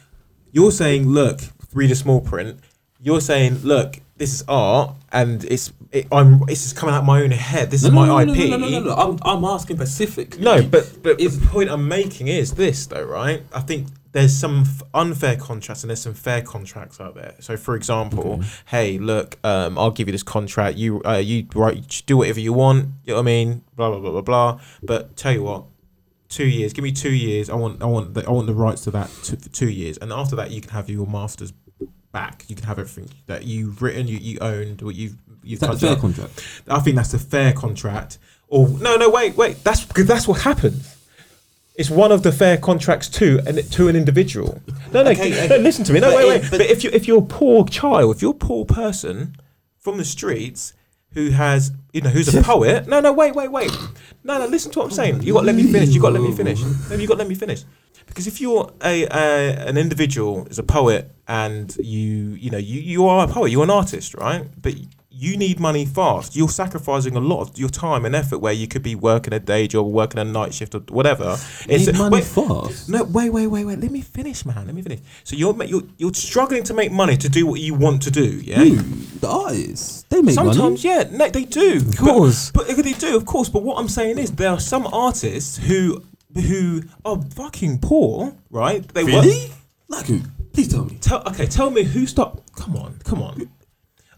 [SPEAKER 1] You're saying, look, read a small print. You're saying, look, this is art, and it's it, I'm this is coming out my own head. This is my
[SPEAKER 8] no, no,
[SPEAKER 1] IP.
[SPEAKER 8] No, no, no, no, no. I'm, I'm asking specifically.
[SPEAKER 1] No, but but the point I'm making is this, though, right? I think there's some f- unfair contracts and there's some fair contracts out there. So, for example,
[SPEAKER 8] Mm-hmm.
[SPEAKER 1] hey, look, um, I'll give you this contract. You uh, you right, you do whatever you want. You know what I mean? Blah blah blah blah blah. But tell you what, two years. Give me two years. I want I want the, I want the rights to that t- for two years, and after that, you can have your masters back. You can have everything that you've written, you, you owned, what you've you've
[SPEAKER 8] Is that a
[SPEAKER 1] touched
[SPEAKER 8] fair
[SPEAKER 1] up.
[SPEAKER 8] contract?
[SPEAKER 1] I think that's a fair contract. Or no, no, wait, wait. That's because that's what happens. It's one of the fair contracts to an to an individual. No, no,
[SPEAKER 5] Okay,
[SPEAKER 1] no,
[SPEAKER 5] okay.
[SPEAKER 1] listen to me. No,
[SPEAKER 5] But
[SPEAKER 1] wait, wait.
[SPEAKER 5] if-
[SPEAKER 1] but, if you if you're a poor child, if you're a poor person from the streets who has you know who's a poet. No, no, wait, wait, wait. No, no, listen to what I'm saying. You got to let me finish. You got to let me finish. No, you got to let me finish. Because if you're a, a an individual is a poet and you you know you you are a poet, you're an artist, right? But you need money fast. You're sacrificing a lot of your time and effort where you could be working a day job, working a night shift, or whatever.
[SPEAKER 8] Need money
[SPEAKER 1] wait,
[SPEAKER 8] fast.
[SPEAKER 1] no, wait, wait, wait, wait. Let me finish, man. Let me finish. So you're ma- you're, you're struggling to make money to do what you want to do. Yeah,
[SPEAKER 8] You, the artists, they make money.
[SPEAKER 1] Sometimes, yeah, no, they do. Of
[SPEAKER 8] course.
[SPEAKER 1] but, but they do, of course. But what I'm saying is, there are some artists who who are fucking poor, right? They
[SPEAKER 8] Really?
[SPEAKER 1] Like
[SPEAKER 8] who? Please tell me.
[SPEAKER 1] Tell okay, tell me who start. Come on, come on.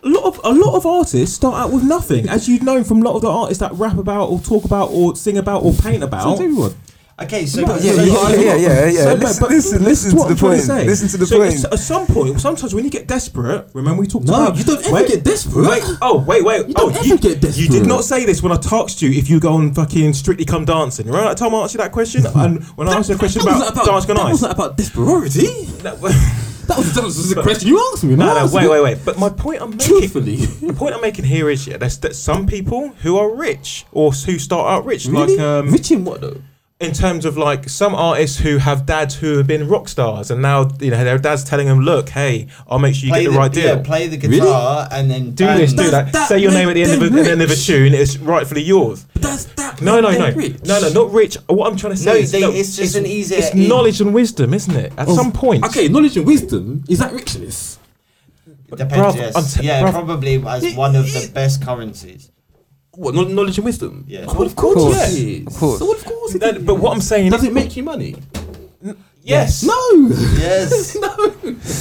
[SPEAKER 1] A lot of a lot of artists start out with nothing, as you've known from a lot of the artists that rap about or talk about or sing about or paint about.
[SPEAKER 8] Sometimes everyone.
[SPEAKER 3] Okay, so
[SPEAKER 1] No,
[SPEAKER 4] yeah,
[SPEAKER 1] so-
[SPEAKER 4] yeah,
[SPEAKER 1] so-
[SPEAKER 4] yeah, yeah, yeah.
[SPEAKER 1] so-
[SPEAKER 4] Listen-
[SPEAKER 1] but
[SPEAKER 4] listen-
[SPEAKER 1] this is
[SPEAKER 4] listen
[SPEAKER 1] what
[SPEAKER 4] to
[SPEAKER 1] I'm
[SPEAKER 4] the
[SPEAKER 1] trying
[SPEAKER 4] point.
[SPEAKER 1] say.
[SPEAKER 4] Listen to the
[SPEAKER 1] So
[SPEAKER 4] point.
[SPEAKER 1] At some point, sometimes when you get desperate, remember we talked
[SPEAKER 8] No,
[SPEAKER 1] about.
[SPEAKER 8] you don't ever get desperate.
[SPEAKER 1] Wait, oh wait, wait.
[SPEAKER 8] You
[SPEAKER 1] oh,
[SPEAKER 8] don't ever
[SPEAKER 1] you,
[SPEAKER 8] get
[SPEAKER 1] you
[SPEAKER 8] desperate.
[SPEAKER 1] did not say this when I asked you if you go on fucking Strictly Come Dancing. Remember that time I asked you that question, and when I asked you a question
[SPEAKER 8] that
[SPEAKER 1] about,
[SPEAKER 8] wasn't about-
[SPEAKER 1] Dance Gone
[SPEAKER 8] that
[SPEAKER 1] Ice.
[SPEAKER 8] wasn't about desperate.
[SPEAKER 1] That
[SPEAKER 8] was, that was the question you asked me. when I
[SPEAKER 1] No, no,
[SPEAKER 8] asked
[SPEAKER 1] wait,
[SPEAKER 8] you.
[SPEAKER 1] wait, wait. But my point I'm making, the point I'm making here is yeah, there's that some people who are rich or s- who start out rich,
[SPEAKER 8] Really?
[SPEAKER 1] like um,
[SPEAKER 8] rich in what though?
[SPEAKER 1] in terms of like some artists who have dads who have been rock stars and now you know their dad's telling them, look, hey, I'll make sure you
[SPEAKER 3] play
[SPEAKER 1] get the,
[SPEAKER 3] the-
[SPEAKER 1] right deal.
[SPEAKER 3] yeah, play the guitar and then
[SPEAKER 1] do this, do
[SPEAKER 3] dance.
[SPEAKER 1] that. Say your name at the end of a, at the end of a tune. It's rightfully yours. no, no, no, no, no, not rich. What I'm trying to say
[SPEAKER 3] No,
[SPEAKER 1] is
[SPEAKER 3] they- it's just an easier-
[SPEAKER 1] It's knowledge and wisdom, isn't it? At some point,
[SPEAKER 8] Okay, knowledge and wisdom is that richness?
[SPEAKER 3] Depends,
[SPEAKER 8] Bruv,
[SPEAKER 3] yes.
[SPEAKER 8] I'm t-
[SPEAKER 3] yeah,
[SPEAKER 8] bruv.
[SPEAKER 3] probably as one of the best currencies.
[SPEAKER 8] What kno- knowledge and wisdom?
[SPEAKER 3] Yeah.
[SPEAKER 8] Well, of course,
[SPEAKER 3] Course.
[SPEAKER 8] it is.
[SPEAKER 3] Of course.
[SPEAKER 8] So, of course it is.
[SPEAKER 1] But what I'm saying
[SPEAKER 8] does it make you money?
[SPEAKER 1] Yes.
[SPEAKER 8] No.
[SPEAKER 3] Yes.
[SPEAKER 8] no.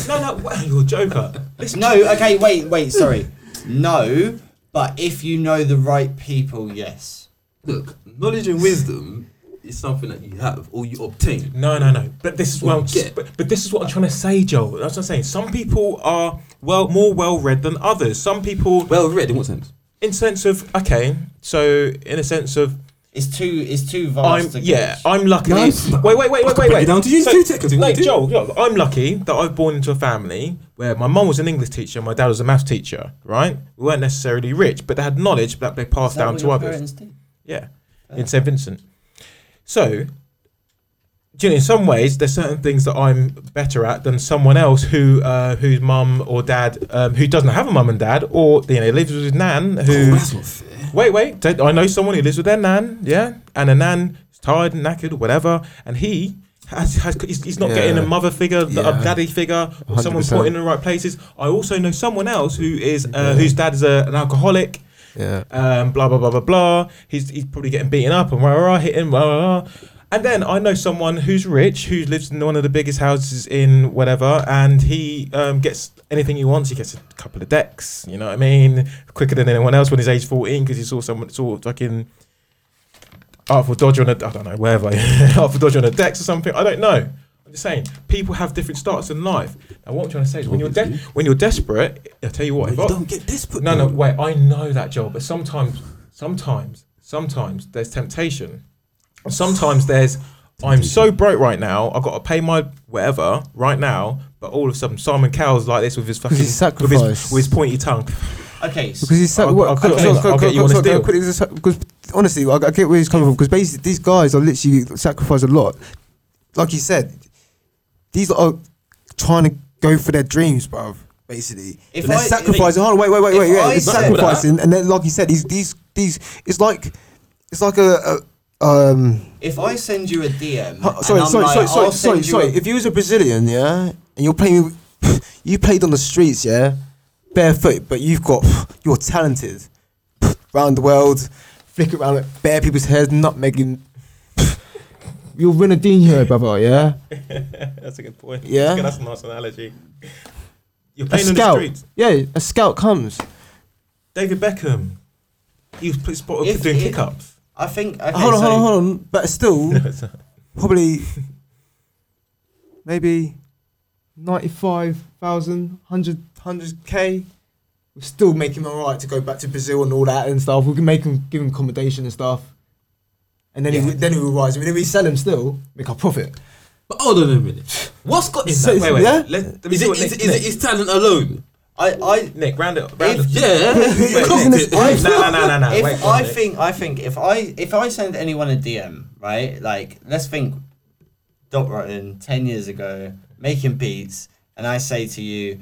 [SPEAKER 1] No, no. wait, You're a joker. Listen-
[SPEAKER 3] No, okay, wait, wait, sorry. No, but if you know the right people, yes.
[SPEAKER 8] Look, knowledge and wisdom is something that you have or you obtain.
[SPEAKER 1] No, no, no. But this is what I'm,
[SPEAKER 8] Get.
[SPEAKER 1] but, but this is what I'm trying to say, Joel. That's what I'm saying. Some people are well more well read than others. Some people
[SPEAKER 8] well read in what sense?
[SPEAKER 1] In sense of okay, so in a sense of
[SPEAKER 3] it's too it's too
[SPEAKER 1] I'm
[SPEAKER 3] vast. to
[SPEAKER 1] yeah,
[SPEAKER 3] gauge.
[SPEAKER 1] I'm lucky. Wait, wait, wait, wait, wait, wait. So-
[SPEAKER 3] Wait,
[SPEAKER 1] Wait, Joel, Joel, I'm lucky that I've born into a family where my mum was an English teacher, and my dad was a maths teacher. Right? We weren't necessarily rich, but they had knowledge that they passed
[SPEAKER 3] Is that
[SPEAKER 1] down
[SPEAKER 3] what
[SPEAKER 1] to
[SPEAKER 3] your
[SPEAKER 1] others.
[SPEAKER 3] parents did?
[SPEAKER 1] Yeah. in St Vincent. So, do you know, in some ways, there's certain things that I'm better at than someone else who uh, whose mum or dad um, who doesn't have a mum and dad or you know lives with his nan
[SPEAKER 5] Oh,
[SPEAKER 1] who. Wait, wait. don't- I know someone who lives with their nan, yeah, and a nan is tired, and knackered, whatever, and he has, has he's, he's not getting a
[SPEAKER 5] Yeah.
[SPEAKER 1] mother figure, the-
[SPEAKER 5] Yeah.
[SPEAKER 1] a daddy figure, or someone
[SPEAKER 5] 100%.
[SPEAKER 1] put in the right places. I also know someone else who is uh, whose dad is a, an alcoholic.
[SPEAKER 4] Yeah.
[SPEAKER 1] Um, blah blah blah blah blah. He's he's probably getting beaten up and rah rah, rah hitting rah, rah rah. And then I know someone who's rich who lives in one of the biggest houses in whatever, and he um, gets anything he wants. He gets a couple of decks. You know what I mean? Quicker than anyone else when he's age fourteen because he saw someone saw fucking Artful Dodger Oh, on a I don't know wherever Artful Dodger on a Dex or something. I don't know. I'm just saying people have different starts in life. Now what I'm trying to say is when you're de- when you're desperate, I tell you what, if I, don't get desperate. No, no, wait. I know that job, but sometimes, sometimes, sometimes there's temptation. And Sometimes there's I'm so broke right now. I've got to pay my whatever right now. But all of a sudden, Simon Cowell's like this with his fucking
[SPEAKER 4] he's
[SPEAKER 1] with his,
[SPEAKER 4] sacrificed.
[SPEAKER 1] with his pointy tongue.
[SPEAKER 3] Okay,
[SPEAKER 4] Because he's so,
[SPEAKER 1] I'll,
[SPEAKER 4] what,
[SPEAKER 1] I'll, cut-
[SPEAKER 4] okay,
[SPEAKER 1] I'll get you on a deal.
[SPEAKER 4] Because honestly, I, I get where he's coming from. Because basically, these guys are literally sacrificed a lot. Like you said, these are trying to go for their dreams, bruv. Basically,
[SPEAKER 3] If
[SPEAKER 4] And they're
[SPEAKER 3] I-
[SPEAKER 4] sacrificing. Hold on, wait, wait, wait,
[SPEAKER 3] if
[SPEAKER 4] wait.
[SPEAKER 3] I
[SPEAKER 4] Yeah, it's
[SPEAKER 3] said
[SPEAKER 4] sacrificing, and then like you said, these, these, these. It's like, it's like a, a um.
[SPEAKER 3] If I send you a DM,
[SPEAKER 4] Uh, sorry,
[SPEAKER 3] and I'm
[SPEAKER 4] sorry,
[SPEAKER 3] like,
[SPEAKER 4] sorry,
[SPEAKER 3] I'll
[SPEAKER 4] sorry, sorry,
[SPEAKER 3] send you
[SPEAKER 4] sorry.
[SPEAKER 3] a-
[SPEAKER 4] If you was a Brazilian, yeah, and you're playing, you played on the streets, yeah, barefoot, but you've got, you're talented, round the world, flick it around, bare people's heads, not making. You're Ronaldinho, brother, yeah.
[SPEAKER 1] That's a good point.
[SPEAKER 4] Yeah.
[SPEAKER 1] That's a nice analogy. You're
[SPEAKER 4] A
[SPEAKER 1] playing on the
[SPEAKER 4] scout,
[SPEAKER 1] streets.
[SPEAKER 4] yeah, a scout comes.
[SPEAKER 1] David Beckham. He was pl- spotted
[SPEAKER 3] If-
[SPEAKER 1] doing
[SPEAKER 3] if-
[SPEAKER 1] kick ups.
[SPEAKER 3] I think. Okay,
[SPEAKER 4] hold on,
[SPEAKER 3] so
[SPEAKER 4] hold on, hold on. But still, probably, maybe, ninety-five thousand, hundred, hundred k. We still make him alright to go back to Brazil and all that and stuff. We can make him give him accommodation and stuff. And then he
[SPEAKER 8] Yeah.
[SPEAKER 4] he then he will rise. I mean, if we sell him still, make our profit.
[SPEAKER 8] But hold on a minute. What's got in
[SPEAKER 4] So-
[SPEAKER 8] that?
[SPEAKER 4] Wait, wait, yeah?
[SPEAKER 1] let- let me
[SPEAKER 8] is
[SPEAKER 1] see
[SPEAKER 8] it,
[SPEAKER 1] what
[SPEAKER 8] is,
[SPEAKER 1] Nick-
[SPEAKER 8] it, is it his talent alone?
[SPEAKER 3] I, I,
[SPEAKER 1] Nick, round it. Round
[SPEAKER 8] If-
[SPEAKER 1] it.
[SPEAKER 8] yeah.
[SPEAKER 1] Wait,
[SPEAKER 4] Cock in his
[SPEAKER 1] Nick,
[SPEAKER 4] eyes.
[SPEAKER 1] No, no, no, no, no.
[SPEAKER 3] if
[SPEAKER 1] Wait,
[SPEAKER 3] I
[SPEAKER 1] hold on, Nick.
[SPEAKER 3] think, I think if I if I send anyone a DM, right? Like, let's think, Dot Rotten ten years ago making beats, and I say to you,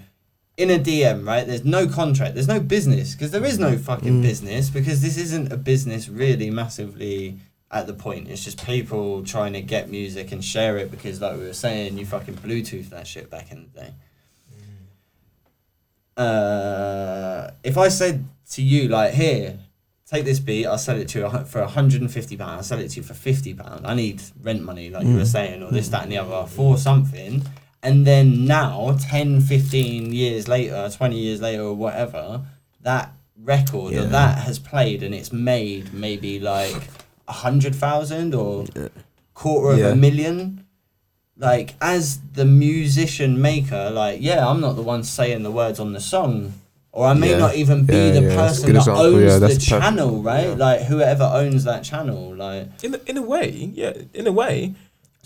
[SPEAKER 3] in a DM, right? There's no contract, there's no business because there is no
[SPEAKER 4] Mm.
[SPEAKER 3] fucking business because this isn't a business really massively at the point. It's just people trying to get music and share it because, like we were saying, you fucking Bluetooth that shit back in the day uh, if I said to you, like, here, take this beat, I'll sell it to you a hun- for £150, I'll sell it to you for £50, I need rent money, like you were saying, or this, that, and the other, for something. And then now, 10, 15 years later, 20 years later, or whatever, that record or that has played and it's made maybe like a 100,000 or quarter of
[SPEAKER 4] Yeah.
[SPEAKER 3] a million like as the musician maker like yeah i'm not the one saying the words on the song or i may
[SPEAKER 4] Yeah.
[SPEAKER 3] not even be
[SPEAKER 4] Yeah,
[SPEAKER 3] the
[SPEAKER 4] yeah, that's a
[SPEAKER 3] person
[SPEAKER 4] good
[SPEAKER 3] that
[SPEAKER 4] example,
[SPEAKER 3] owns
[SPEAKER 4] yeah,
[SPEAKER 3] the
[SPEAKER 4] that's perfect.
[SPEAKER 3] channel right like whoever owns that channel like
[SPEAKER 1] in, a- in a way, yeah, in a way,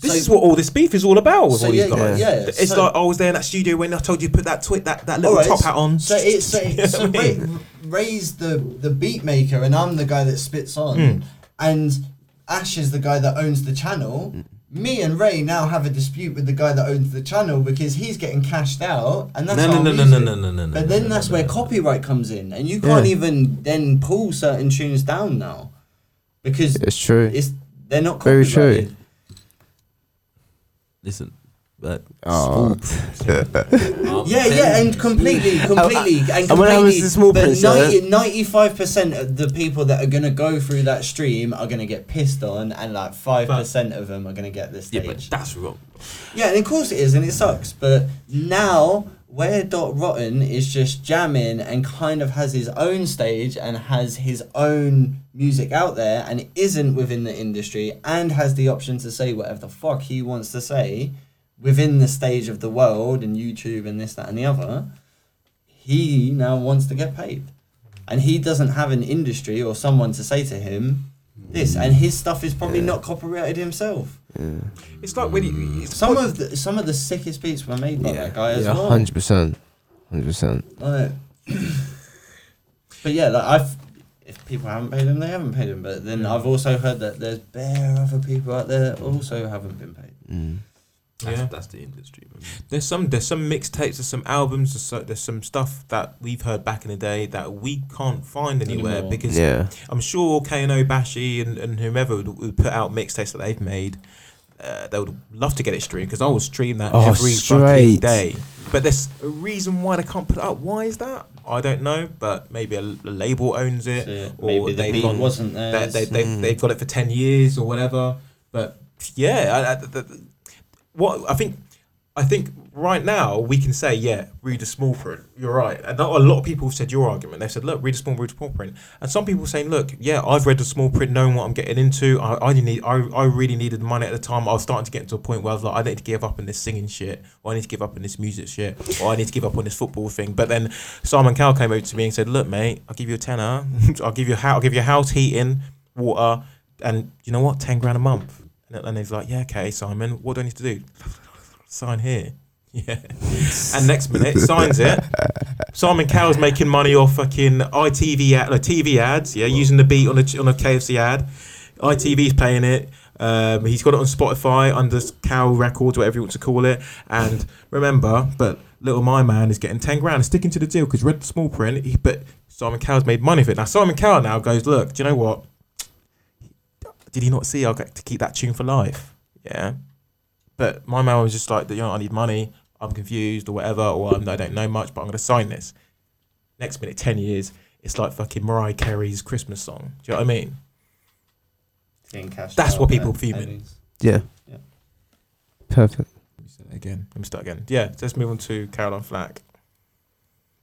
[SPEAKER 1] this
[SPEAKER 3] So-
[SPEAKER 1] is what all this beef is all about with
[SPEAKER 3] So
[SPEAKER 1] all these
[SPEAKER 3] yeah,
[SPEAKER 1] guys.
[SPEAKER 3] yeah, yeah,
[SPEAKER 1] It's
[SPEAKER 3] so-
[SPEAKER 1] like oh, I was there in that studio when I told you to put that twit that, that little
[SPEAKER 3] Alright,
[SPEAKER 1] top hat on.
[SPEAKER 3] so it's so,
[SPEAKER 1] You know
[SPEAKER 3] so
[SPEAKER 1] what I mean?
[SPEAKER 3] ra- raise the the beat maker and i'm the guy that spits on
[SPEAKER 8] Hmm.
[SPEAKER 3] and ash is the guy that owns the channel me and Ray now have a dispute with the guy that owns the channel because he's getting cashed out, and that's
[SPEAKER 8] No,
[SPEAKER 3] our
[SPEAKER 8] no, no, no,
[SPEAKER 3] music.
[SPEAKER 8] no, no, no, no,
[SPEAKER 3] But then
[SPEAKER 8] no,
[SPEAKER 3] that's
[SPEAKER 8] no,
[SPEAKER 3] where
[SPEAKER 8] no, no.
[SPEAKER 3] copyright comes in, and you can't even then pull certain tunes down now because
[SPEAKER 4] It's true.
[SPEAKER 3] it's they're not
[SPEAKER 4] Very true.
[SPEAKER 3] copyrighted.
[SPEAKER 8] Listen, but
[SPEAKER 4] Oh.
[SPEAKER 3] Yeah, yeah, and completely, completely, and
[SPEAKER 4] and when I was
[SPEAKER 3] completely.
[SPEAKER 4] a small
[SPEAKER 3] but
[SPEAKER 4] prince, yeah.
[SPEAKER 3] 95 percent of the people that are gonna go through that stream are gonna get pissed on, and like five percent of them are gonna get this
[SPEAKER 8] yeah,
[SPEAKER 3] stage.
[SPEAKER 8] but that's wrong.
[SPEAKER 3] Yeah, and of course it is, and it sucks. But now, where Dot Rotten is just jamming and kind of has his own stage and has his own music out there and isn't within the industry and has the option to say whatever the fuck he wants to say within the stage of the world and YouTube and this, that, and the other, he now wants to get paid. And he doesn't have an industry or someone to say to him this, and his stuff is probably not copyrighted himself.
[SPEAKER 1] It's like when you, it's
[SPEAKER 3] Some of the some of the sickest beats were made by that guy as well.
[SPEAKER 4] hundred percent, hundred percent.
[SPEAKER 3] Like, but yeah, like I, if people haven't paid him, they haven't paid him. But then I've also heard that there's bare other people out there that also haven't been paid.
[SPEAKER 14] Mm.
[SPEAKER 8] That's, that's the industry. Man.
[SPEAKER 1] There's some there's some mixtapes, there's some albums, there's, so, there's some stuff that we've heard back in the day that we can't find anywhere
[SPEAKER 8] Anymore.
[SPEAKER 1] because
[SPEAKER 14] Yeah.
[SPEAKER 1] I'm sure Kano Bashi and, and whomever would, would put out mixtapes that they've made. Uh, they would love to get it streamed because I would stream that
[SPEAKER 14] Oh,
[SPEAKER 1] every fucking
[SPEAKER 14] straight.
[SPEAKER 1] day. But there's a reason why they can't put it up. Why is that? I don't know. But maybe a, l- a label owns it, or
[SPEAKER 3] maybe the
[SPEAKER 1] they've
[SPEAKER 3] beat
[SPEAKER 1] gone-
[SPEAKER 3] wasn't
[SPEAKER 1] They,
[SPEAKER 3] theirs.
[SPEAKER 1] they, they,
[SPEAKER 3] Mm.
[SPEAKER 1] They've got it for ten years or whatever. But yeah, I, I, the, the- what I think, I think right now we can say, yeah, read a small print. You're right, and that- a lot of people have said your argument. They've said, look, read a small, read a small print, and some people saying, look, yeah, I've read the small print, knowing what I'm getting into. I, I need, I, I really needed the money at the time. I was starting to get to a point where I was like, I need to give up on this singing shit, or I need to give up on this music shit, or I need to give up on this football thing. But then Simon Cowell came over to me and said, look, mate, I'll give you a tenner, I'll give you a house, I'll give you a house, heating, water, and you know what, ten grand a month. And, and he's like, yeah, okay, Simon, what do I need to do? Sign here. Yeah. and next minute, signs it. Simon Cowell's making money off fucking ITV ad, no, TV ads. Yeah, using the beat on a on a KFC ad. ITV's playing it. Um, he's got it on Spotify under Cow Records, whatever you want to call it. And remember, but Little My Man is getting ten grand, sticking to the deal because read the small print. He, but Simon Cowell's made money of it. Now Simon Cowell now goes, look, do you know what? did he not see I got to keep that tune for life? Yeah. But my man was just like, you know, I need money. I'm confused or whatever, or I'm, I don't know much, but I'm going to sign this. Next minute, 10 years, it's like fucking Mariah Carey's Christmas song. Do you know what I mean?
[SPEAKER 3] Getting cashed
[SPEAKER 1] That's
[SPEAKER 3] out
[SPEAKER 1] what
[SPEAKER 3] by
[SPEAKER 1] people fuming.
[SPEAKER 3] pennies.
[SPEAKER 14] Yeah.
[SPEAKER 3] Yeah.
[SPEAKER 14] Perfect.
[SPEAKER 1] Again. Let me start again. Yeah, so let's move on to Caroline Flack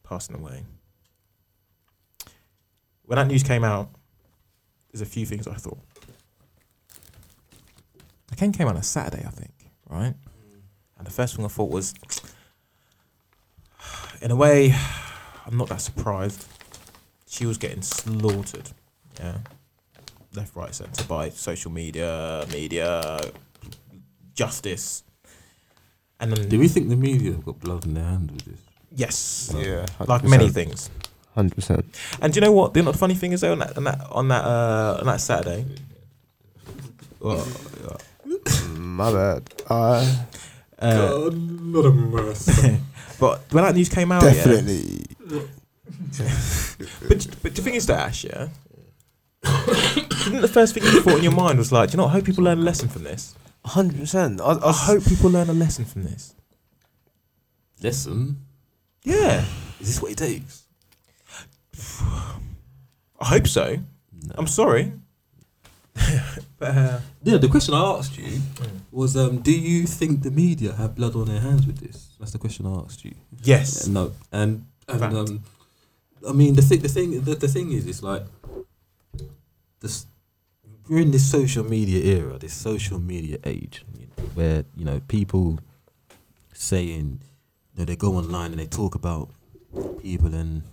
[SPEAKER 1] passing away. When that news came out, there's a few things I thought. The Ken came out on a Saturday, I think, right? And the first thing I thought was, in a way, I'm not that surprised. She was getting slaughtered, yeah, left, right, centre by social media, media, justice, and then
[SPEAKER 8] Do we think the media have got blood in their hand with this?
[SPEAKER 1] Yes. Yeah, Like many things.
[SPEAKER 14] Hundred percent.
[SPEAKER 1] And do you know what? The funny thing is though, on that on that on that, uh, on that Saturday. Well,
[SPEAKER 14] Mm, My bad. Uh,
[SPEAKER 1] uh, but when that news came out, yeah.
[SPEAKER 14] Definitely.
[SPEAKER 1] but but the thing is that Ash, yeah. Didn't the first thing you thought in your mind was like, do you know, what? I hope people learn a lesson from this.
[SPEAKER 14] Hundred percent. I,
[SPEAKER 1] I hope people learn a lesson from this.
[SPEAKER 8] Listen.
[SPEAKER 1] Yeah.
[SPEAKER 8] Is this what it takes?
[SPEAKER 1] I hope so. I'm sorry. but uh, Mm.
[SPEAKER 8] Yeah, the question I asked you was, um, do you think the media have blood on their hands with this? That's the question I asked you.
[SPEAKER 1] Yes.
[SPEAKER 8] Yeah, no. And and
[SPEAKER 1] Fact.
[SPEAKER 8] um, I mean the thing the thing the, the thing is it's like this we're in this social media era, this social media age, you know, where you know people saying you know, they go online and they talk about people and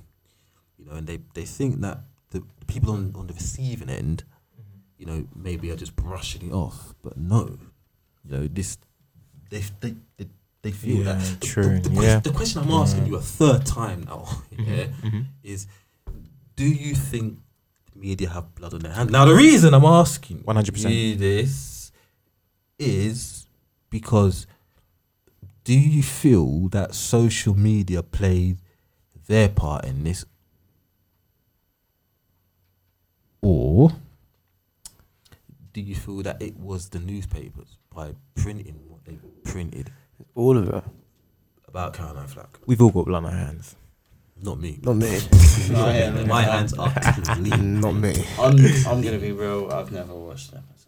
[SPEAKER 8] you know and they they think that the people on on the receiving end you know, maybe are just brushing it off. But no, you know, this they they they, they feel
[SPEAKER 1] Yeah,
[SPEAKER 8] that. The-
[SPEAKER 1] true,
[SPEAKER 8] The, the, quest-
[SPEAKER 1] yeah. Mm.
[SPEAKER 8] the question I'm asking
[SPEAKER 1] Yeah.
[SPEAKER 8] you a third time now, yeah,
[SPEAKER 1] mhm.
[SPEAKER 8] is do you think the media have blood on their hands? Now, the reason I'm asking
[SPEAKER 1] 100%.
[SPEAKER 8] you this is because do you feel that social media played their part in this? Or do you feel that it was the newspapers by printing what they printed
[SPEAKER 14] All of it.
[SPEAKER 8] about Caroline Flack?
[SPEAKER 1] we've all got blood on our hands.
[SPEAKER 8] Not me.
[SPEAKER 14] Not me.
[SPEAKER 3] No, yeah, no,
[SPEAKER 8] My
[SPEAKER 3] no.
[SPEAKER 8] hands are clean.
[SPEAKER 14] Not me.
[SPEAKER 3] I'm, I'm gonna be real. I've never watched an episode.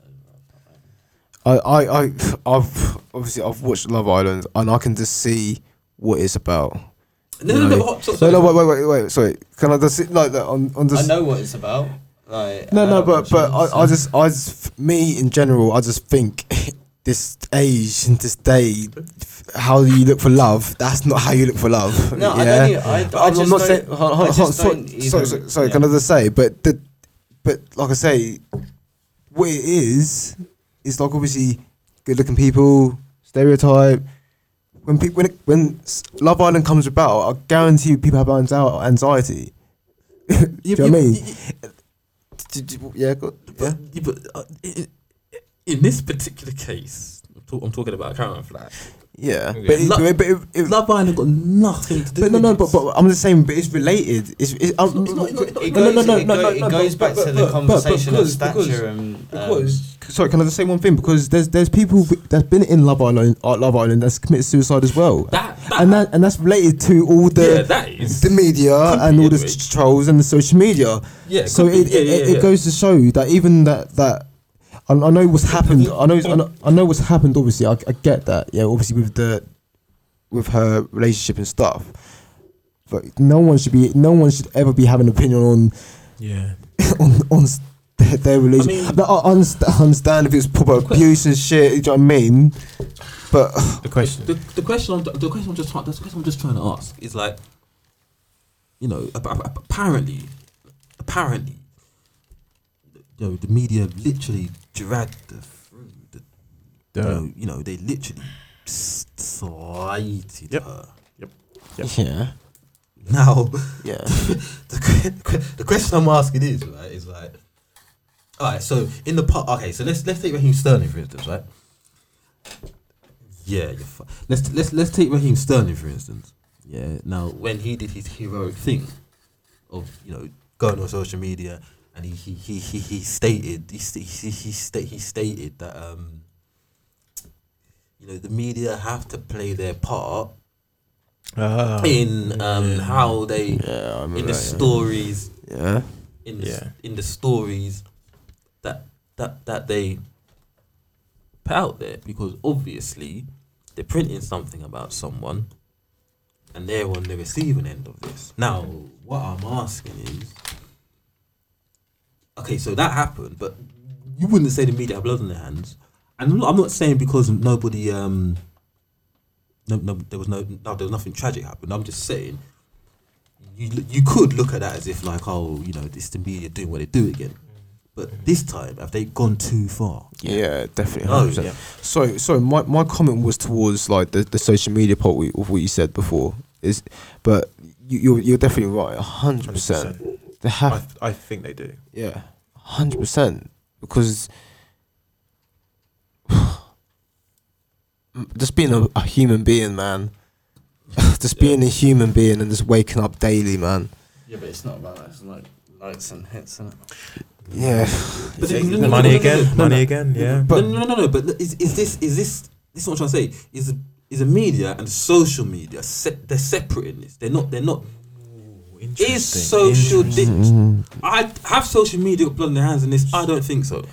[SPEAKER 4] I, I, I, I've obviously I've watched Love Island, and I can just see what it's about.
[SPEAKER 8] No,
[SPEAKER 4] You
[SPEAKER 8] no, no,
[SPEAKER 4] know?
[SPEAKER 8] but- so-
[SPEAKER 4] no,
[SPEAKER 8] so-
[SPEAKER 4] no, wait, wait, wait, wait. Sorry, can I just see, like that on on
[SPEAKER 3] I
[SPEAKER 4] this?
[SPEAKER 3] know what it's about. Like
[SPEAKER 4] No,
[SPEAKER 3] and I don't
[SPEAKER 4] no, but
[SPEAKER 3] watch
[SPEAKER 4] but
[SPEAKER 3] it,
[SPEAKER 4] I,
[SPEAKER 3] so-
[SPEAKER 4] I just I just me in general, I just think this age and this day, how you look for love, that's not how you look for love.
[SPEAKER 3] No, I
[SPEAKER 4] yeah?
[SPEAKER 3] don't even- I-
[SPEAKER 4] But
[SPEAKER 3] I
[SPEAKER 4] I'm,
[SPEAKER 3] just
[SPEAKER 4] I'm not
[SPEAKER 3] don't-
[SPEAKER 4] saying. Hold,
[SPEAKER 3] I
[SPEAKER 4] hold,
[SPEAKER 3] just
[SPEAKER 4] hold, sorry,
[SPEAKER 3] don't
[SPEAKER 4] sorry,
[SPEAKER 3] even-
[SPEAKER 4] sorry, sorry, can I just say? But the, but like I say, what it is is like obviously good-looking people stereotype. When people when it, when s- Love Island comes about, I guarantee you people have anxi- anxiety. Do you know what I mean? yeah, go,
[SPEAKER 8] yeah. But uh, i- i- in this particular case, I'm, talk, I'm talking about Caroline Flack.
[SPEAKER 4] Yeah, but it-
[SPEAKER 8] Lo-
[SPEAKER 4] but it-
[SPEAKER 8] Love Island got nothing to do.
[SPEAKER 4] But no,
[SPEAKER 8] with
[SPEAKER 4] no,
[SPEAKER 8] it.
[SPEAKER 4] but, but I'm the same. But it's related. It's, it's, I'm-
[SPEAKER 3] It
[SPEAKER 4] no,
[SPEAKER 3] goes,
[SPEAKER 4] no, no,
[SPEAKER 3] it go-
[SPEAKER 4] no, no,
[SPEAKER 3] it
[SPEAKER 4] no,
[SPEAKER 3] goes
[SPEAKER 4] but-
[SPEAKER 3] back
[SPEAKER 4] but-
[SPEAKER 3] to the
[SPEAKER 4] but- but
[SPEAKER 3] conversation
[SPEAKER 4] because-
[SPEAKER 3] of stature
[SPEAKER 4] because-
[SPEAKER 3] and um,
[SPEAKER 4] because sorry, can I just say one thing? Because there's there's people wi- that's been in Love Island, uh, Love Island, that's committed suicide as well, and that and that's related to all the
[SPEAKER 8] Yeah, that is-
[SPEAKER 4] the media and all the s- trolls and the social media.
[SPEAKER 8] Yeah, it
[SPEAKER 4] so
[SPEAKER 8] could be.
[SPEAKER 4] it,
[SPEAKER 8] Yeah,
[SPEAKER 4] it,
[SPEAKER 8] yeah,
[SPEAKER 4] it,
[SPEAKER 8] yeah.
[SPEAKER 4] goes to show that even that that. I I know what's happened. I know. I know, I know what's happened. Obviously, I, I get that. Yeah, obviously with the, with her relationship and stuff. But no one should be. No one should ever be having an opinion on
[SPEAKER 1] Yeah.
[SPEAKER 4] on on s- their, their religion. I, I, understand, I understand if it's proper abuse and shit. You know what I mean? But
[SPEAKER 1] the question.
[SPEAKER 8] The, the question I'm the question I'm just trying the question I'm just trying to ask is like, you know, ap- ap- ap- apparently, apparently, you know, the media literally dragged her through the, you
[SPEAKER 1] Yeah.
[SPEAKER 8] know, you know, they literally s- slighted her.
[SPEAKER 1] Yep.
[SPEAKER 4] Yeah.
[SPEAKER 8] Now,
[SPEAKER 4] yeah.
[SPEAKER 8] the, que- the, que- the question I'm asking is right is like, all right. So in the part, okay. So let's let's take Raheem Sterling for instance, right? Yeah, you're fu- let's let's let's take Raheem Sterling for instance. Yeah. Now, when he did his heroic thing, of you know going on social media, and he he he he, he stated he sta- he he, sta- he stated that um, you know the media have to play their part
[SPEAKER 1] Ah.
[SPEAKER 8] in um
[SPEAKER 1] Yeah.
[SPEAKER 8] how they
[SPEAKER 1] Yeah, I
[SPEAKER 8] in
[SPEAKER 1] remember
[SPEAKER 8] the
[SPEAKER 1] that, yeah.
[SPEAKER 8] stories
[SPEAKER 1] Yeah.
[SPEAKER 8] in the,
[SPEAKER 1] Yeah.
[SPEAKER 8] in the stories that that that they put out there because obviously they're printing something about someone and they're on the receiving end of this. Now, what I'm asking is okay, so that happened, but you wouldn't say the media have blood on their hands. And I'm not, I'm not saying because nobody, um, no, no, there was no, no, there was nothing tragic happened. I'm just saying you l- you could look at that as if like, oh, you know, this the media doing what they do again. But this time, have they gone too far?
[SPEAKER 4] Mm-hmm. Yeah, definitely.
[SPEAKER 8] Oh,
[SPEAKER 4] 100%.
[SPEAKER 8] yeah.
[SPEAKER 4] So, so my, my comment was towards like the, the social media part we- of what you said before is, but you, you're you're definitely right, hundred percent. They
[SPEAKER 1] I,
[SPEAKER 4] have,
[SPEAKER 1] th- I think they do.
[SPEAKER 4] Ah. yeah, hundred percent, because just being a, a human being, man, just being a human being and just waking up daily, man.
[SPEAKER 3] Yeah, but it's not about that. It's like likes and hits, and
[SPEAKER 4] Yeah.
[SPEAKER 8] But then- no, no, no,
[SPEAKER 1] Money
[SPEAKER 8] no, no,
[SPEAKER 1] again.
[SPEAKER 8] no, no,
[SPEAKER 1] Money
[SPEAKER 8] no.
[SPEAKER 1] again. Yeah.
[SPEAKER 8] But no, no, no, no. But is, is this is this this is what I'm trying to say? Is is the media and social media se- they're separate in this? They're not. They're not. Is social di- I have social media got blood in their hands in this? I don't think so.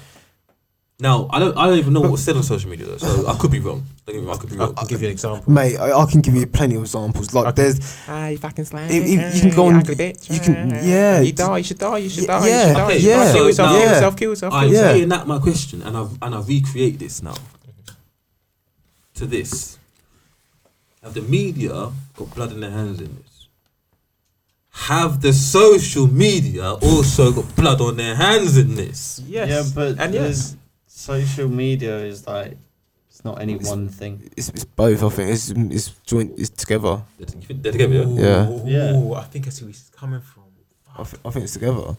[SPEAKER 8] Now I don't. I don't even know what was said on social media though, so I could be wrong. Don't get me wrong, I could be wrong.
[SPEAKER 1] I'll give you an example.
[SPEAKER 4] Mate, I, I can give you plenty of examples. Like there's,
[SPEAKER 1] Ah, you fucking slag.
[SPEAKER 4] if- if you can go on, you can, yeah,
[SPEAKER 1] You die. You should die. You should
[SPEAKER 4] Yeah,
[SPEAKER 1] die.
[SPEAKER 4] yeah,
[SPEAKER 1] you should die.
[SPEAKER 4] yeah.
[SPEAKER 1] Right, Kill yourself.
[SPEAKER 4] Yeah.
[SPEAKER 1] Kill yourself. Kill yourself.
[SPEAKER 8] I
[SPEAKER 1] kill yourself.
[SPEAKER 8] reenact my question and I've and I recreate this now. To this. Have the media got blood in their hands in this? Have the social media also got blood on their hands in this?
[SPEAKER 1] Yes.
[SPEAKER 3] Yeah, but
[SPEAKER 1] And
[SPEAKER 3] there's- social media is like it's not any one thing.
[SPEAKER 4] It's, it's both. I think it's it's joint. It's together.
[SPEAKER 8] They're together, yeah?
[SPEAKER 4] Yeah.
[SPEAKER 1] Ooh,
[SPEAKER 3] Yeah.
[SPEAKER 1] I think I see where he's coming from.
[SPEAKER 4] I, th- I think it's together.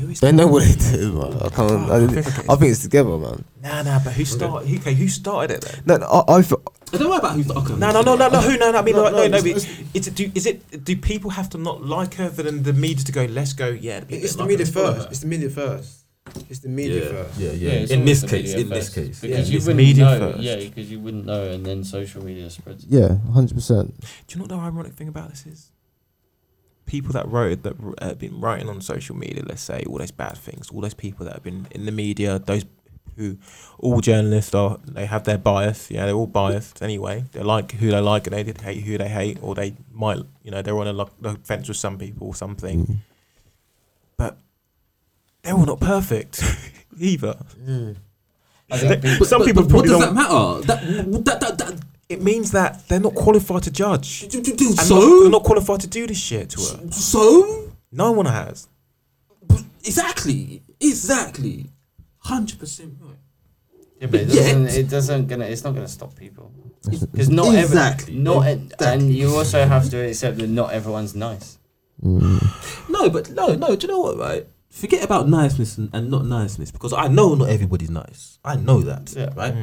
[SPEAKER 1] Who is
[SPEAKER 4] They know what they do. Man. I can't. I, I think it's together, man.
[SPEAKER 1] Nah, nah. But who started? Who, okay, who started it then?
[SPEAKER 4] No, no, I, I, th-
[SPEAKER 8] I don't worry about who's okay,
[SPEAKER 1] No, no, no, no, no. Who? No, no. I mean,
[SPEAKER 4] No,
[SPEAKER 1] like,
[SPEAKER 4] no,
[SPEAKER 1] no, no.
[SPEAKER 4] it's-
[SPEAKER 1] but it's, do, is it? Do people have to not like her for then the media to go? Let's go. Yeah. it'd be a bit like her.
[SPEAKER 4] It's the media first. It's the media
[SPEAKER 8] Yeah,
[SPEAKER 4] first.
[SPEAKER 8] yeah, yeah.
[SPEAKER 15] it's
[SPEAKER 8] in
[SPEAKER 15] always
[SPEAKER 8] this
[SPEAKER 15] the
[SPEAKER 8] case,
[SPEAKER 15] media
[SPEAKER 8] in this
[SPEAKER 15] first.
[SPEAKER 8] case.
[SPEAKER 15] because
[SPEAKER 1] yeah.
[SPEAKER 15] you
[SPEAKER 1] It's
[SPEAKER 15] wouldn't
[SPEAKER 1] media
[SPEAKER 15] know.
[SPEAKER 1] first.
[SPEAKER 15] Yeah, because you wouldn't know, and then social media spreads.
[SPEAKER 4] Yeah, hundred percent.
[SPEAKER 1] Do you know what the ironic thing about this is? People that wrote that uh, have been writing on social media, let's say all those bad things, all those people that have been in the media, those who all journalists are, they have their bias. Yeah, they're all biased anyway. They like who they like and they did hate who they hate, or they might, you know, they're on a lo- the fence with some people or something. But they're all not perfect either.
[SPEAKER 8] Mm. But-
[SPEAKER 1] some
[SPEAKER 8] but-
[SPEAKER 1] people
[SPEAKER 8] but what
[SPEAKER 1] probably
[SPEAKER 8] does that
[SPEAKER 1] don't.
[SPEAKER 8] matter? That, that, that, that,
[SPEAKER 1] It means that they're not qualified to judge.
[SPEAKER 8] do- do- do-
[SPEAKER 1] And
[SPEAKER 8] so?
[SPEAKER 1] not, not qualified to do this shit to her.
[SPEAKER 8] so?
[SPEAKER 1] No one has.
[SPEAKER 8] Exactly. Exactly. 100% right.
[SPEAKER 3] Yeah, but it
[SPEAKER 8] But yet-
[SPEAKER 3] doesn't. It doesn't gonna. It's not gonna stop people. Because not
[SPEAKER 8] Exactly.
[SPEAKER 3] every, not e-
[SPEAKER 8] Exactly.
[SPEAKER 3] and you also have to accept that not everyone's nice.
[SPEAKER 8] No, but no, no. Do you know what? Right? Forget about niceness and, and not niceness because I know not everybody's nice. I know that.
[SPEAKER 3] Yeah.
[SPEAKER 8] Right.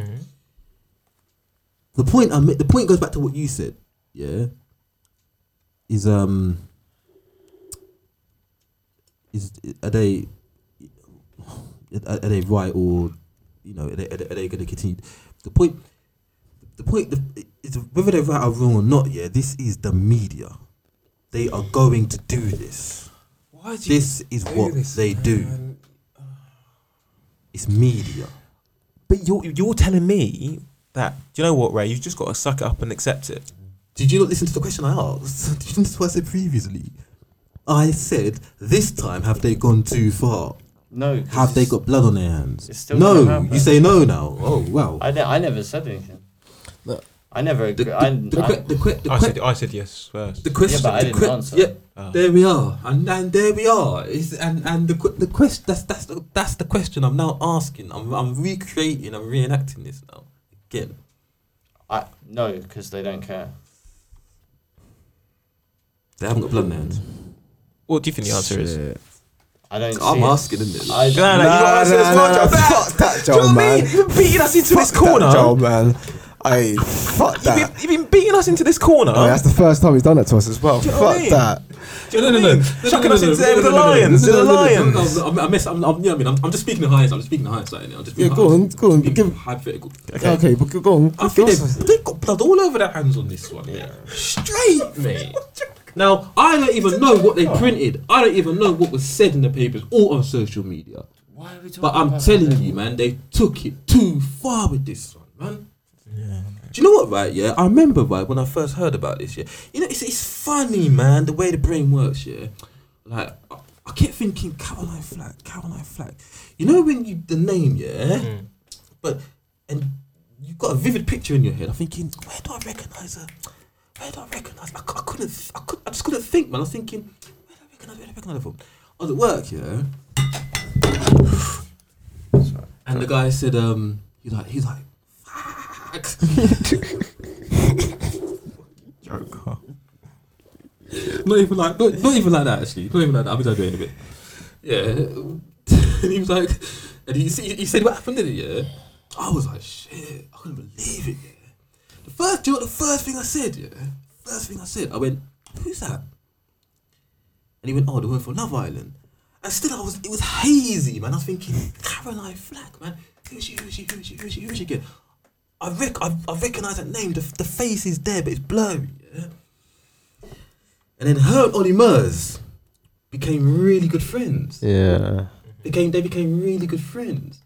[SPEAKER 8] The point I made. The point goes back to what you said. Yeah. Is um. Is are they? Are, are they right or, you know, are they, are they, are they going to continue? The point. The point the- is whether they're right or wrong or not. Yeah, this is the media. They are going to do this.
[SPEAKER 1] Why do you
[SPEAKER 8] this is
[SPEAKER 1] do
[SPEAKER 8] what
[SPEAKER 1] this,
[SPEAKER 8] they do.
[SPEAKER 1] uh,
[SPEAKER 8] It's media.
[SPEAKER 1] But you're you're telling me that do you know what, Ray? You've just got to suck it up and accept it.
[SPEAKER 8] Did you not listen to the question I asked? Did you listen to what I said previously? I said this time have they gone too far?
[SPEAKER 13] No, 'cause
[SPEAKER 8] Have they got blood on their hands?
[SPEAKER 13] it's still gonna
[SPEAKER 8] no,
[SPEAKER 13] happen.
[SPEAKER 8] you say no now. Oh well.
[SPEAKER 13] I, ne- I never said anything. I never agree.
[SPEAKER 8] the-
[SPEAKER 13] I,
[SPEAKER 8] the
[SPEAKER 13] I,
[SPEAKER 8] que- the que- the
[SPEAKER 1] I
[SPEAKER 8] que-
[SPEAKER 1] said I said yes first.
[SPEAKER 8] The question.
[SPEAKER 13] Yeah, but I
[SPEAKER 8] the
[SPEAKER 13] didn't
[SPEAKER 8] que-
[SPEAKER 13] answer.
[SPEAKER 8] yeah,
[SPEAKER 1] Ah.
[SPEAKER 8] There we are, and and there we are. It's, and and the que- the question that's that's the, that's the question I'm now asking. I'm I'm recreating. I'm reenacting this now again.
[SPEAKER 13] I, no, because they don't care.
[SPEAKER 8] They haven't got blood in their hands.
[SPEAKER 1] What do you think the answer is?
[SPEAKER 13] I don't.
[SPEAKER 8] I'm
[SPEAKER 13] see it.
[SPEAKER 8] asking them this.
[SPEAKER 13] I,
[SPEAKER 1] No, no, you gotta answer this one, Joe.
[SPEAKER 4] Fuck that,
[SPEAKER 1] Do you know
[SPEAKER 4] Joel,
[SPEAKER 1] what I mean?
[SPEAKER 4] man.
[SPEAKER 1] You've been beating us into this corner.
[SPEAKER 4] That, Joel, man. I fuck
[SPEAKER 1] You've
[SPEAKER 4] that.
[SPEAKER 1] been, you've been beating us into this corner.
[SPEAKER 4] Oh, that's the first time he's done that to us as well.
[SPEAKER 1] you know what I
[SPEAKER 4] Oh, Fuck
[SPEAKER 1] mean?
[SPEAKER 4] that.
[SPEAKER 1] Do you know what I mean? Chucking us into there with the lions. To the lions.
[SPEAKER 8] I'm, I'm, miss, I'm, I'm, you know what I mean? I'm, I'm just speaking in hindsight. I'm just speaking in hindsight. innit? I'm just
[SPEAKER 4] Yeah,
[SPEAKER 8] being
[SPEAKER 4] go on,
[SPEAKER 8] hindsight.
[SPEAKER 4] go on.
[SPEAKER 8] Being
[SPEAKER 4] Give,
[SPEAKER 8] hypothetical.
[SPEAKER 4] okay. but go on.
[SPEAKER 8] I think they've, they've got blood all over their hands on this one. Yeah. Straight, mate. Now, I don't even know what they
[SPEAKER 1] Oh.
[SPEAKER 8] printed. I don't even know what was said in the papers or on social media.
[SPEAKER 13] why are we talking
[SPEAKER 8] But I'm
[SPEAKER 13] about
[SPEAKER 8] telling
[SPEAKER 13] them?
[SPEAKER 8] you, man, they took it too far with this one, man. Do you know what, right? Yeah, I remember, right, when I first heard about this, yeah. You know, it's, it's funny, man, the way the brain works, yeah. Like, I, I kept thinking, Caroline Flack, Caroline Flack. You know, when you, the name, yeah? But, and you've got a vivid picture in your head. I'm thinking, where do I recognize her? Where do I recognize? I, cou- I couldn't, I, could, I just couldn't think, man. I was thinking, where do I recognize, where do I recognize her from? I was at work, yeah. And the guy said, um, he's like, he's like, not even like, not, not even like that actually. Not even like that. I'm exaggerating a bit. Yeah. and he was like, and he, s- he said what happened, didn't he? Yeah. I was like, shit, I couldn't believe it. Yeah. The first, do you know what the first thing I said? Yeah. First thing I said, I went, who's that? And he went, oh, the one from Love Island. And still, I was, it was hazy, man. I was thinking, Caroline Flack, man. Who's she? Who's she? Who's she? Who's she? Who's she again? I rec- I, I recognise that name. The, the face is there, but it's blurry. Yeah? And then her and Ollie Murs became really good friends.
[SPEAKER 4] Yeah.
[SPEAKER 8] Became they became really good friends.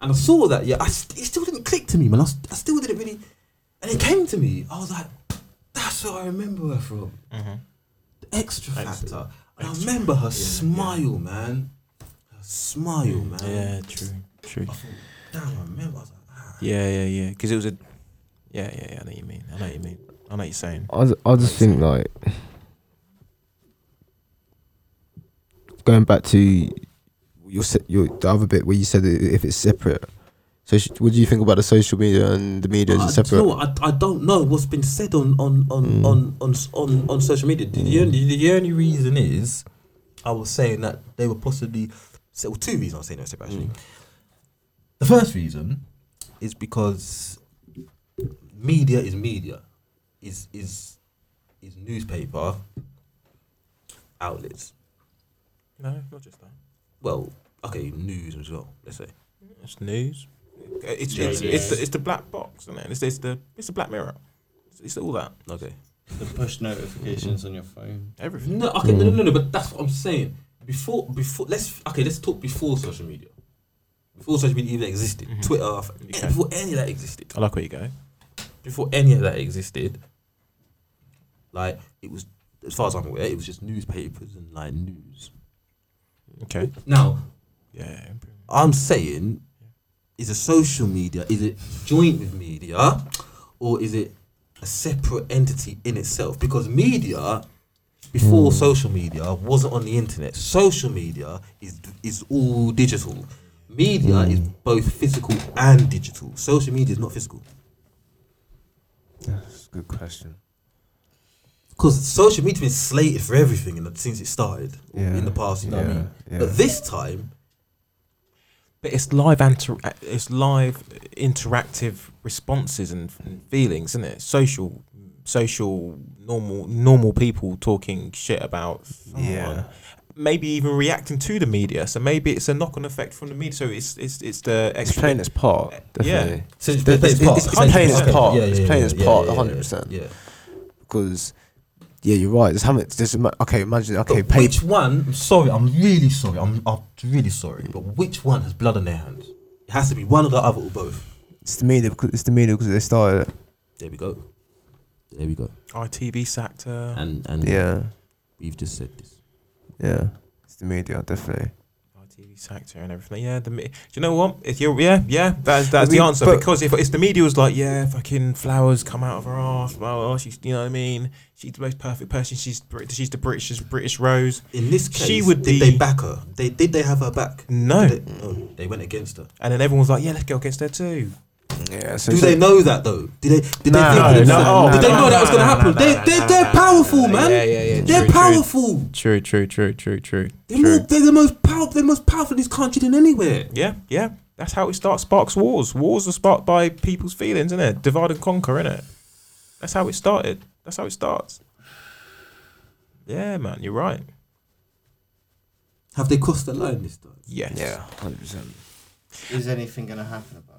[SPEAKER 8] And I saw that. Yeah, I st- it still didn't click to me, man. I, st- I still didn't really. And it came to me. I was like, that's where I remember her from.
[SPEAKER 1] Mm-hmm.
[SPEAKER 8] The extra factor. And I remember her smile, man. Her smile, man.
[SPEAKER 1] Yeah, true, true.
[SPEAKER 8] Damn, I remember. I was like, ah.
[SPEAKER 1] Yeah, yeah, yeah. Because it was a. Yeah, yeah, yeah. I know what you mean. I know what you mean. I know what you're saying.
[SPEAKER 14] I, ju- I just think like going back to your se- your the other bit where you said i- if it's separate. So sh- what do you think about the social media and the media?
[SPEAKER 1] Uh,
[SPEAKER 14] Is
[SPEAKER 8] I,
[SPEAKER 14] it
[SPEAKER 8] do
[SPEAKER 14] separate?
[SPEAKER 8] you know what? I, I don't know what's been said on on on on, on s- on on social media. The, the only the only reason is, I was saying that they were possibly. so, Well, two reasons I was saying they were separate, actually. The first reason is because media is media, is is is newspaper outlets.
[SPEAKER 1] No, not just that.
[SPEAKER 8] Well, okay, news as well. Let's say. Uh,
[SPEAKER 1] It's news. It's
[SPEAKER 13] Yeah,
[SPEAKER 1] it's,
[SPEAKER 13] yeah.
[SPEAKER 1] it's, the, it's the black box, isn't it? It's, it's the it's the black mirror. It's, it's all that
[SPEAKER 8] Okay.
[SPEAKER 13] The push notifications on your phone.
[SPEAKER 1] everything.
[SPEAKER 8] No, okay, no, no, no, no, but that's what I'm saying. Before, before, let's okay, let's talk before social media, before social media even existed, Twitter,
[SPEAKER 1] Okay.
[SPEAKER 8] before any of that existed,
[SPEAKER 1] I like where you go.
[SPEAKER 8] before any of that existed, like it was, as far as I'm aware, it was just newspapers and like news.
[SPEAKER 1] Okay.
[SPEAKER 8] Now,
[SPEAKER 1] Yeah.
[SPEAKER 8] I'm saying, is a social media is it joint with media, or is it a separate entity in itself? Because media,
[SPEAKER 1] Hmm.
[SPEAKER 8] before social media, wasn't on the internet. Social media is is all digital. Media
[SPEAKER 1] Hmm.
[SPEAKER 8] is both physical and digital. Social media is not physical.
[SPEAKER 4] That's a good question.
[SPEAKER 8] because social media's been slated for everything in the, since it started
[SPEAKER 1] Yeah.
[SPEAKER 8] in the past. You know what I
[SPEAKER 1] Yeah,
[SPEAKER 8] mean?
[SPEAKER 1] yeah.
[SPEAKER 8] But this time,
[SPEAKER 1] But it's live inter- it's live interactive responses and, and feelings, isn't it? Social, social, normal, normal people talking shit about someone.
[SPEAKER 8] Yeah.
[SPEAKER 1] Maybe even reacting to the media, so maybe it's a knock-on effect from the media. So it's it's it's the
[SPEAKER 4] It's playing its part. Definitely.
[SPEAKER 1] Yeah,
[SPEAKER 4] It's, it's- it's- it's playing its part. it's playing its part. One hundred percent.
[SPEAKER 8] Yeah.
[SPEAKER 4] Because yeah, you're right. There's how much. There's ima- okay. Imagine okay. Pay,
[SPEAKER 8] which one? I'm sorry, I'm really sorry. I'm, I'm really sorry. But which one has blood on their hands? It has to be one or the other or both.
[SPEAKER 4] it's the media. Because it's the media because they started. it.
[SPEAKER 8] There we go. There we go.
[SPEAKER 1] ITV sacked her.
[SPEAKER 8] And and
[SPEAKER 4] Yeah.
[SPEAKER 8] we've just said this.
[SPEAKER 4] Yeah. It's the media definitely.
[SPEAKER 1] TV sector and everything. Yeah, the me- do you know what? If you yeah yeah, that's that's
[SPEAKER 4] mean,
[SPEAKER 1] the answer
[SPEAKER 4] but-
[SPEAKER 1] because if it's the media was like yeah, fucking flowers come out of her ass. Well, well, she's you know what I mean. She's the most perfect person. She's Brit- she's the British she's British Rose.
[SPEAKER 8] In this case,
[SPEAKER 1] she would
[SPEAKER 8] did
[SPEAKER 1] be.
[SPEAKER 8] they back her? They did they have her back?
[SPEAKER 1] No.
[SPEAKER 8] Did They, oh, they went against her.
[SPEAKER 1] and then everyone was like, yeah, let's go against her too.
[SPEAKER 4] Yeah.
[SPEAKER 8] Do they know that though? Did they? Did they?
[SPEAKER 1] No, no,
[SPEAKER 8] think that-
[SPEAKER 1] no,
[SPEAKER 8] did
[SPEAKER 1] no,
[SPEAKER 8] they know
[SPEAKER 1] no,
[SPEAKER 8] that was
[SPEAKER 1] no,
[SPEAKER 8] going to
[SPEAKER 1] no,
[SPEAKER 8] happen?
[SPEAKER 1] no,
[SPEAKER 8] they,
[SPEAKER 1] no,
[SPEAKER 8] they're
[SPEAKER 1] no,
[SPEAKER 8] they're
[SPEAKER 1] no,
[SPEAKER 8] powerful,
[SPEAKER 1] no, no,
[SPEAKER 8] man.
[SPEAKER 1] yeah, yeah, yeah,
[SPEAKER 8] They're
[SPEAKER 1] true, true.
[SPEAKER 8] powerful.
[SPEAKER 1] True, true, true, true, true.
[SPEAKER 8] They're, more, they're the most powerful. They're the most powerful in this country than anywhere.
[SPEAKER 1] Yeah, yeah. That's how it starts. Sparks wars. Wars are sparked by people's feelings, isn't it? Divide and conquer, isn't it? That's how it started. That's how it starts. Yeah, man, you're right.
[SPEAKER 8] Have they crossed the line this time?
[SPEAKER 1] Yes.
[SPEAKER 4] Yeah. Hundred percent.
[SPEAKER 3] Is anything going to happen about it?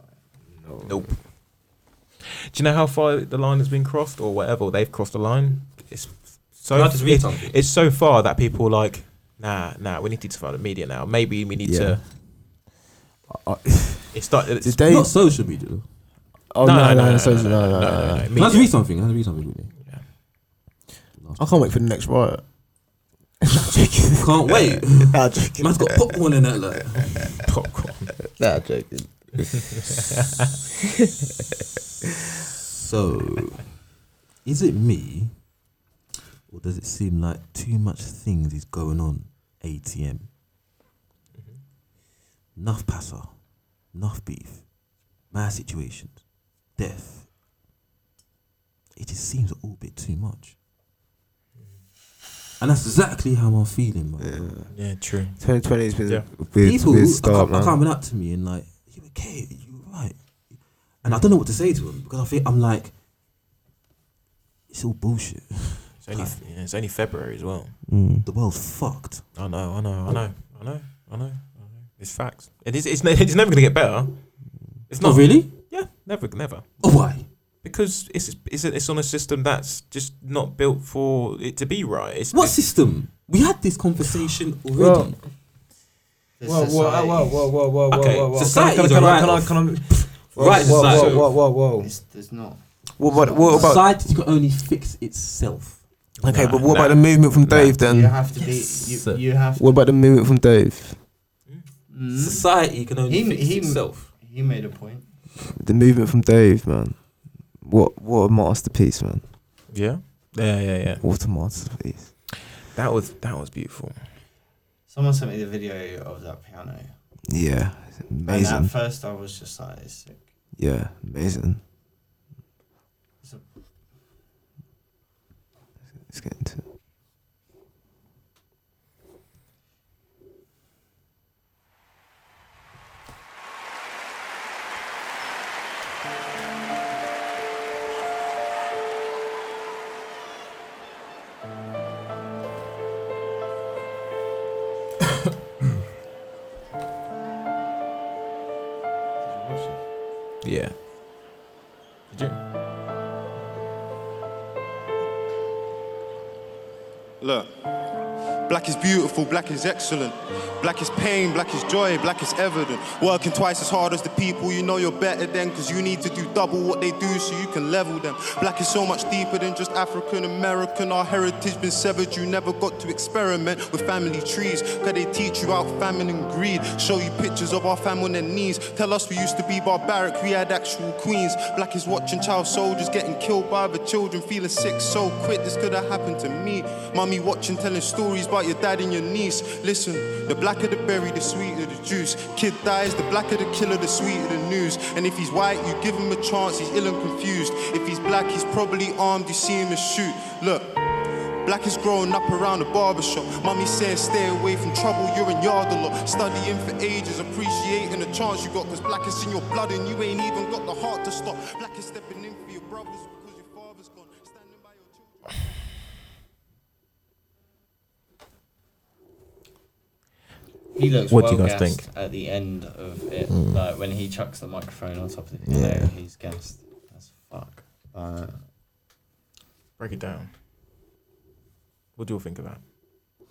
[SPEAKER 1] Nope. Do you know how far the line has been crossed or whatever? They've crossed the line. It's so
[SPEAKER 8] Can I just read
[SPEAKER 1] it-
[SPEAKER 8] something?
[SPEAKER 1] it's so far that people are like, nah, nah, we need to find the media now. Maybe we need to. It started. It's,
[SPEAKER 4] Did they?
[SPEAKER 8] Not social media. though.
[SPEAKER 4] Oh
[SPEAKER 1] No,
[SPEAKER 4] no no
[SPEAKER 1] no, no, no,
[SPEAKER 4] no social-
[SPEAKER 1] no,
[SPEAKER 4] no
[SPEAKER 1] no,
[SPEAKER 4] no
[SPEAKER 1] no,
[SPEAKER 4] no.
[SPEAKER 1] no,
[SPEAKER 4] no.
[SPEAKER 8] Can I just
[SPEAKER 1] media.
[SPEAKER 8] read something? Can I read something? really?
[SPEAKER 4] I can't wait for the next riot.
[SPEAKER 8] Can't wait.
[SPEAKER 4] Nah, joking.
[SPEAKER 8] Man's got popcorn in that. Like.
[SPEAKER 1] popcorn.
[SPEAKER 4] Nah, joking.
[SPEAKER 8] So, is it me, or does it seem like too much things is going on? ATM. Enough passer, enough beef, mad situations, death. It just seems a little bit too much. And that's exactly how I'm feeling, man.
[SPEAKER 1] Yeah, true.
[SPEAKER 4] 2020 has been
[SPEAKER 1] Yeah.
[SPEAKER 4] a weird,
[SPEAKER 8] people
[SPEAKER 4] weird
[SPEAKER 8] are,
[SPEAKER 4] start,
[SPEAKER 8] com- are
[SPEAKER 4] man.
[SPEAKER 8] coming up to me and like, you okay? You right? And I don't know what to say to them because I think I'm like, it's all bullshit.
[SPEAKER 1] It's only, yeah, it's only February as well.
[SPEAKER 4] Mm.
[SPEAKER 8] The world's fucked.
[SPEAKER 1] I know, I know, I know, I know, I know. I know. It's facts. It is. It's, ne- it's never gonna get better. It's not.
[SPEAKER 8] Oh, really.
[SPEAKER 1] Yeah, never, never.
[SPEAKER 8] Oh, why?
[SPEAKER 1] Because it's it's it's on a system that's just not built for it to be right. It's,
[SPEAKER 8] What
[SPEAKER 1] it's-
[SPEAKER 8] system? We had this conversation already.
[SPEAKER 4] Well,
[SPEAKER 3] The
[SPEAKER 16] Whoa, whoa,
[SPEAKER 3] societies-
[SPEAKER 16] whoa, whoa, whoa, whoa, whoa,
[SPEAKER 1] Okay,
[SPEAKER 16] whoa, whoa.
[SPEAKER 8] society's
[SPEAKER 16] Can I- can I- can I-
[SPEAKER 8] a
[SPEAKER 16] can I- whoa,
[SPEAKER 8] Right,
[SPEAKER 16] whoa, whoa,
[SPEAKER 8] society.
[SPEAKER 16] whoa, whoa, whoa.
[SPEAKER 3] It's, there's not.
[SPEAKER 4] What about what about
[SPEAKER 8] Society can only fix itself.
[SPEAKER 4] okay?
[SPEAKER 1] Nah,
[SPEAKER 4] but what
[SPEAKER 1] nah.
[SPEAKER 4] about the movement from Dave
[SPEAKER 3] You
[SPEAKER 4] then?
[SPEAKER 3] have to
[SPEAKER 8] Yes.
[SPEAKER 3] be. You, you have.
[SPEAKER 4] What about the movement from Dave?
[SPEAKER 3] Mm,
[SPEAKER 8] Society can only
[SPEAKER 3] He-
[SPEAKER 8] fix
[SPEAKER 3] he-
[SPEAKER 8] itself.
[SPEAKER 3] he made a point.
[SPEAKER 4] The movement from Dave, man. What what a masterpiece, man.
[SPEAKER 1] Yeah. Yeah, yeah, yeah.
[SPEAKER 4] What a masterpiece.
[SPEAKER 1] That was that was beautiful.
[SPEAKER 3] Someone sent me the video of that piano.
[SPEAKER 4] Yeah, it's
[SPEAKER 3] And
[SPEAKER 4] amazing.
[SPEAKER 3] at first, I was just like, it's sick.
[SPEAKER 4] Yeah, amazing.
[SPEAKER 3] It's a-
[SPEAKER 4] Let's get into it.
[SPEAKER 1] Yeah. Did you?
[SPEAKER 17] Look, black is beautiful, black is excellent. Black is pain, black is joy, black is evident. Working twice as hard as the people you know you're better than, because you need to do double what they do so you can level them. Black is so much deeper than just African American. Our heritage been severed, you never got to experiment with family trees, because they teach you out famine and greed. Show you pictures of our fam on their knees. Tell us we used to be barbaric, we had actual queens. Black is watching child soldiers getting killed by other children, feeling sick so quick, this could have happened to me. Mummy watching, telling stories about your dad and your niece. Listen, the blacker the berry, the sweeter the juice. Kid dies, the blacker the killer, the sweeter the news. And if he's white, you give him a chance, he's ill and confused. If he's black, he's probably armed, you see him and shoot. Look. Black is growing up around the barbershop. Mummy says stay away from trouble, you're in yard a lot. Studying for ages, appreciating the chance you got, cause black is in your blood and you ain't even got the heart to stop. Black is stepping in for your brothers because your father's gone. Standing by your children.
[SPEAKER 3] He looks
[SPEAKER 1] What
[SPEAKER 3] what
[SPEAKER 1] do you
[SPEAKER 3] well
[SPEAKER 1] guys
[SPEAKER 3] gassed
[SPEAKER 1] think?
[SPEAKER 3] at the end of it.
[SPEAKER 1] Mm.
[SPEAKER 3] Like when he chucks the microphone on top of his
[SPEAKER 1] Yeah.
[SPEAKER 3] head, he's gassed as fuck. Uh,
[SPEAKER 1] Break it down. What do you all think of that?
[SPEAKER 3] I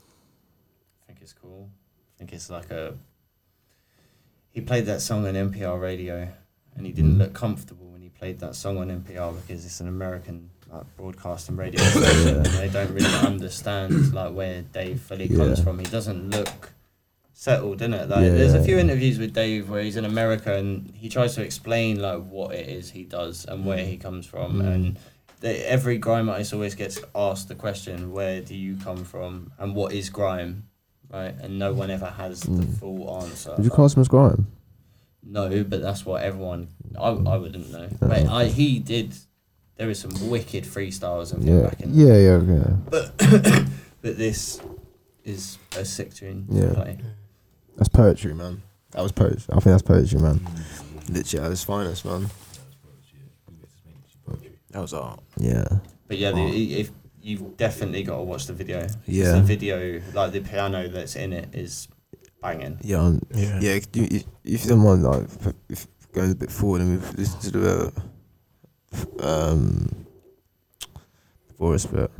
[SPEAKER 3] think it's cool. I think it's like a. He played that song on NPR radio, and he
[SPEAKER 1] Hmm.
[SPEAKER 3] didn't look comfortable when he played that song on NPR because it's an American like, broadcast and radio station, and they don't really understand like where Dave fully comes
[SPEAKER 12] Yeah.
[SPEAKER 3] from. He doesn't look settled in it. Like
[SPEAKER 12] Yeah,
[SPEAKER 3] there's a
[SPEAKER 12] yeah,
[SPEAKER 3] few
[SPEAKER 12] yeah.
[SPEAKER 3] interviews with Dave where he's in America and he tries to explain like what it is he does and where he comes from
[SPEAKER 12] Mm.
[SPEAKER 3] and the, every grime artist always gets asked the question, "Where do you come from and what is grime?" Right, and no one ever has the full answer.
[SPEAKER 4] Did Mm. you cast him as Grime?
[SPEAKER 3] No, but that's what everyone. I, I wouldn't know. But I he did. There is some wicked freestyles and
[SPEAKER 4] Yeah.
[SPEAKER 3] back in.
[SPEAKER 4] Yeah, yeah, yeah.
[SPEAKER 3] But but this is a sick tune. to
[SPEAKER 4] Yeah.
[SPEAKER 3] play.
[SPEAKER 4] That's poetry, man. That was poetry. I think that's poetry, man. Literally, at its finest, man.
[SPEAKER 18] That was art.
[SPEAKER 4] Yeah.
[SPEAKER 3] But yeah, the, i- if you've definitely got to watch the video. 'Cause
[SPEAKER 4] Yeah.
[SPEAKER 3] The video, like the piano that's in it, is banging.
[SPEAKER 4] Yeah, um,
[SPEAKER 1] yeah.
[SPEAKER 4] yeah if, you, if- if you don't mind, like, if, if going a bit forward and we've listened to the uh, um, Boris bit.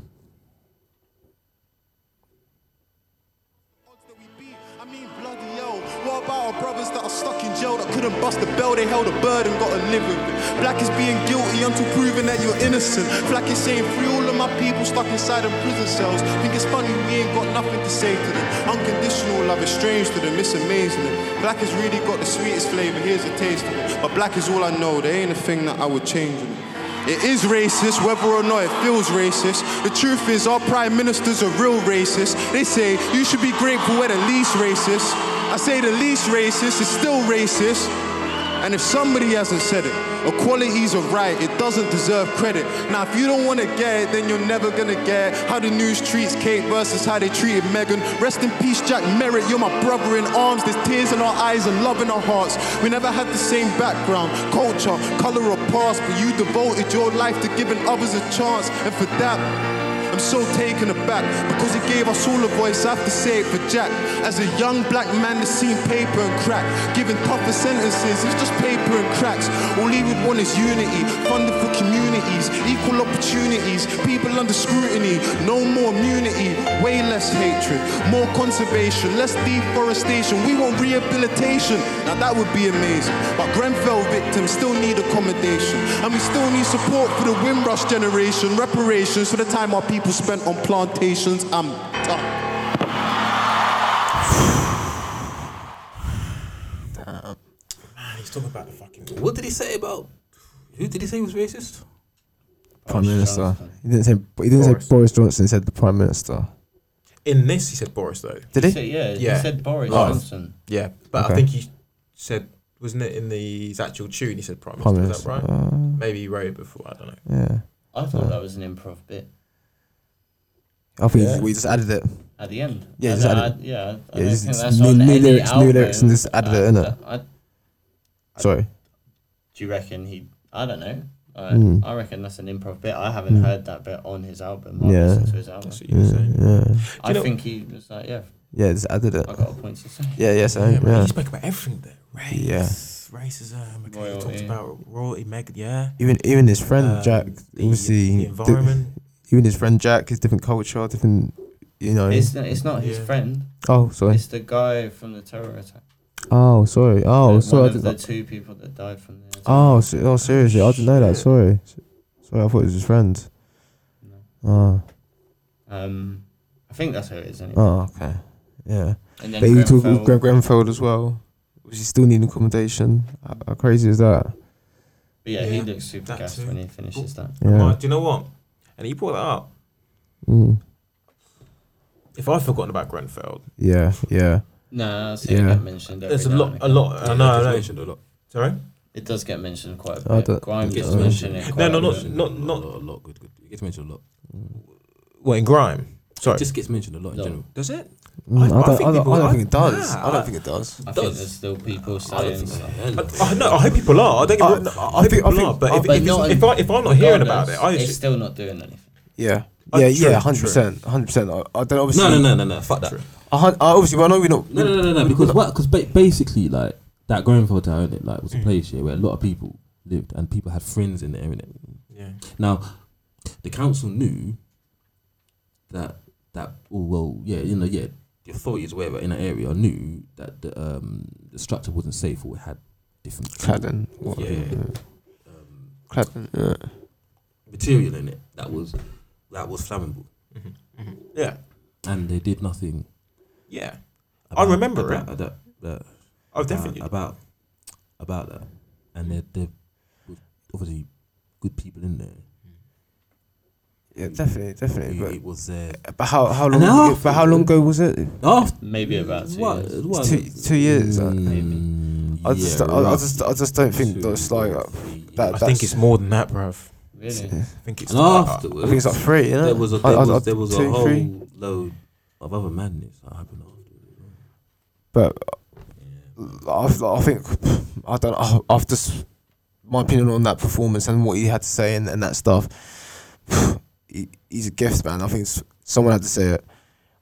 [SPEAKER 17] Bloody hell, what about our brothers that are stuck in jail that couldn't bust the bell? They held a bird and got to live with it. Black is being guilty until proven that you're innocent. Black is saying free all of my people stuck inside them prison cells. Think it's funny we ain't got nothing to say to them. Unconditional love is strange to them, it's amazing. Black has really got the sweetest flavour, here's a taste of it. But black is all I know, there ain't a thing that I would change in it. It is racist, whether or not it feels racist. The truth is, our prime ministers are real racist. They say you should be grateful we're the least racist. I say the least racist is still racist. And if somebody hasn't said it, equality's a right, it doesn't deserve credit. Now, if you don't wanna get it, then you're never gonna get it. how the news treats Kate versus how they treated Megan. Rest in peace, Jack Merritt, you're my brother in arms. There's tears in our eyes and love in our hearts. We never had the same background, culture, color, or past, but you devoted your life to giving others a chance. And for that, I'm so taken aback because he gave us all a voice. I have to say it for Jack. As a young black man that's seen paper and crack, giving tougher sentences, it's just paper and cracks. All he would want is unity, funding for communities, equal opportunities, people under scrutiny, no more immunity, way less hatred, more conservation, less deforestation. We want rehabilitation. Now that would be amazing. But Grenfell victims still need accommodation, and we still need support for the Windrush generation, reparations for the time our people spent on plantations. I'm done.
[SPEAKER 8] he's talking about the fucking. What did he say about? Who did he say was racist?
[SPEAKER 4] Oh, Prime Minister. He didn't say. He didn't say Boris Johnson. He said the Prime Minister.
[SPEAKER 1] In this, he said Boris though.
[SPEAKER 4] Did he?
[SPEAKER 1] said-
[SPEAKER 3] yeah, he said Boris Johnson.
[SPEAKER 1] Yeah, but I
[SPEAKER 4] Okay.
[SPEAKER 1] think he said, wasn't it in the his actual tune? He said Prime Minister.
[SPEAKER 4] Prime
[SPEAKER 1] Is that right?
[SPEAKER 4] Minister, uh,
[SPEAKER 1] Maybe he wrote it before. I don't know.
[SPEAKER 4] Yeah. Uh,
[SPEAKER 3] I thought that was an improv bit
[SPEAKER 4] I think
[SPEAKER 1] Yeah.
[SPEAKER 4] we just added it.
[SPEAKER 3] at the end.
[SPEAKER 4] Yeah,
[SPEAKER 3] I
[SPEAKER 4] just
[SPEAKER 3] don't-
[SPEAKER 4] added.
[SPEAKER 3] I- yeah, I
[SPEAKER 4] yeah,
[SPEAKER 3] don't
[SPEAKER 4] just,
[SPEAKER 3] think
[SPEAKER 4] just
[SPEAKER 3] that's
[SPEAKER 4] new,
[SPEAKER 3] on
[SPEAKER 4] new
[SPEAKER 3] any
[SPEAKER 4] lyrics, new
[SPEAKER 3] album. Uh,
[SPEAKER 4] lyrics, and just added it in it.
[SPEAKER 3] I- I-
[SPEAKER 4] Sorry.
[SPEAKER 3] Do you reckon he? I don't know. I,
[SPEAKER 4] Mm.
[SPEAKER 3] I reckon that's an improv bit. I haven't
[SPEAKER 4] Mm.
[SPEAKER 3] heard that bit on his album. I
[SPEAKER 4] Yeah.
[SPEAKER 3] listened to his album.
[SPEAKER 4] That's what you were Yeah, saying. yeah. Do you
[SPEAKER 3] I
[SPEAKER 4] know-
[SPEAKER 3] think he was like, yeah.
[SPEAKER 4] Yeah, just added it.
[SPEAKER 3] I got a point to say.
[SPEAKER 4] Yeah, yeah, so
[SPEAKER 1] Yeah,
[SPEAKER 4] yeah.
[SPEAKER 1] but He spoke about everything there. Race,
[SPEAKER 4] Yeah.
[SPEAKER 1] racism. Okay, he talked uh, about royalty, mega, yeah.
[SPEAKER 4] Even even his friend
[SPEAKER 1] Um,
[SPEAKER 4] Jack, obviously,
[SPEAKER 1] the
[SPEAKER 4] di-
[SPEAKER 1] environment.
[SPEAKER 4] even his friend Jack, his different culture, different, you know.
[SPEAKER 3] It's, it's not his
[SPEAKER 1] Yeah.
[SPEAKER 3] friend.
[SPEAKER 4] Oh, sorry.
[SPEAKER 3] It's the guy from the terror attack. Uh,
[SPEAKER 4] Oh, sorry.
[SPEAKER 3] One
[SPEAKER 4] Oh,
[SPEAKER 3] of
[SPEAKER 4] sorry. I
[SPEAKER 3] the
[SPEAKER 4] didn't,
[SPEAKER 3] two people that died from the.
[SPEAKER 4] oh, se- oh, seriously, I didn't know that. Sorry, S- sorry. I thought it was his friend. Oh,
[SPEAKER 3] Um, I think that's who it is. Anyway.
[SPEAKER 4] oh, okay, yeah.
[SPEAKER 3] And then
[SPEAKER 4] But you talk with
[SPEAKER 3] Grenfell.
[SPEAKER 4] Gren- Grenfell as well. Was he still needing accommodation? How, how crazy is that?
[SPEAKER 3] But yeah, he looks super gassed when he finishes that.
[SPEAKER 4] Yeah.
[SPEAKER 1] Right, do you know what? And he brought that up.
[SPEAKER 4] Mm.
[SPEAKER 1] If I've forgotten about Grenfeld,
[SPEAKER 4] Yeah, yeah.
[SPEAKER 3] Nah, it's
[SPEAKER 4] Yeah.
[SPEAKER 3] yeah. get mentioned.
[SPEAKER 1] there's a
[SPEAKER 3] every now
[SPEAKER 1] lot,
[SPEAKER 3] and
[SPEAKER 1] a
[SPEAKER 3] again.
[SPEAKER 1] lot. I know, I know. Sorry.
[SPEAKER 3] It does get mentioned quite a
[SPEAKER 4] I
[SPEAKER 3] bit.
[SPEAKER 4] don't-
[SPEAKER 3] Grime
[SPEAKER 4] Gets
[SPEAKER 3] gets
[SPEAKER 4] mentioned.
[SPEAKER 3] mentioned. it
[SPEAKER 1] No,
[SPEAKER 3] quite
[SPEAKER 1] no,
[SPEAKER 3] a
[SPEAKER 1] not,
[SPEAKER 3] bit.
[SPEAKER 1] not, not.
[SPEAKER 8] A lot, good, good. It gets mentioned a lot.
[SPEAKER 1] Well, in grime. Sorry.
[SPEAKER 8] It just gets mentioned a lot in general.
[SPEAKER 1] Does it?
[SPEAKER 4] Mm, I don't- I don't-
[SPEAKER 1] people-
[SPEAKER 4] I don't think it does. I don't
[SPEAKER 1] Nah.
[SPEAKER 4] think it does.
[SPEAKER 1] It
[SPEAKER 4] I think
[SPEAKER 1] does.
[SPEAKER 3] There's still people saying stuff.
[SPEAKER 1] I, no, I hope people are. I don't
[SPEAKER 4] I-
[SPEAKER 1] get me
[SPEAKER 4] no,
[SPEAKER 1] wrong. I hope people are. But if, if, it's- if, I, if I'm not hearing about it, I
[SPEAKER 3] it's
[SPEAKER 1] just,
[SPEAKER 3] still not doing anything.
[SPEAKER 4] Yeah.
[SPEAKER 1] Uh,
[SPEAKER 4] Yeah,
[SPEAKER 1] true,
[SPEAKER 4] yeah, hundred percent, hundred percent. I I don't obviously.
[SPEAKER 8] No, no, no, no, no. Fuck that.
[SPEAKER 4] I, hun- I obviously, well, I know we're not.
[SPEAKER 8] No, no, no, no, no. Because what? Because ba- basically, like that Grenfell Tower, innit, like was a place yeah, where a lot of people lived and people had friends in there, innit?
[SPEAKER 1] Yeah.
[SPEAKER 8] Now, the council knew that that oh well, yeah, you know, yeah, the authorities, wherever in that area, knew that the um the structure wasn't safe or it had different
[SPEAKER 4] Cladding, what-
[SPEAKER 8] yeah,
[SPEAKER 4] yeah. Cladding, yeah.
[SPEAKER 8] material in it that was that was flammable. Mm-hmm.
[SPEAKER 1] Yeah.
[SPEAKER 8] and they did nothing.
[SPEAKER 1] Yeah. I remember
[SPEAKER 8] about,
[SPEAKER 1] it.
[SPEAKER 8] About, about,
[SPEAKER 1] Oh,
[SPEAKER 8] about-
[SPEAKER 1] definitely.
[SPEAKER 8] about about that, and there there was obviously good people in there.
[SPEAKER 4] Yeah, definitely, definitely.
[SPEAKER 8] It,
[SPEAKER 4] But,
[SPEAKER 8] it was there.
[SPEAKER 4] but how how
[SPEAKER 8] And
[SPEAKER 4] long?
[SPEAKER 8] how-
[SPEAKER 4] but how long ago was it?
[SPEAKER 8] Oh,
[SPEAKER 3] Maybe about two
[SPEAKER 8] What-
[SPEAKER 3] years.
[SPEAKER 8] what-
[SPEAKER 4] two, two years. uh, I just,
[SPEAKER 8] yeah,
[SPEAKER 4] I, I
[SPEAKER 8] right.
[SPEAKER 4] just, I just don't think that's like uh, that.
[SPEAKER 1] I
[SPEAKER 4] That's,
[SPEAKER 1] think it's more than that, bruv.
[SPEAKER 3] Really?
[SPEAKER 1] I think it's.
[SPEAKER 8] And
[SPEAKER 1] I-
[SPEAKER 8] afterwards,
[SPEAKER 4] I think it's like three, innit?
[SPEAKER 8] There was a,
[SPEAKER 4] I-
[SPEAKER 8] there
[SPEAKER 4] I-
[SPEAKER 8] was,
[SPEAKER 4] I-
[SPEAKER 8] there was a
[SPEAKER 4] two,
[SPEAKER 8] whole
[SPEAKER 4] three.
[SPEAKER 8] load of other madness that happened.
[SPEAKER 4] But I've, I think I don't. know, I've just my opinion on that performance and what he had to say and, and that stuff. he, he's a gift, man. I think s someone had to say it,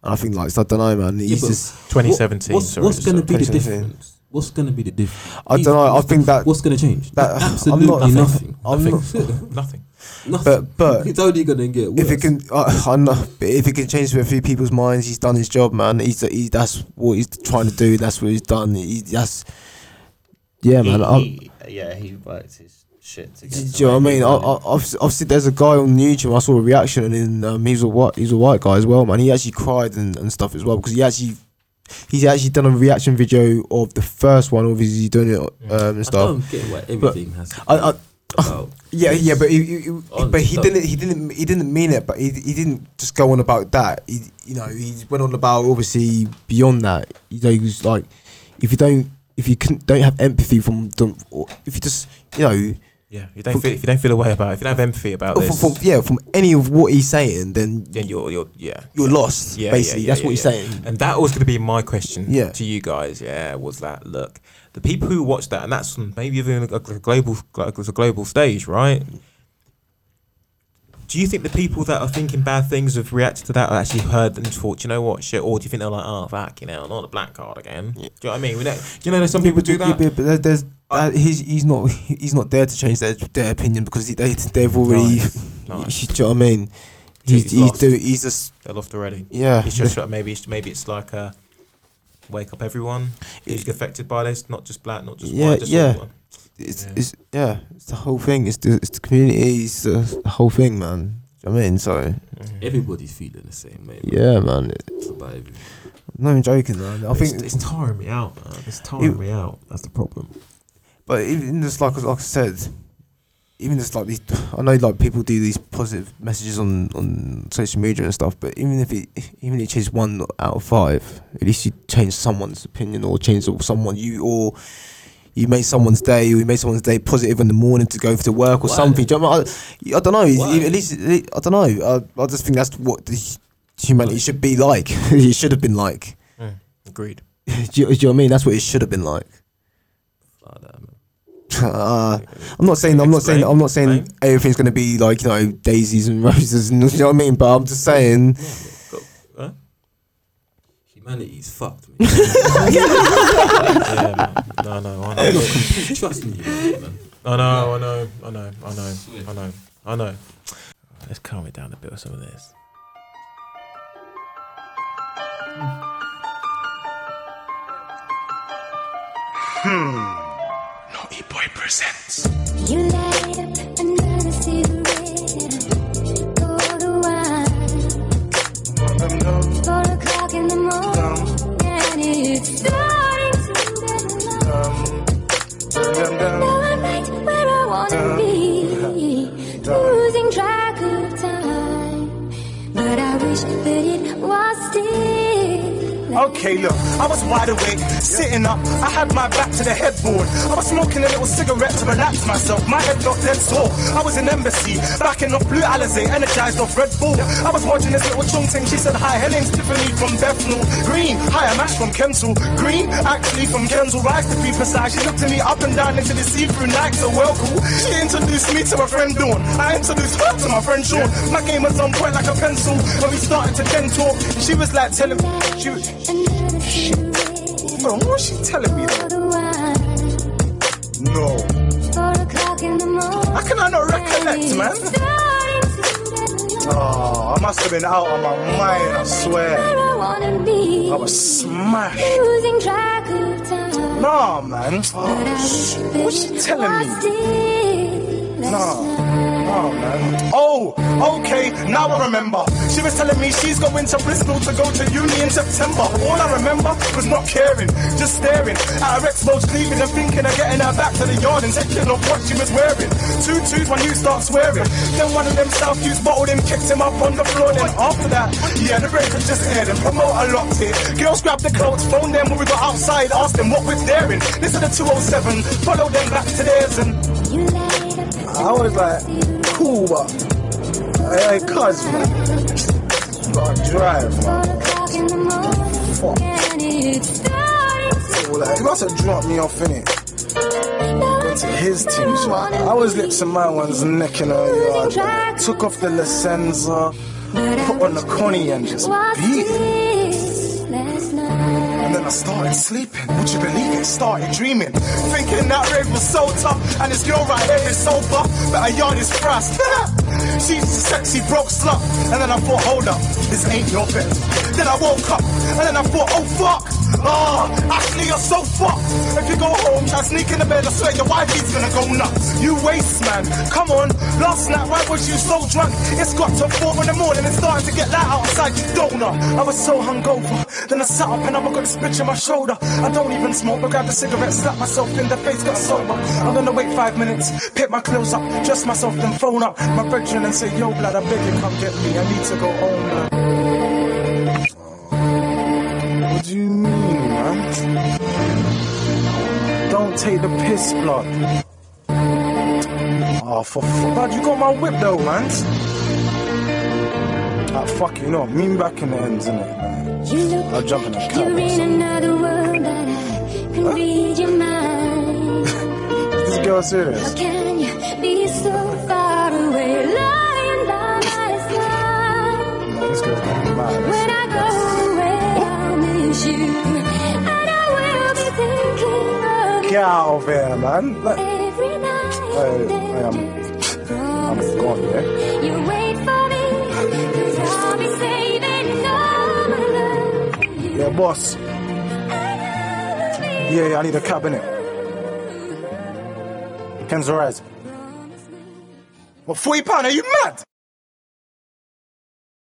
[SPEAKER 4] and I think like so I don't know, man. He's
[SPEAKER 8] but
[SPEAKER 4] just
[SPEAKER 8] what- What's, what's going to be the
[SPEAKER 4] 2017.
[SPEAKER 8] difference? What's going to be the difference?
[SPEAKER 4] I don't know. I think that
[SPEAKER 8] what's going to change?
[SPEAKER 4] That
[SPEAKER 8] Absolutely
[SPEAKER 4] I'm not,
[SPEAKER 8] nothing.
[SPEAKER 4] I'm
[SPEAKER 8] Nothing.
[SPEAKER 4] not,
[SPEAKER 1] Nothing.
[SPEAKER 8] Nothing.
[SPEAKER 4] But but
[SPEAKER 8] It's only gonna get
[SPEAKER 4] If it can, I, I know, but if it can change a few people's minds, he's done his job, man. He's he, that's what he's trying to do. That's what he's done. He, that's yeah, man. I,
[SPEAKER 3] He, he, yeah, he worked his shit to
[SPEAKER 4] do
[SPEAKER 3] get.
[SPEAKER 4] you know what I mean? I, I, I've, I've seen there's a guy on YouTube. I saw a reaction, and then, um, he was a white, he's a white guy as well, man. He actually cried and, and stuff as well because he actually, he's actually done a reaction video of the first one. Obviously, he's doing it um, and
[SPEAKER 8] I
[SPEAKER 4] stuff.
[SPEAKER 8] don't get why
[SPEAKER 4] But
[SPEAKER 8] everything has to
[SPEAKER 4] I, I,
[SPEAKER 8] be about
[SPEAKER 4] yeah, yeah, but he, he- he-
[SPEAKER 8] On
[SPEAKER 4] but he
[SPEAKER 8] stuff.
[SPEAKER 4] didn't, he didn't, he didn't mean it. But he, he didn't just go on about that. He, you know, he went on about obviously beyond that. You know, he was like, if you don't, if you can, don't have empathy from, don't, or if you just, you know,
[SPEAKER 1] Yeah, you don't feel if you don't feel a way about it, if you don't have empathy about
[SPEAKER 4] or
[SPEAKER 1] this,
[SPEAKER 4] from, from- Oh, yeah, from any of what he's saying, then
[SPEAKER 1] then you're you're yeah
[SPEAKER 4] you're lost.
[SPEAKER 1] yeah,
[SPEAKER 4] basically,
[SPEAKER 1] yeah,
[SPEAKER 4] that's
[SPEAKER 1] yeah,
[SPEAKER 4] what he's
[SPEAKER 1] yeah.
[SPEAKER 4] saying.
[SPEAKER 1] And that was going to be my question
[SPEAKER 4] Yeah.
[SPEAKER 1] to you guys. Yeah, was that look the people who watched that, and that's on maybe even a, a global like it's a global stage, right? Do you think the people that are thinking bad things have reacted to that, or actually heard and thought, you know what, shit, or do you think they're like, oh, fuck, you know, not a black card again? Do you know what I mean? We know, you know, there's some people do
[SPEAKER 4] Yeah,
[SPEAKER 1] that.
[SPEAKER 4] but there- there's, uh, he's, he's not, he's not there to change their, their opinion because he, they, they've already,
[SPEAKER 1] Nice.
[SPEAKER 4] do you know what I mean?
[SPEAKER 1] He's
[SPEAKER 4] He's, he's,
[SPEAKER 1] lost.
[SPEAKER 4] do, he's just
[SPEAKER 1] They're lost already.
[SPEAKER 4] Yeah.
[SPEAKER 1] It's just like maybe it's, maybe it's like a wake up everyone who's affected by this, not just black, not just
[SPEAKER 4] yeah,
[SPEAKER 1] white, just
[SPEAKER 4] yeah.
[SPEAKER 1] everyone.
[SPEAKER 4] It's, it's yeah, it's the whole thing. It's the, it's the community. It's the whole thing, man. Do you know what I mean, so
[SPEAKER 1] Mm-hmm.
[SPEAKER 8] everybody's feeling the same, mate.
[SPEAKER 4] yeah, man.
[SPEAKER 8] It's about everything.
[SPEAKER 4] I'm not even joking, man. I think
[SPEAKER 1] it's, it's tiring me out, man. It's tiring
[SPEAKER 4] It-
[SPEAKER 1] me out. That's the problem.
[SPEAKER 4] But even just like like I said, even just like these, I know like people do these positive messages on on social media and stuff. But even if it even if you change one out of five, at least you change someone's opinion or change someone you or. You made someone's day, or you made someone's day positive in the morning to go to work or
[SPEAKER 8] Why?
[SPEAKER 4] something. Do you know what I, mean? I, I don't know.
[SPEAKER 8] Why?
[SPEAKER 4] At least I don't know. I, I just think that's what the humanity should be like. it should have been like.
[SPEAKER 1] Agreed.
[SPEAKER 4] do, you, do you know what I mean? That's what it should have been like. Uh, I'm not saying I'm not saying I'm not saying everything's gonna be like you know daisies and roses and you know what I mean, but I'm just saying.
[SPEAKER 8] Humanity's fucked me. yeah,
[SPEAKER 1] man. No, no, I know.
[SPEAKER 8] I've got complete trust in you, man.
[SPEAKER 1] I know, I know, I know, I know, I know, I know. Let's calm it down a bit with some of this.
[SPEAKER 19] Naughty Boy presents.
[SPEAKER 12] You light up another cigarette. Go to one. Four o'clock in the morning, and it's starting to get low. Now I'm right where I wanna be, losing track of time. But I wish that it was still
[SPEAKER 20] Okay, look, I was wide awake, sitting up. I had my back to the headboard. I was smoking a little cigarette to relax myself. My head felt dead sore. I was in embassy, backing off Blue Alizé, energized off Red Bull. I was watching this little chung ting. She said, Hi, Helen's Tiffany from Bethnal Green. Hi, I'm Ash from Kensal Green. Actually, from Kensal Rise to be precise. She looked at me up and down into the see-through night. So well cool. She introduced me to my friend Dawn. I introduced her to my friend Sean. My game was on point like a pencil. When we started to then talk, she was like telling me, she was, shit. Bro, what was she telling me? No. How can I not recollect, man? Oh, I must have been out of my mind, I swear. I was smashed. Nah, man. Oh, shit. What's she telling me? Nah. Oh, man. Oh, okay, now I remember. She was telling me she's going to Bristol to go to uni in September. All I remember was not caring, just staring at her ex-boat's leaving and thinking of getting her back to the yard and taking off what she was wearing. Two twos when you start swearing. Then one of them South Hughes bottled him, kicked him up on the floor. Then after that, yeah, the break was just aired and promoter locked it. Girls grabbed the clothes, phoned them when we got outside, asked them what we're daring. Listen to 207, followed oh them back to theirs and... I was like, cool, but I, I cuz, man. Gotta drive, man. Fuck. So, like, he must have dropped me off in it. Went to his team, so I, I was lips in my one's neck in her yard. man. Took off the Licenza, put on the Connie and just beat it. And then I started sleeping. Would you believe it? Started dreaming. Thinking that rave was so tough. And this girl right here is so buff. But her yard is frassed. She's a sexy broke slut. And then I thought, hold up, this ain't your bed. Then I woke up. And then I thought, oh fuck. Ah, Ashley, you're so fucked. If you go home, try sneak in the bed. I swear your wife is gonna go nuts. You waste, man. Come on. Last night, why was you so drunk? It's got to four in the morning. It's starting to get light outside. You don't know. I was so hungover. Then I sat up and I got this bitch on my shoulder. I don't even smoke, but grabbed a cigarette, slapped myself in the face, got sober. I'm gonna wait five minutes, pick my clothes up, dress myself, then phone up my brethren and say, Yo, blood, I beg you, come get me. I need to go home, blood. What do you mean, man? Don't take the piss, blood. Oh, for f- blood, you got my whip though, man. Ah, fuck you, know, mean back in the ends, innit? I'll jump in a cab.
[SPEAKER 12] You're in another world, but I can read your mind.
[SPEAKER 20] This girl serious.
[SPEAKER 12] How can you be so far away, lying by my side?
[SPEAKER 20] This girl's going mad.
[SPEAKER 12] When I go away, I'll miss you, and I will be thinking of
[SPEAKER 20] Get out of here, man. Like,
[SPEAKER 12] every night.
[SPEAKER 20] I, I am. I'm gone, yeah?
[SPEAKER 12] You wait for me, 'cause I'll be saving all my love.
[SPEAKER 20] Yeah, boss. Yeah, yeah, I need a cab, innit? Ken's alright. What, £40? Are you mad?